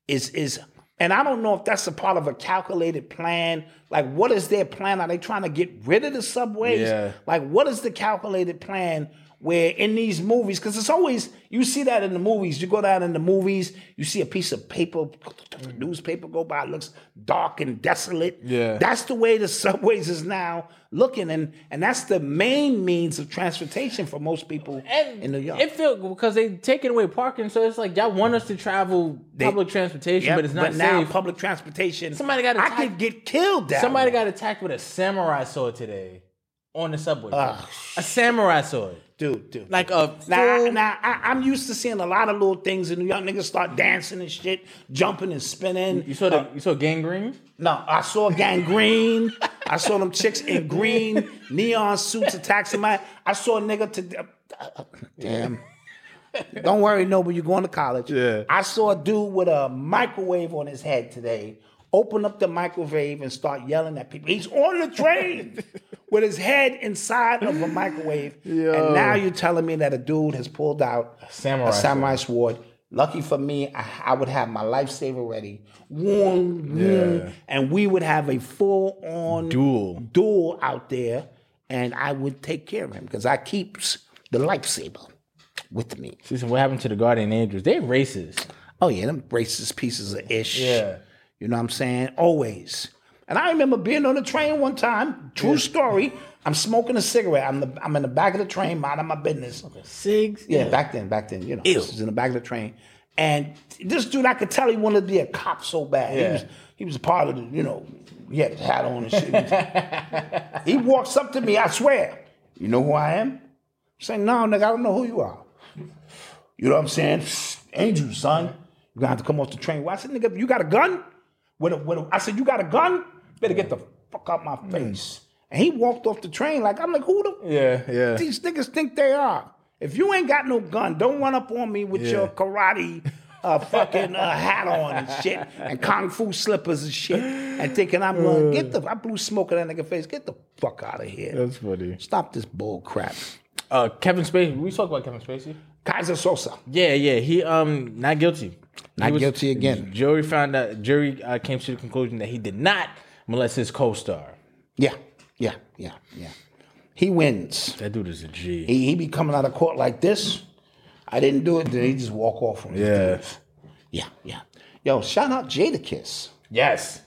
[SPEAKER 4] is is, and I don't know if that's a part of a calculated plan. Like, what is their plan? Are they trying to get rid of the subways?
[SPEAKER 7] Yeah.
[SPEAKER 4] Like, what is the calculated plan? Where in these movies, because it's always you see that in the movies. You go down in the movies, you see a piece of paper,
[SPEAKER 7] Mm.
[SPEAKER 4] newspaper go by, it looks dark and desolate.
[SPEAKER 7] Yeah.
[SPEAKER 4] that's the way the subways is now looking, and and that's the main means of transportation for most people
[SPEAKER 7] And
[SPEAKER 4] in New York.
[SPEAKER 7] it felt because they taking away parking, so it's like y'all want us to travel public transportation,
[SPEAKER 4] Yep,
[SPEAKER 7] but it's not
[SPEAKER 4] now
[SPEAKER 7] safe.
[SPEAKER 4] public transportation.
[SPEAKER 7] Somebody got
[SPEAKER 4] I
[SPEAKER 7] attacked.
[SPEAKER 4] could get killed. Down
[SPEAKER 7] Somebody
[SPEAKER 4] there.
[SPEAKER 7] got attacked with a samurai sword today on the subway. a samurai sword,
[SPEAKER 4] dude, dude.
[SPEAKER 7] like a
[SPEAKER 4] now,
[SPEAKER 7] full-
[SPEAKER 4] I- now I, I'm used to seeing a lot of little things in New York. Niggas start dancing and shit, jumping and spinning.
[SPEAKER 7] You saw the you saw gangrene.
[SPEAKER 4] No, I saw gangrene. I saw them chicks in green neon suits attack somebody. I saw a nigga to damn. Don't worry, Noble, you're going to college.
[SPEAKER 8] Yeah.
[SPEAKER 4] I saw a dude with a microwave on his head today. Open up the microwave and start yelling at people. He's on the train with his head inside of a microwave. And now you're telling me that a dude has pulled out
[SPEAKER 7] samurai
[SPEAKER 4] a samurai sword. Lucky for me, I, I would have my lifesaver ready. Woom, woom, And we would have a full on
[SPEAKER 7] Duel.
[SPEAKER 4] duel out there. And I would take care of him because I keeps the lifesaver with me.
[SPEAKER 7] Listen, what happened to the guardian angels? They racist.
[SPEAKER 4] Oh, yeah, them racist pieces of ish.
[SPEAKER 7] Yeah.
[SPEAKER 4] You know what I'm saying? Always. And I remember being on the train one time, true story. I'm smoking a cigarette. I'm, the, I'm in the back of the train, minding my business.
[SPEAKER 7] Sigs.
[SPEAKER 4] Yeah, back then, back then, you know, this is in the back of the train. And this dude, I could tell he wanted to be a cop so bad. He, was, he was a part of the, you know, he had his hat on and shit. he walks up to me, I swear, you know who I am? I say, no, nigga, I don't know who you are. You know what I'm saying? Angel, son. You're gonna have to come off the train. Well, I said, nigga, you got a gun? With a, with a, I said, you got a gun? Better get the fuck out my face. And he walked off the train like, I'm like, who the
[SPEAKER 7] Yeah, yeah.
[SPEAKER 4] these niggas think they are? If you ain't got no gun, don't run up on me with your karate uh, fucking uh, hat on and shit and kung fu slippers and shit and thinking I'm
[SPEAKER 7] Uh.
[SPEAKER 4] gonna get the, I blew smoke in that nigga face. Get the fuck out of here.
[SPEAKER 7] That's funny.
[SPEAKER 4] Stop this bull crap.
[SPEAKER 7] Uh, Kevin Spacey. We talked about Kevin Spacey.
[SPEAKER 4] Kaiser Sosa,
[SPEAKER 7] Yeah, yeah. He um not guilty. He
[SPEAKER 4] not
[SPEAKER 7] was-
[SPEAKER 4] guilty again.
[SPEAKER 7] Jury found out. Jury uh, came to the conclusion that he did not molest his co-star.
[SPEAKER 4] Yeah, yeah, yeah, yeah. He wins.
[SPEAKER 7] That dude is a G.
[SPEAKER 4] He, he be coming out of court like this. I didn't do it. Then he just walk off from
[SPEAKER 7] Yeah.
[SPEAKER 4] yeah, yeah. Yo, shout out Jadakiss.
[SPEAKER 7] Yes.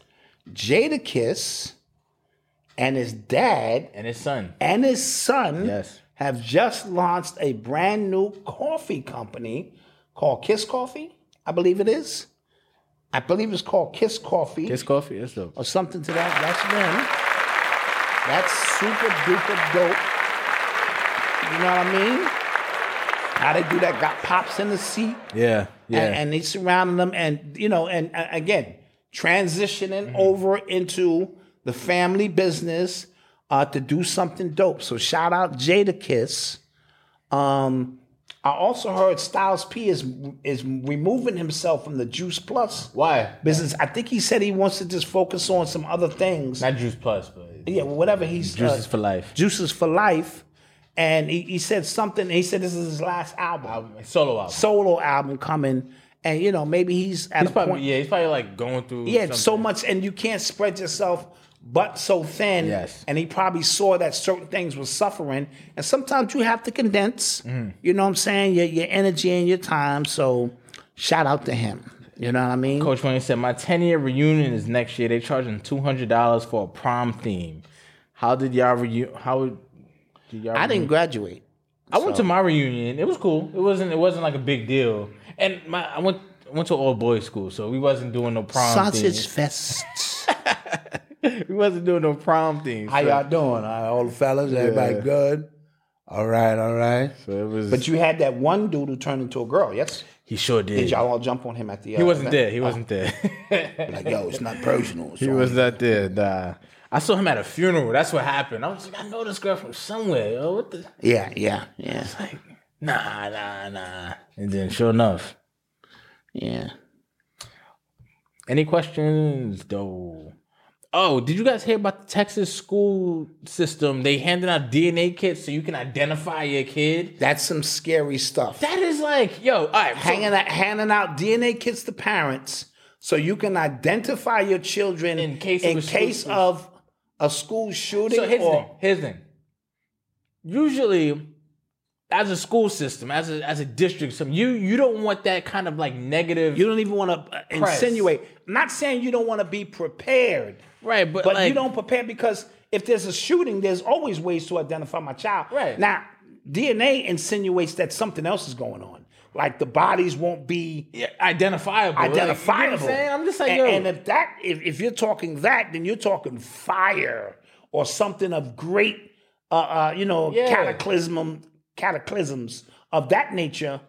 [SPEAKER 4] Jadakiss and his dad
[SPEAKER 7] And his son.
[SPEAKER 4] and his son
[SPEAKER 7] Yes.
[SPEAKER 4] have just launched a brand new coffee company called Kiss Coffee, I believe it is. I believe it's called Kiss Coffee
[SPEAKER 7] His coffee. That's dope.
[SPEAKER 4] or something to that. That's them. That's super duper dope. You know what I mean? How they do that? Got pops in the seat,
[SPEAKER 7] Yeah. Yeah.
[SPEAKER 4] and, and they surrounding them, and you know, and uh, again, transitioning
[SPEAKER 7] Mm-hmm.
[SPEAKER 4] over into the family business uh, to do something dope. So shout out Jada Kiss. Um, I also heard Styles P is is removing himself from the Juice Plus
[SPEAKER 7] Why?
[SPEAKER 4] business. I think he said he wants to just focus on some other things.
[SPEAKER 7] Not Juice Plus, but
[SPEAKER 4] yeah, whatever he's
[SPEAKER 7] Juice is for life.
[SPEAKER 4] Juices for life, and he, he said something. He said this is his last album,
[SPEAKER 7] Solo album.
[SPEAKER 4] solo album coming, and you know maybe he's at
[SPEAKER 7] he's
[SPEAKER 4] a
[SPEAKER 7] probably
[SPEAKER 4] point.
[SPEAKER 7] yeah. He's probably like going through.
[SPEAKER 4] Yeah,
[SPEAKER 7] something.
[SPEAKER 4] so much, and you can't spread yourself but so thin.
[SPEAKER 7] Yes.
[SPEAKER 4] And he probably saw that certain things were suffering, and sometimes you have to condense.
[SPEAKER 7] Mm-hmm.
[SPEAKER 4] You know what I'm saying? Your your energy and your time. So, shout out to him. You know what I mean?
[SPEAKER 7] Coach Wayne said, "My ten year reunion is next year. They charging two hundred dollars for a prom theme. How did y'all reu- How did y'all?
[SPEAKER 4] I didn't graduate.
[SPEAKER 7] I went to my reunion. It was cool. It wasn't. It wasn't like a big deal. And my I went I went to all boys school, so we wasn't doing no prom.
[SPEAKER 4] Sausage
[SPEAKER 7] Sausage.
[SPEAKER 4] Fest.
[SPEAKER 7] We wasn't doing no prom things.
[SPEAKER 4] How y'all doing? Uh, All the fellas, everybody
[SPEAKER 7] Yeah.
[SPEAKER 4] good? All right, all right.
[SPEAKER 7] So it was.
[SPEAKER 4] But you had that one dude who turned into a girl, yes?
[SPEAKER 7] he sure did.
[SPEAKER 4] Did y'all all jump on him at the uh,
[SPEAKER 7] he wasn't
[SPEAKER 4] event?
[SPEAKER 7] there. He wasn't there.
[SPEAKER 4] Like, yo, it's not personal.
[SPEAKER 7] he was not there. Nah. I saw him at a funeral. That's what happened. I was like, I know this girl from somewhere. Yo, what the?
[SPEAKER 4] Yeah, yeah, yeah,
[SPEAKER 7] Like, nah, nah, nah. And then, sure enough,
[SPEAKER 4] yeah.
[SPEAKER 7] Any questions though? Oh, did you guys hear about the Texas school system? They handing out DNA kits so you can identify your kid.
[SPEAKER 4] That's some scary stuff.
[SPEAKER 7] That is like, yo, all right, so-
[SPEAKER 4] Hanging out, handing out DNA kits to parents so you can identify your children
[SPEAKER 7] In case of a school
[SPEAKER 4] case
[SPEAKER 7] shoot-
[SPEAKER 4] of a school shooting.
[SPEAKER 7] So here's the
[SPEAKER 4] or,
[SPEAKER 7] thing. Here's the thing. Usually, as a school system, as a as a district, some you you don't want that kind of like negative,
[SPEAKER 4] You don't even want to
[SPEAKER 7] Press.
[SPEAKER 4] insinuate. I'm not saying you don't want to be prepared,
[SPEAKER 7] right? But,
[SPEAKER 4] but
[SPEAKER 7] like,
[SPEAKER 4] you don't prepare because if there's a shooting, there's always ways to identify my child.
[SPEAKER 7] Right.
[SPEAKER 4] Now, DNA insinuates that something else is going on. Like the bodies won't be
[SPEAKER 7] Yeah, identifiable. Like, you know what I'm
[SPEAKER 4] identifiable.
[SPEAKER 7] saying? I'm just like,
[SPEAKER 4] and,
[SPEAKER 7] yo,
[SPEAKER 4] and if that if, if you're talking that, then you're talking fire or something of great uh, uh you know
[SPEAKER 7] Yeah.
[SPEAKER 4] cataclysm cataclysms of that nature.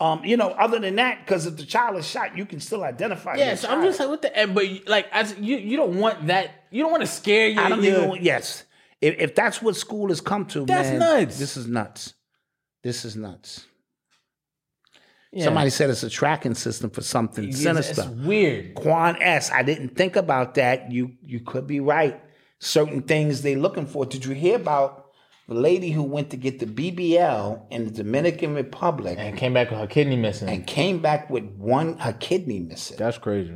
[SPEAKER 4] Um, you know, other than that, because if the child is shot, you can still identify. your
[SPEAKER 7] yeah. So I'm
[SPEAKER 4] child.
[SPEAKER 7] just like, what the? And, but like, as you you don't want that. You don't want to scare your.
[SPEAKER 4] I don't
[SPEAKER 7] your-
[SPEAKER 4] even want- yes. If, if that's what school has come to,
[SPEAKER 7] That's
[SPEAKER 4] man,
[SPEAKER 7] nuts.
[SPEAKER 4] This is nuts. This is nuts.
[SPEAKER 7] Yeah.
[SPEAKER 4] Somebody said it's a tracking system for something
[SPEAKER 7] It's-
[SPEAKER 4] sinister.
[SPEAKER 7] It's weird.
[SPEAKER 4] Quan S. I didn't think about that. You you could be right. Certain things they looking for. Did you hear about the lady who went to get the BBL in the Dominican Republic
[SPEAKER 7] And came back with her kidney missing.
[SPEAKER 4] and came back with one her kidney missing?
[SPEAKER 7] That's crazy.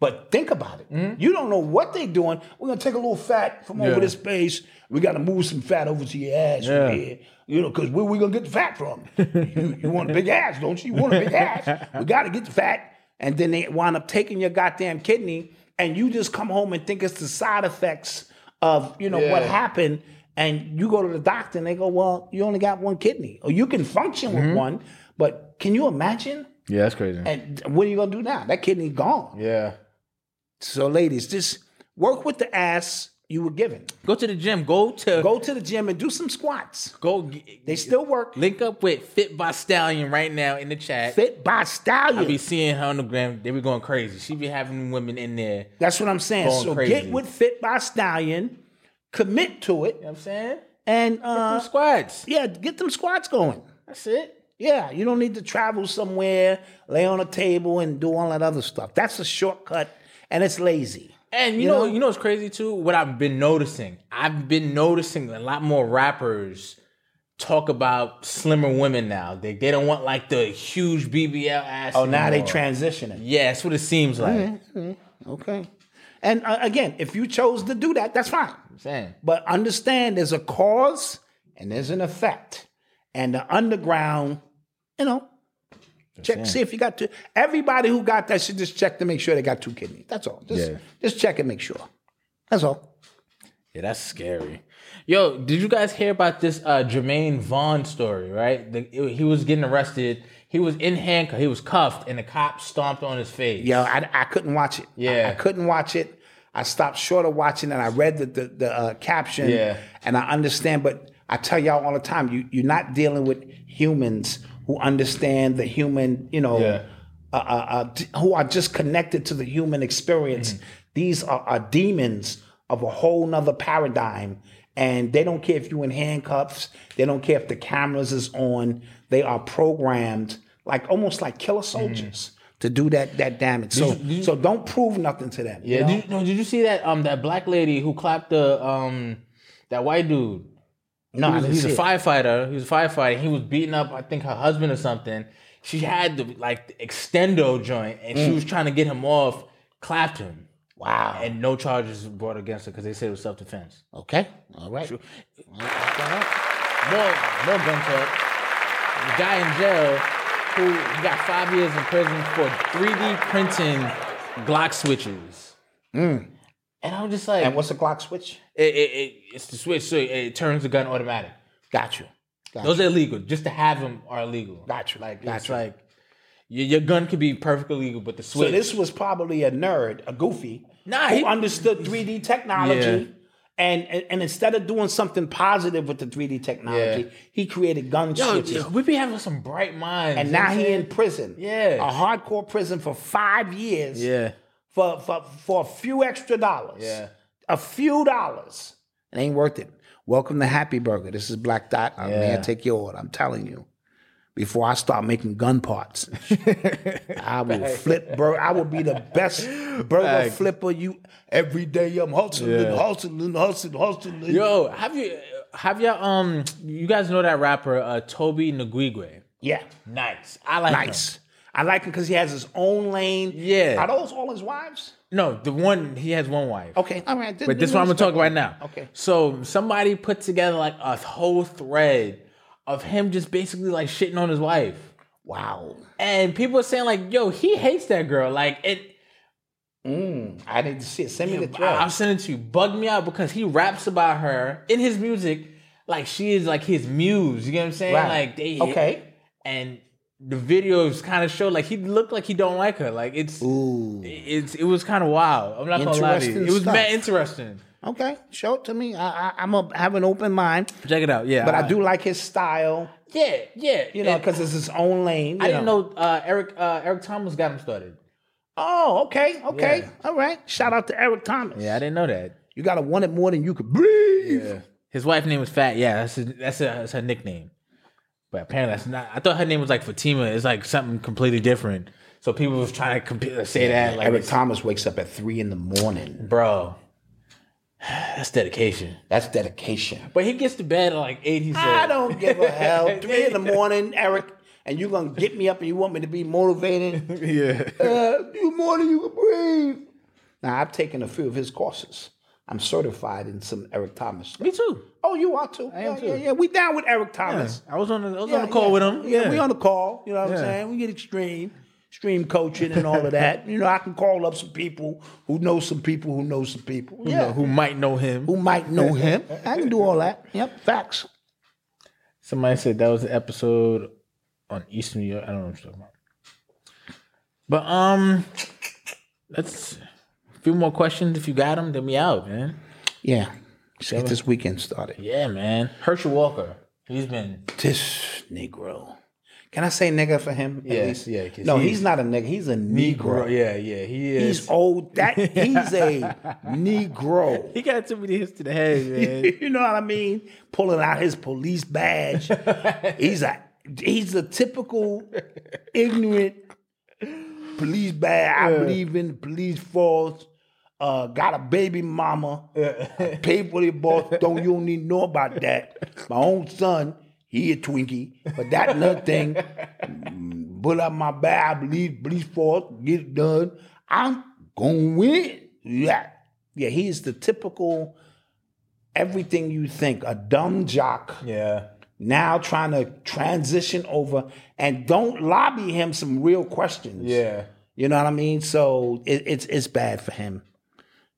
[SPEAKER 4] But think about it. You don't know what they doing. We're gonna take a little fat from
[SPEAKER 7] Mm-hmm. Yeah.
[SPEAKER 4] over this space. We gotta move some fat over to your ass
[SPEAKER 7] Yeah.
[SPEAKER 4] from here. You know, because where we gonna get the fat from? you, you want a big ass, don't you? You want a big ass. We gotta get the fat. And then they wind up taking your goddamn kidney, and you just come home and think it's the side effects of you know what happened. And you go to the doctor
[SPEAKER 7] Mm-hmm.
[SPEAKER 4] and they go, Well, you only got one kidney. Or you can function with one, but can you imagine?
[SPEAKER 7] Yeah, that's crazy.
[SPEAKER 4] And what are you gonna do now? That kidney gone.
[SPEAKER 7] Yeah.
[SPEAKER 4] So, ladies, just work with the ass you were given.
[SPEAKER 7] Go to the gym. Go to go,
[SPEAKER 4] Go to the gym and do some squats.
[SPEAKER 7] g-
[SPEAKER 4] They still work.
[SPEAKER 7] link up with Fit by Stallion right now in the chat.
[SPEAKER 4] Fit by
[SPEAKER 7] I be
[SPEAKER 4] stallion.
[SPEAKER 7] seeing her on the gram. They be going crazy. She be having women in there.
[SPEAKER 4] That's what I'm saying.
[SPEAKER 7] Going
[SPEAKER 4] So
[SPEAKER 7] crazy.
[SPEAKER 4] get with Fit by Stallion, commit to it,
[SPEAKER 7] You know what I'm saying?
[SPEAKER 4] and
[SPEAKER 7] Them
[SPEAKER 4] uh,
[SPEAKER 7] squads.
[SPEAKER 4] yeah, get them squats going.
[SPEAKER 7] That's it.
[SPEAKER 4] Yeah, you don't need to travel somewhere, lay on a table, and do all that other stuff. That's a shortcut, and it's lazy.
[SPEAKER 7] And you,
[SPEAKER 4] You
[SPEAKER 7] know,
[SPEAKER 4] know?
[SPEAKER 7] you know what's crazy too? What I've been noticing. I've been noticing a lot more rappers talk about slimmer women now. They they don't want like the huge BBL ass.
[SPEAKER 4] Oh, now they Mm-hmm.
[SPEAKER 7] anymore.
[SPEAKER 4] transitioning.
[SPEAKER 7] Yeah, that's what it seems like.
[SPEAKER 4] Okay. And uh, again, if you chose to do that, that's fine.
[SPEAKER 7] I'm saying.
[SPEAKER 4] But understand there's a cause and there's an effect. And the underground, you know, check, see if you got two. Everybody who got that should just check to make sure they got two kidneys. That's all. Just,
[SPEAKER 7] Yeah.
[SPEAKER 4] just check and make sure. That's all.
[SPEAKER 7] Yeah, that's scary. Yo, did you guys hear about this uh, Jermaine Vaughn story? Right, the, it- he was getting arrested. He was in handcuffs. He was cuffed, and the cop stomped on his face.
[SPEAKER 4] Yo, I, I couldn't watch it. I-
[SPEAKER 7] Yeah.
[SPEAKER 4] I, couldn't watch it. I stopped short of watching and I read the, the, the uh, caption.
[SPEAKER 7] Yeah.
[SPEAKER 4] And I understand, but I tell y'all all the time, you, you're not dealing with humans who understand the human, you know,
[SPEAKER 7] Yeah.
[SPEAKER 4] uh, uh, uh, d- who are just connected to the human experience.
[SPEAKER 7] Mm-hmm.
[SPEAKER 4] These are, are demons of a whole nother paradigm. And they don't care if you're in handcuffs. They don't care if the cameras is on. They are programmed like almost like killer
[SPEAKER 7] Mm-hmm.
[SPEAKER 4] soldiers to do that that damage. So so don't prove nothing to them. you
[SPEAKER 7] Yeah,
[SPEAKER 4] know?
[SPEAKER 7] did, you, no, did you see that um that black lady who clapped the um that white dude?
[SPEAKER 4] no, I
[SPEAKER 7] He was-
[SPEAKER 4] didn't
[SPEAKER 7] he's
[SPEAKER 4] see
[SPEAKER 7] a
[SPEAKER 4] it.
[SPEAKER 7] firefighter. He was a firefighter. He was beating up, I think, her husband or something. She had the like the extendo joint, and she was trying to get him off. Clapped
[SPEAKER 4] Mm.
[SPEAKER 7] him,
[SPEAKER 4] Wow.
[SPEAKER 7] and no charges were brought against her because they said it was self defense.
[SPEAKER 4] okay. All right.
[SPEAKER 7] More, more gunshot. The guy in jail who he got five years in prison for 3D printing Glock switches. And I was just like,
[SPEAKER 4] Mm. And what's the clock switch?
[SPEAKER 7] it, it, it, it's the switch, so it, it turns the gun automatic.
[SPEAKER 4] Got you. Got
[SPEAKER 7] Those are illegal. Just to have them are illegal.
[SPEAKER 4] Got you.
[SPEAKER 7] Like
[SPEAKER 4] Got
[SPEAKER 7] it's
[SPEAKER 4] you.
[SPEAKER 7] like your, your gun could be perfectly legal, but the switch.
[SPEAKER 4] So this was probably a nerd, a goofy,
[SPEAKER 7] Nah,
[SPEAKER 4] who
[SPEAKER 7] he-
[SPEAKER 4] understood 3D technology. And, and and instead of doing something positive with the 3D technology,
[SPEAKER 7] Yeah.
[SPEAKER 4] he created gun
[SPEAKER 7] yo,
[SPEAKER 4] switches.
[SPEAKER 7] yo, we be having some bright minds.
[SPEAKER 4] And
[SPEAKER 7] you know
[SPEAKER 4] now
[SPEAKER 7] what I'm
[SPEAKER 4] he in
[SPEAKER 7] saying?
[SPEAKER 4] prison.
[SPEAKER 7] Yeah.
[SPEAKER 4] A hardcore prison for five years.
[SPEAKER 7] Yeah.
[SPEAKER 4] For for for a few extra dollars.
[SPEAKER 7] Yeah.
[SPEAKER 4] A few dollars. It ain't worth it. Welcome to Happy Burger. This is Black Dot. I'm
[SPEAKER 7] Yeah.
[SPEAKER 4] here. Take your order. I'm telling you. Before I start making gun parts, I will flip burger. I will be the best burger
[SPEAKER 7] Facts.
[SPEAKER 4] flipper you every day. I'm hustling,
[SPEAKER 7] Yeah.
[SPEAKER 4] hustling, hustling, hustling.
[SPEAKER 7] Yo, have you have y'all um you guys know that rapper uh Toby Nguigwe?
[SPEAKER 4] Yeah.
[SPEAKER 7] Nice. I like him.
[SPEAKER 4] Nice. I like him because he has his own lane.
[SPEAKER 7] Yeah.
[SPEAKER 4] Are those all his wives?
[SPEAKER 7] No, the one he has one wife.
[SPEAKER 4] Okay. All right.
[SPEAKER 7] But this is what I'm gonna talk
[SPEAKER 4] about.
[SPEAKER 7] about now.
[SPEAKER 4] Okay.
[SPEAKER 7] So somebody put together like a whole thread of him just basically like shitting on his wife.
[SPEAKER 4] Wow.
[SPEAKER 7] And people are saying like, yo, he hates that girl. Like it
[SPEAKER 4] I need to see it. Send me the
[SPEAKER 7] I,
[SPEAKER 4] thread.
[SPEAKER 7] I'll send it to you. Bug me out because he raps about her in his music like she is like his muse. You get what I'm saying?
[SPEAKER 4] Right.
[SPEAKER 7] Like they
[SPEAKER 4] okay.
[SPEAKER 7] and the videos kind of show like he looked like he don't like her. Like it's it's it was kind of wild. I'm not gonna lie to you.
[SPEAKER 4] Interesting
[SPEAKER 7] It was mad
[SPEAKER 4] stuff.
[SPEAKER 7] interesting.
[SPEAKER 4] Okay. Show it to me. I, I, I'm a, have an open mind,
[SPEAKER 7] Check it out. Yeah,
[SPEAKER 4] but I
[SPEAKER 7] all
[SPEAKER 4] do like his style.
[SPEAKER 7] right. Yeah, yeah.
[SPEAKER 4] You know,
[SPEAKER 7] And
[SPEAKER 4] because it's his own lane. you
[SPEAKER 7] I didn't know uh, Eric uh, Eric Thomas got him started.
[SPEAKER 4] Oh, okay. Okay.
[SPEAKER 7] Yeah.
[SPEAKER 4] All right. Shout out to Eric Thomas.
[SPEAKER 7] Yeah, I didn't know that.
[SPEAKER 4] You gotta want it more than you could breathe.
[SPEAKER 7] His wife name was Fat. Yeah, that's his, that's, her, that's her nickname. But apparently that's not. I thought her name was like Fatima. It's like something completely different. So people was trying to comp- say that like,
[SPEAKER 4] Eric Thomas wakes up at three in the morning.
[SPEAKER 7] bro, that's dedication.
[SPEAKER 4] That's dedication.
[SPEAKER 7] But he gets to bed at like eight. He said,
[SPEAKER 4] I don't give a hell. Three in the morning, Eric, and you gonna get me up and you want me to be motivated?
[SPEAKER 9] Yeah.
[SPEAKER 4] Uh, you more than you can breathe. Now I've taken a few of his courses. I'm certified in some Eric Thomas stuff.
[SPEAKER 7] Me too.
[SPEAKER 4] Oh, you are too. yeah,
[SPEAKER 7] am too.
[SPEAKER 4] yeah, yeah. We down with Eric Thomas.
[SPEAKER 7] I was on. The, I was
[SPEAKER 4] Yeah,
[SPEAKER 7] on the call
[SPEAKER 4] yeah.
[SPEAKER 7] with him.
[SPEAKER 4] Yeah,
[SPEAKER 7] Yeah,
[SPEAKER 4] we on the call. You know what
[SPEAKER 7] Yeah.
[SPEAKER 4] I'm saying? We get extreme, extreme coaching and all of that. you know, I can call up some people who know some people who know some people.
[SPEAKER 7] You
[SPEAKER 4] yeah,
[SPEAKER 7] know, who might know him.
[SPEAKER 4] who might know him. I can do all that. Yep, facts.
[SPEAKER 7] Somebody said that was the episode on East New York. I don't know what I'm talking about. But um, that's a few more questions. If you got them, then we out, man.
[SPEAKER 4] Yeah. Let's get this weekend started.
[SPEAKER 7] Yeah, man. Herschel Walker. He's been
[SPEAKER 4] This Negro. Can I say nigga for him? at
[SPEAKER 7] Yeah,
[SPEAKER 4] least?
[SPEAKER 7] yeah, 'cause
[SPEAKER 4] No,
[SPEAKER 7] he's-
[SPEAKER 4] he's not a nigga. He's a Negro.
[SPEAKER 7] Yeah, yeah. He is.
[SPEAKER 4] He's old. That he's a Negro.
[SPEAKER 7] he got too many hits to the head, man.
[SPEAKER 4] You know what I mean? Pulling out his police badge. he's a he's a typical ignorant police badge. I believe in the police force. Uh, got a baby mama. I paid for the boss. Don't you don't need to know about that. My own son, he a Twinkie, but that another thing. Mm, Pull out my bag. I believe police force. Get it done. I'm gonna win. Yeah, yeah. He's the typical everything you think. A dumb jock
[SPEAKER 7] yeah.
[SPEAKER 4] now trying to transition over and don't lobby him some real questions.
[SPEAKER 7] Yeah.
[SPEAKER 4] You know what I mean? So it, it's it's bad for him.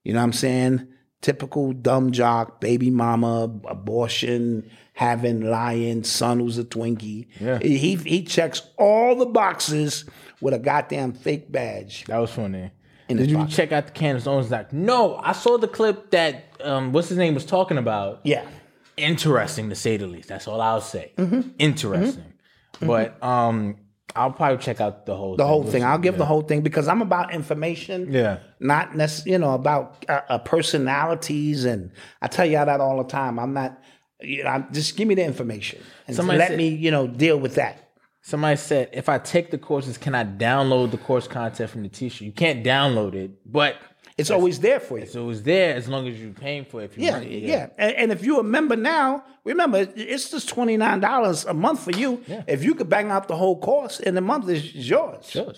[SPEAKER 4] You know what I'm saying? Typical dumb jock, baby mama, abortion, having lying, son who's a Twinkie.
[SPEAKER 7] Yeah.
[SPEAKER 4] He he checks all the boxes with a goddamn fake badge.
[SPEAKER 7] That was funny.
[SPEAKER 4] In
[SPEAKER 7] Did
[SPEAKER 4] his
[SPEAKER 7] you
[SPEAKER 4] pocket.
[SPEAKER 7] check out the Candace Owens doc? No, I saw the clip that um, what's his name was talking about.
[SPEAKER 4] Yeah. Mm-hmm.
[SPEAKER 7] Interesting to say the least. That's all I'll say. Interesting, but um, I'll probably check out the whole
[SPEAKER 4] The whole thing. I'll give the whole thing because I'm about information.
[SPEAKER 7] Yeah.
[SPEAKER 4] not necessarily, you know, about uh, uh, personalities. And I tell y'all that all the time. I'm not, you know, I'm, just give me the information and
[SPEAKER 7] Somebody
[SPEAKER 4] let
[SPEAKER 7] said-
[SPEAKER 4] me, you know, deal with that.
[SPEAKER 7] Somebody said, if I take the courses, can I download the course content from the teacher? You can't download it, but
[SPEAKER 4] It's always there for you.
[SPEAKER 7] so it's there as long as you're paying for it. If you
[SPEAKER 4] Yeah,
[SPEAKER 7] want it.
[SPEAKER 4] yeah. And, and if you a member now, remember it- it's just twenty nine dollars a month for you. If you could bang out the whole course in a month, it's yours.
[SPEAKER 7] Sure.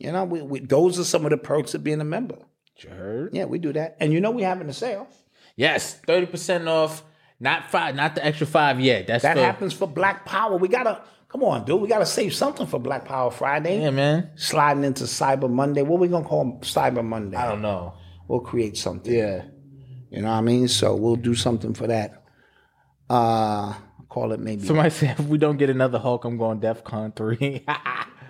[SPEAKER 4] You know, we, we, those are some of the perks of being a member.
[SPEAKER 7] You heard?
[SPEAKER 4] Yeah, we do that. And you know, we having a sale.
[SPEAKER 7] Yes, thirty percent off. Not five, not the extra five yet. That's
[SPEAKER 4] That
[SPEAKER 7] for-
[SPEAKER 4] happens for Black Power. We gotta come on, dude. We gotta save something for Black Power Friday.
[SPEAKER 7] Yeah, man.
[SPEAKER 4] sliding into Cyber Monday. What we gonna call Cyber Monday?
[SPEAKER 7] I don't know.
[SPEAKER 4] We'll create something.
[SPEAKER 7] Yeah.
[SPEAKER 4] You know what I mean? So we'll do something for that. Uh call it maybe
[SPEAKER 7] Somebody said if we don't get another Hulk, I'm going DEF CON three.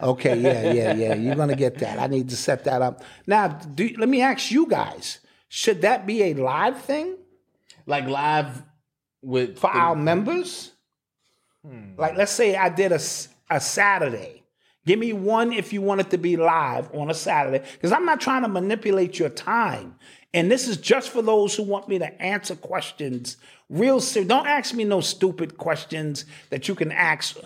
[SPEAKER 4] Okay, yeah, yeah, yeah. You're gonna get that. I need to set that up. Now do, let me ask you guys, should that be a live thing
[SPEAKER 7] like live with
[SPEAKER 4] for our members? Like let's say I did a, s- a Saturday. Give me one if you want it to be live on a Saturday. Because I'm not trying to manipulate your time. And this is just for those who want me to answer questions. Real serious. Don't ask me no stupid questions that you can ask.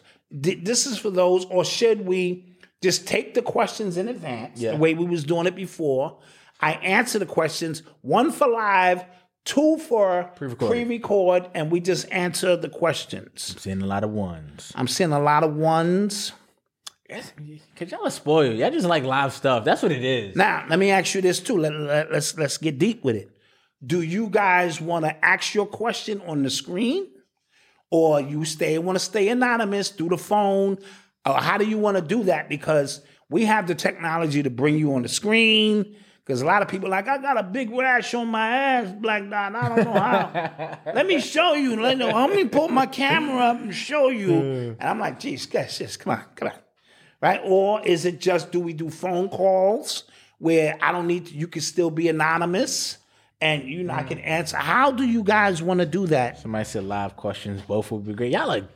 [SPEAKER 4] Th- This is for those, or should we just take the questions in advance the way we was doing it before? I answer the questions, one for live, two for
[SPEAKER 7] Pre-recorded.
[SPEAKER 4] pre-record, and we just answer the questions.
[SPEAKER 7] seeing a lot of ones.
[SPEAKER 4] I'm seeing a lot of ones.
[SPEAKER 7] Cause y'all are spoiled. Y'all just like live stuff. That's what it is.
[SPEAKER 4] Now, let me ask you this too. Let, let, let's let's get deep with it. Do you guys want to ask your question on the screen, or you stay want to stay anonymous through the phone? Or how do you want to do that? Because we have the technology to bring you on the screen. Because a lot of people like, I got a big rash on my ass, Black Dot. I don't know how. Let me show you. Let, me- let me pull my camera up and show you. And I'm like, geez, guys, just come on, come on right? Or is it just do we do phone calls where I don't need to, you can still be anonymous and you know I can answer? How do you guys want to do that?
[SPEAKER 7] Somebody said live questions. Both would be great. Y'all are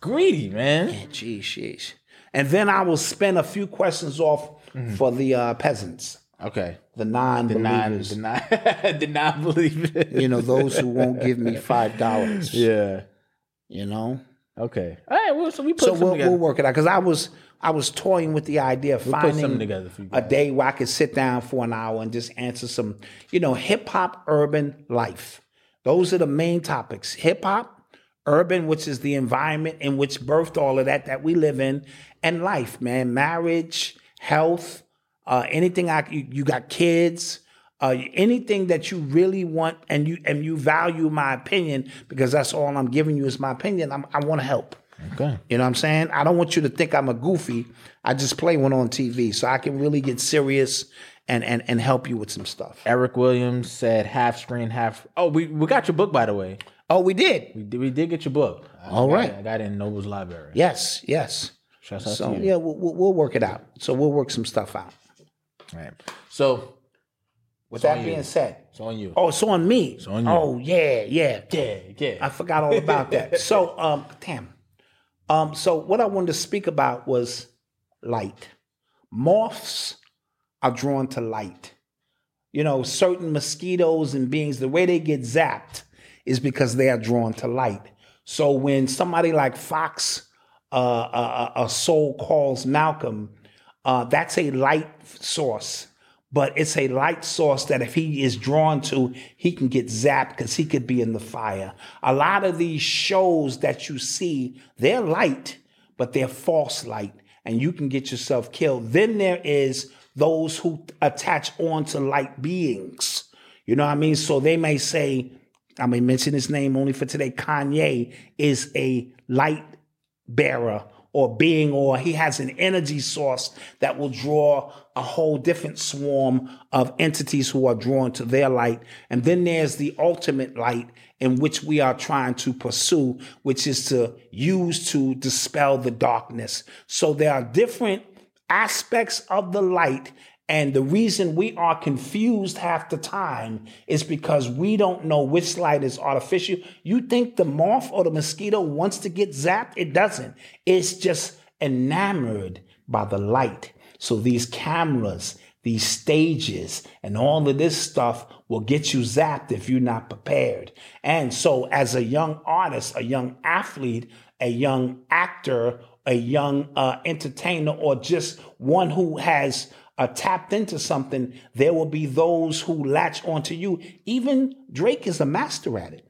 [SPEAKER 7] greedy, man.
[SPEAKER 4] Jeez, sheesh. And then I will spin a few questions off for the uh, peasants,
[SPEAKER 7] Okay.
[SPEAKER 4] the non-believers,
[SPEAKER 7] Did not, did not believe it.
[SPEAKER 4] you know, those who won't give me five dollars.
[SPEAKER 7] Yeah.
[SPEAKER 4] You know,
[SPEAKER 7] Okay. All right. Well, so we put
[SPEAKER 4] so
[SPEAKER 7] something
[SPEAKER 4] we'll,
[SPEAKER 7] together.
[SPEAKER 4] we'll work it out because I was I was toying with the idea of
[SPEAKER 7] put
[SPEAKER 4] finding
[SPEAKER 7] something together for you
[SPEAKER 4] a
[SPEAKER 7] guys.
[SPEAKER 4] day where I could sit down for an hour and just answer some, you know, hip hop, urban life. Those are the main topics: hip hop, urban, which is the environment in which birthed all of that that we live in, and life, man, marriage, health, uh, anything. I you, you got kids. Uh, anything that you really want and you and you value my opinion because that's all I'm giving you is my opinion. I'm, I want to help.
[SPEAKER 7] okay.
[SPEAKER 4] You know what I'm saying? I don't want you to think I'm a goofy. I just play one on TV, so I can really get serious and and and help you with some stuff.
[SPEAKER 7] Eric Williams said half screen, half. Oh, we, we got your book by the way.
[SPEAKER 4] Oh, we did.
[SPEAKER 7] We did, we did get your book. I
[SPEAKER 4] All
[SPEAKER 7] got
[SPEAKER 4] right.
[SPEAKER 7] it- I got it in Noble's library.
[SPEAKER 4] Yes, yes.
[SPEAKER 3] Shouts out
[SPEAKER 4] So
[SPEAKER 3] to you.
[SPEAKER 4] yeah, we'll, we'll, we'll work it out. So we'll work some stuff out.
[SPEAKER 3] Right. So
[SPEAKER 4] With
[SPEAKER 3] on
[SPEAKER 4] that
[SPEAKER 3] you.
[SPEAKER 4] being said,
[SPEAKER 3] it's on you.
[SPEAKER 4] oh, it's on me. It's
[SPEAKER 3] on you.
[SPEAKER 4] Oh yeah, yeah,
[SPEAKER 3] yeah, yeah.
[SPEAKER 4] I forgot all about that. So, um, damn. Um, so what I wanted to speak about was light. Moths are drawn to light. You know, certain mosquitoes and beings, the way they get zapped is because they are drawn to light. So when somebody like Fox, uh, a, a soul calls Malcolm, uh, that's a light source. But it's a light source that if he is drawn to, he can get zapped because he could be in the fire. A lot of these shows that you see, they're light, but they're false light, and you can get yourself killed. Then there is those who attach on to light beings. You know what I mean? So they may say, I may mention his name only for today. Kanye is a light bearer or being, or he has an energy source that will draw a whole different swarm of entities who are drawn to their light. And then there's the ultimate light in which we are trying to pursue, which is to use to dispel the darkness. So there are different aspects of the light. And the reason we are confused half the time is because we don't know which light is artificial. You think the moth or the mosquito wants to get zapped? It doesn't. It's just enamored by the light. So these cameras, these stages, and all of this stuff will get you zapped if you're not prepared. And so, as a young artist, a young athlete, a young actor, a young uh, entertainer, or just one who has uh, tapped into something, there will be those who latch onto you. Even Drake is a master at it.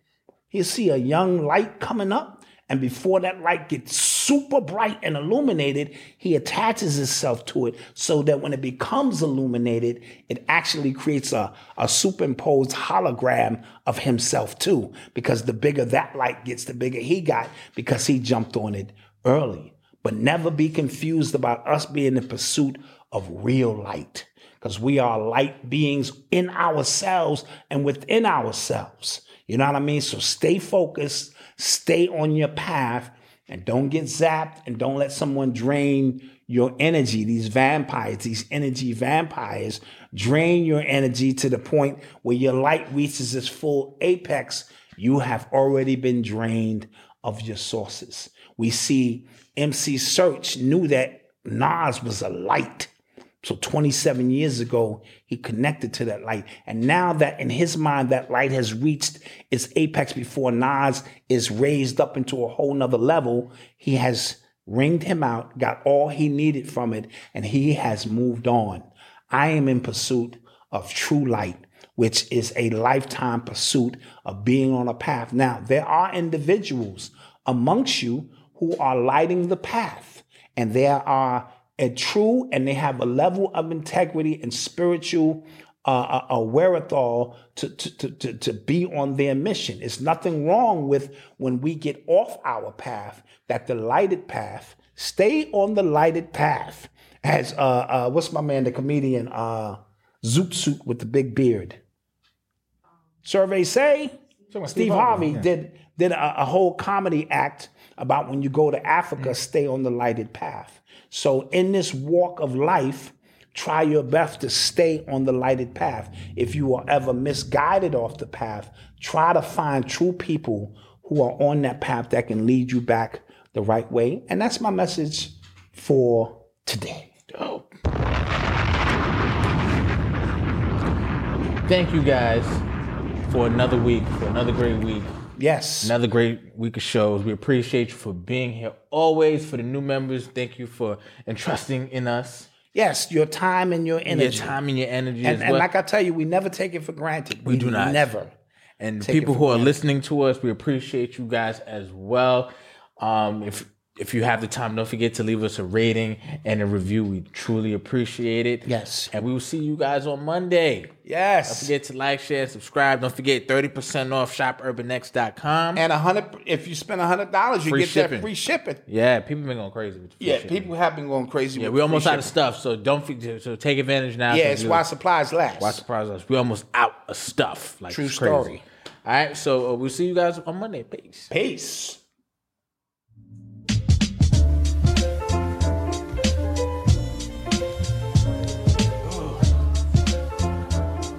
[SPEAKER 4] He'll see a young light coming up, and before that light gets super bright and illuminated, he attaches himself to it so that when it becomes illuminated, it actually creates a, a superimposed hologram of himself, too. Because the bigger that light gets, the bigger he got because he jumped on it early. But never be confused about us being in pursuit of real light because we are light beings in ourselves and within ourselves. You know what I mean? So stay focused, stay on your path, and don't get zapped and don't let someone drain your energy. These vampires, these energy vampires, drain your energy to the point where your light reaches its full apex. You have already been drained of your sources. We see MC Search knew that Nas was a light. So 27 years ago, he connected to that light. And now that in his mind, that light has reached its apex before Nas is raised up into a whole nother level, he has ringed him out, got all he needed from it, and he has moved on. I am in pursuit of true light, which is a lifetime pursuit of being on a path. Now, there are individuals amongst you who are lighting the path, and there are a true and they have a level of integrity and spiritual uh, uh, uh, wherewithal to, to, to, to, to be on their mission. It's nothing wrong with when we get off our path, that the lighted path, stay on the lighted path. As uh, uh, what's my man, the comedian, uh, Zoot Suit with the big beard? Survey say?
[SPEAKER 3] Talking about
[SPEAKER 4] Steve Harvey did did a, a whole comedy act about when you go to Africa, stay on the lighted path. So in this walk of life, try your best to stay on the lighted path. If you are ever misguided off the path, try to find true people who are on that path that can lead you back the right way. And that's my message for today.
[SPEAKER 3] Thank you guys for another week, for another great week,
[SPEAKER 4] Yes.
[SPEAKER 3] another great week of shows. We appreciate you for being here always. For the new members, thank you for entrusting in us
[SPEAKER 4] Yes, your time and your
[SPEAKER 3] your
[SPEAKER 4] energy.
[SPEAKER 3] time and your energy
[SPEAKER 4] and,
[SPEAKER 3] as
[SPEAKER 4] and
[SPEAKER 3] well.
[SPEAKER 4] like I tell you, we never take it for granted. We,
[SPEAKER 3] do not.
[SPEAKER 4] Never.
[SPEAKER 3] and the
[SPEAKER 4] Take it
[SPEAKER 3] people
[SPEAKER 4] for
[SPEAKER 3] who are
[SPEAKER 4] granted.
[SPEAKER 3] listening to us, we appreciate you guys as well. Um, if if you have the time, don't forget to leave us a rating and a review. We truly appreciate it.
[SPEAKER 4] Yes.
[SPEAKER 3] And we will see you guys on Monday.
[SPEAKER 4] Yes.
[SPEAKER 3] Don't forget to like, share, subscribe. Don't forget 30% off shopurbanx.com.
[SPEAKER 4] and a hundred. If you spend a hundred dollars, you
[SPEAKER 3] Free
[SPEAKER 4] get
[SPEAKER 3] shipping.
[SPEAKER 4] that free shipping.
[SPEAKER 3] yeah, people been going crazy with the free
[SPEAKER 4] Yeah,
[SPEAKER 3] shipping.
[SPEAKER 4] people have been going crazy.
[SPEAKER 3] Yeah,
[SPEAKER 4] with
[SPEAKER 3] we
[SPEAKER 4] free
[SPEAKER 3] almost out of
[SPEAKER 4] shipping.
[SPEAKER 3] stuff, so don't forget. So take advantage now.
[SPEAKER 4] Yeah,
[SPEAKER 3] so
[SPEAKER 4] it's
[SPEAKER 3] you-
[SPEAKER 4] why supplies last.
[SPEAKER 3] why surprise us. We almost out of stuff. Like
[SPEAKER 4] True
[SPEAKER 3] it's crazy.
[SPEAKER 4] story.
[SPEAKER 3] All right, so uh, we'll see you guys on Monday. Peace.
[SPEAKER 4] Peace.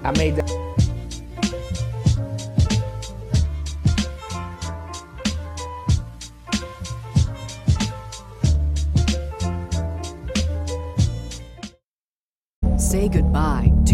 [SPEAKER 4] I made that.
[SPEAKER 10] Say goodbye to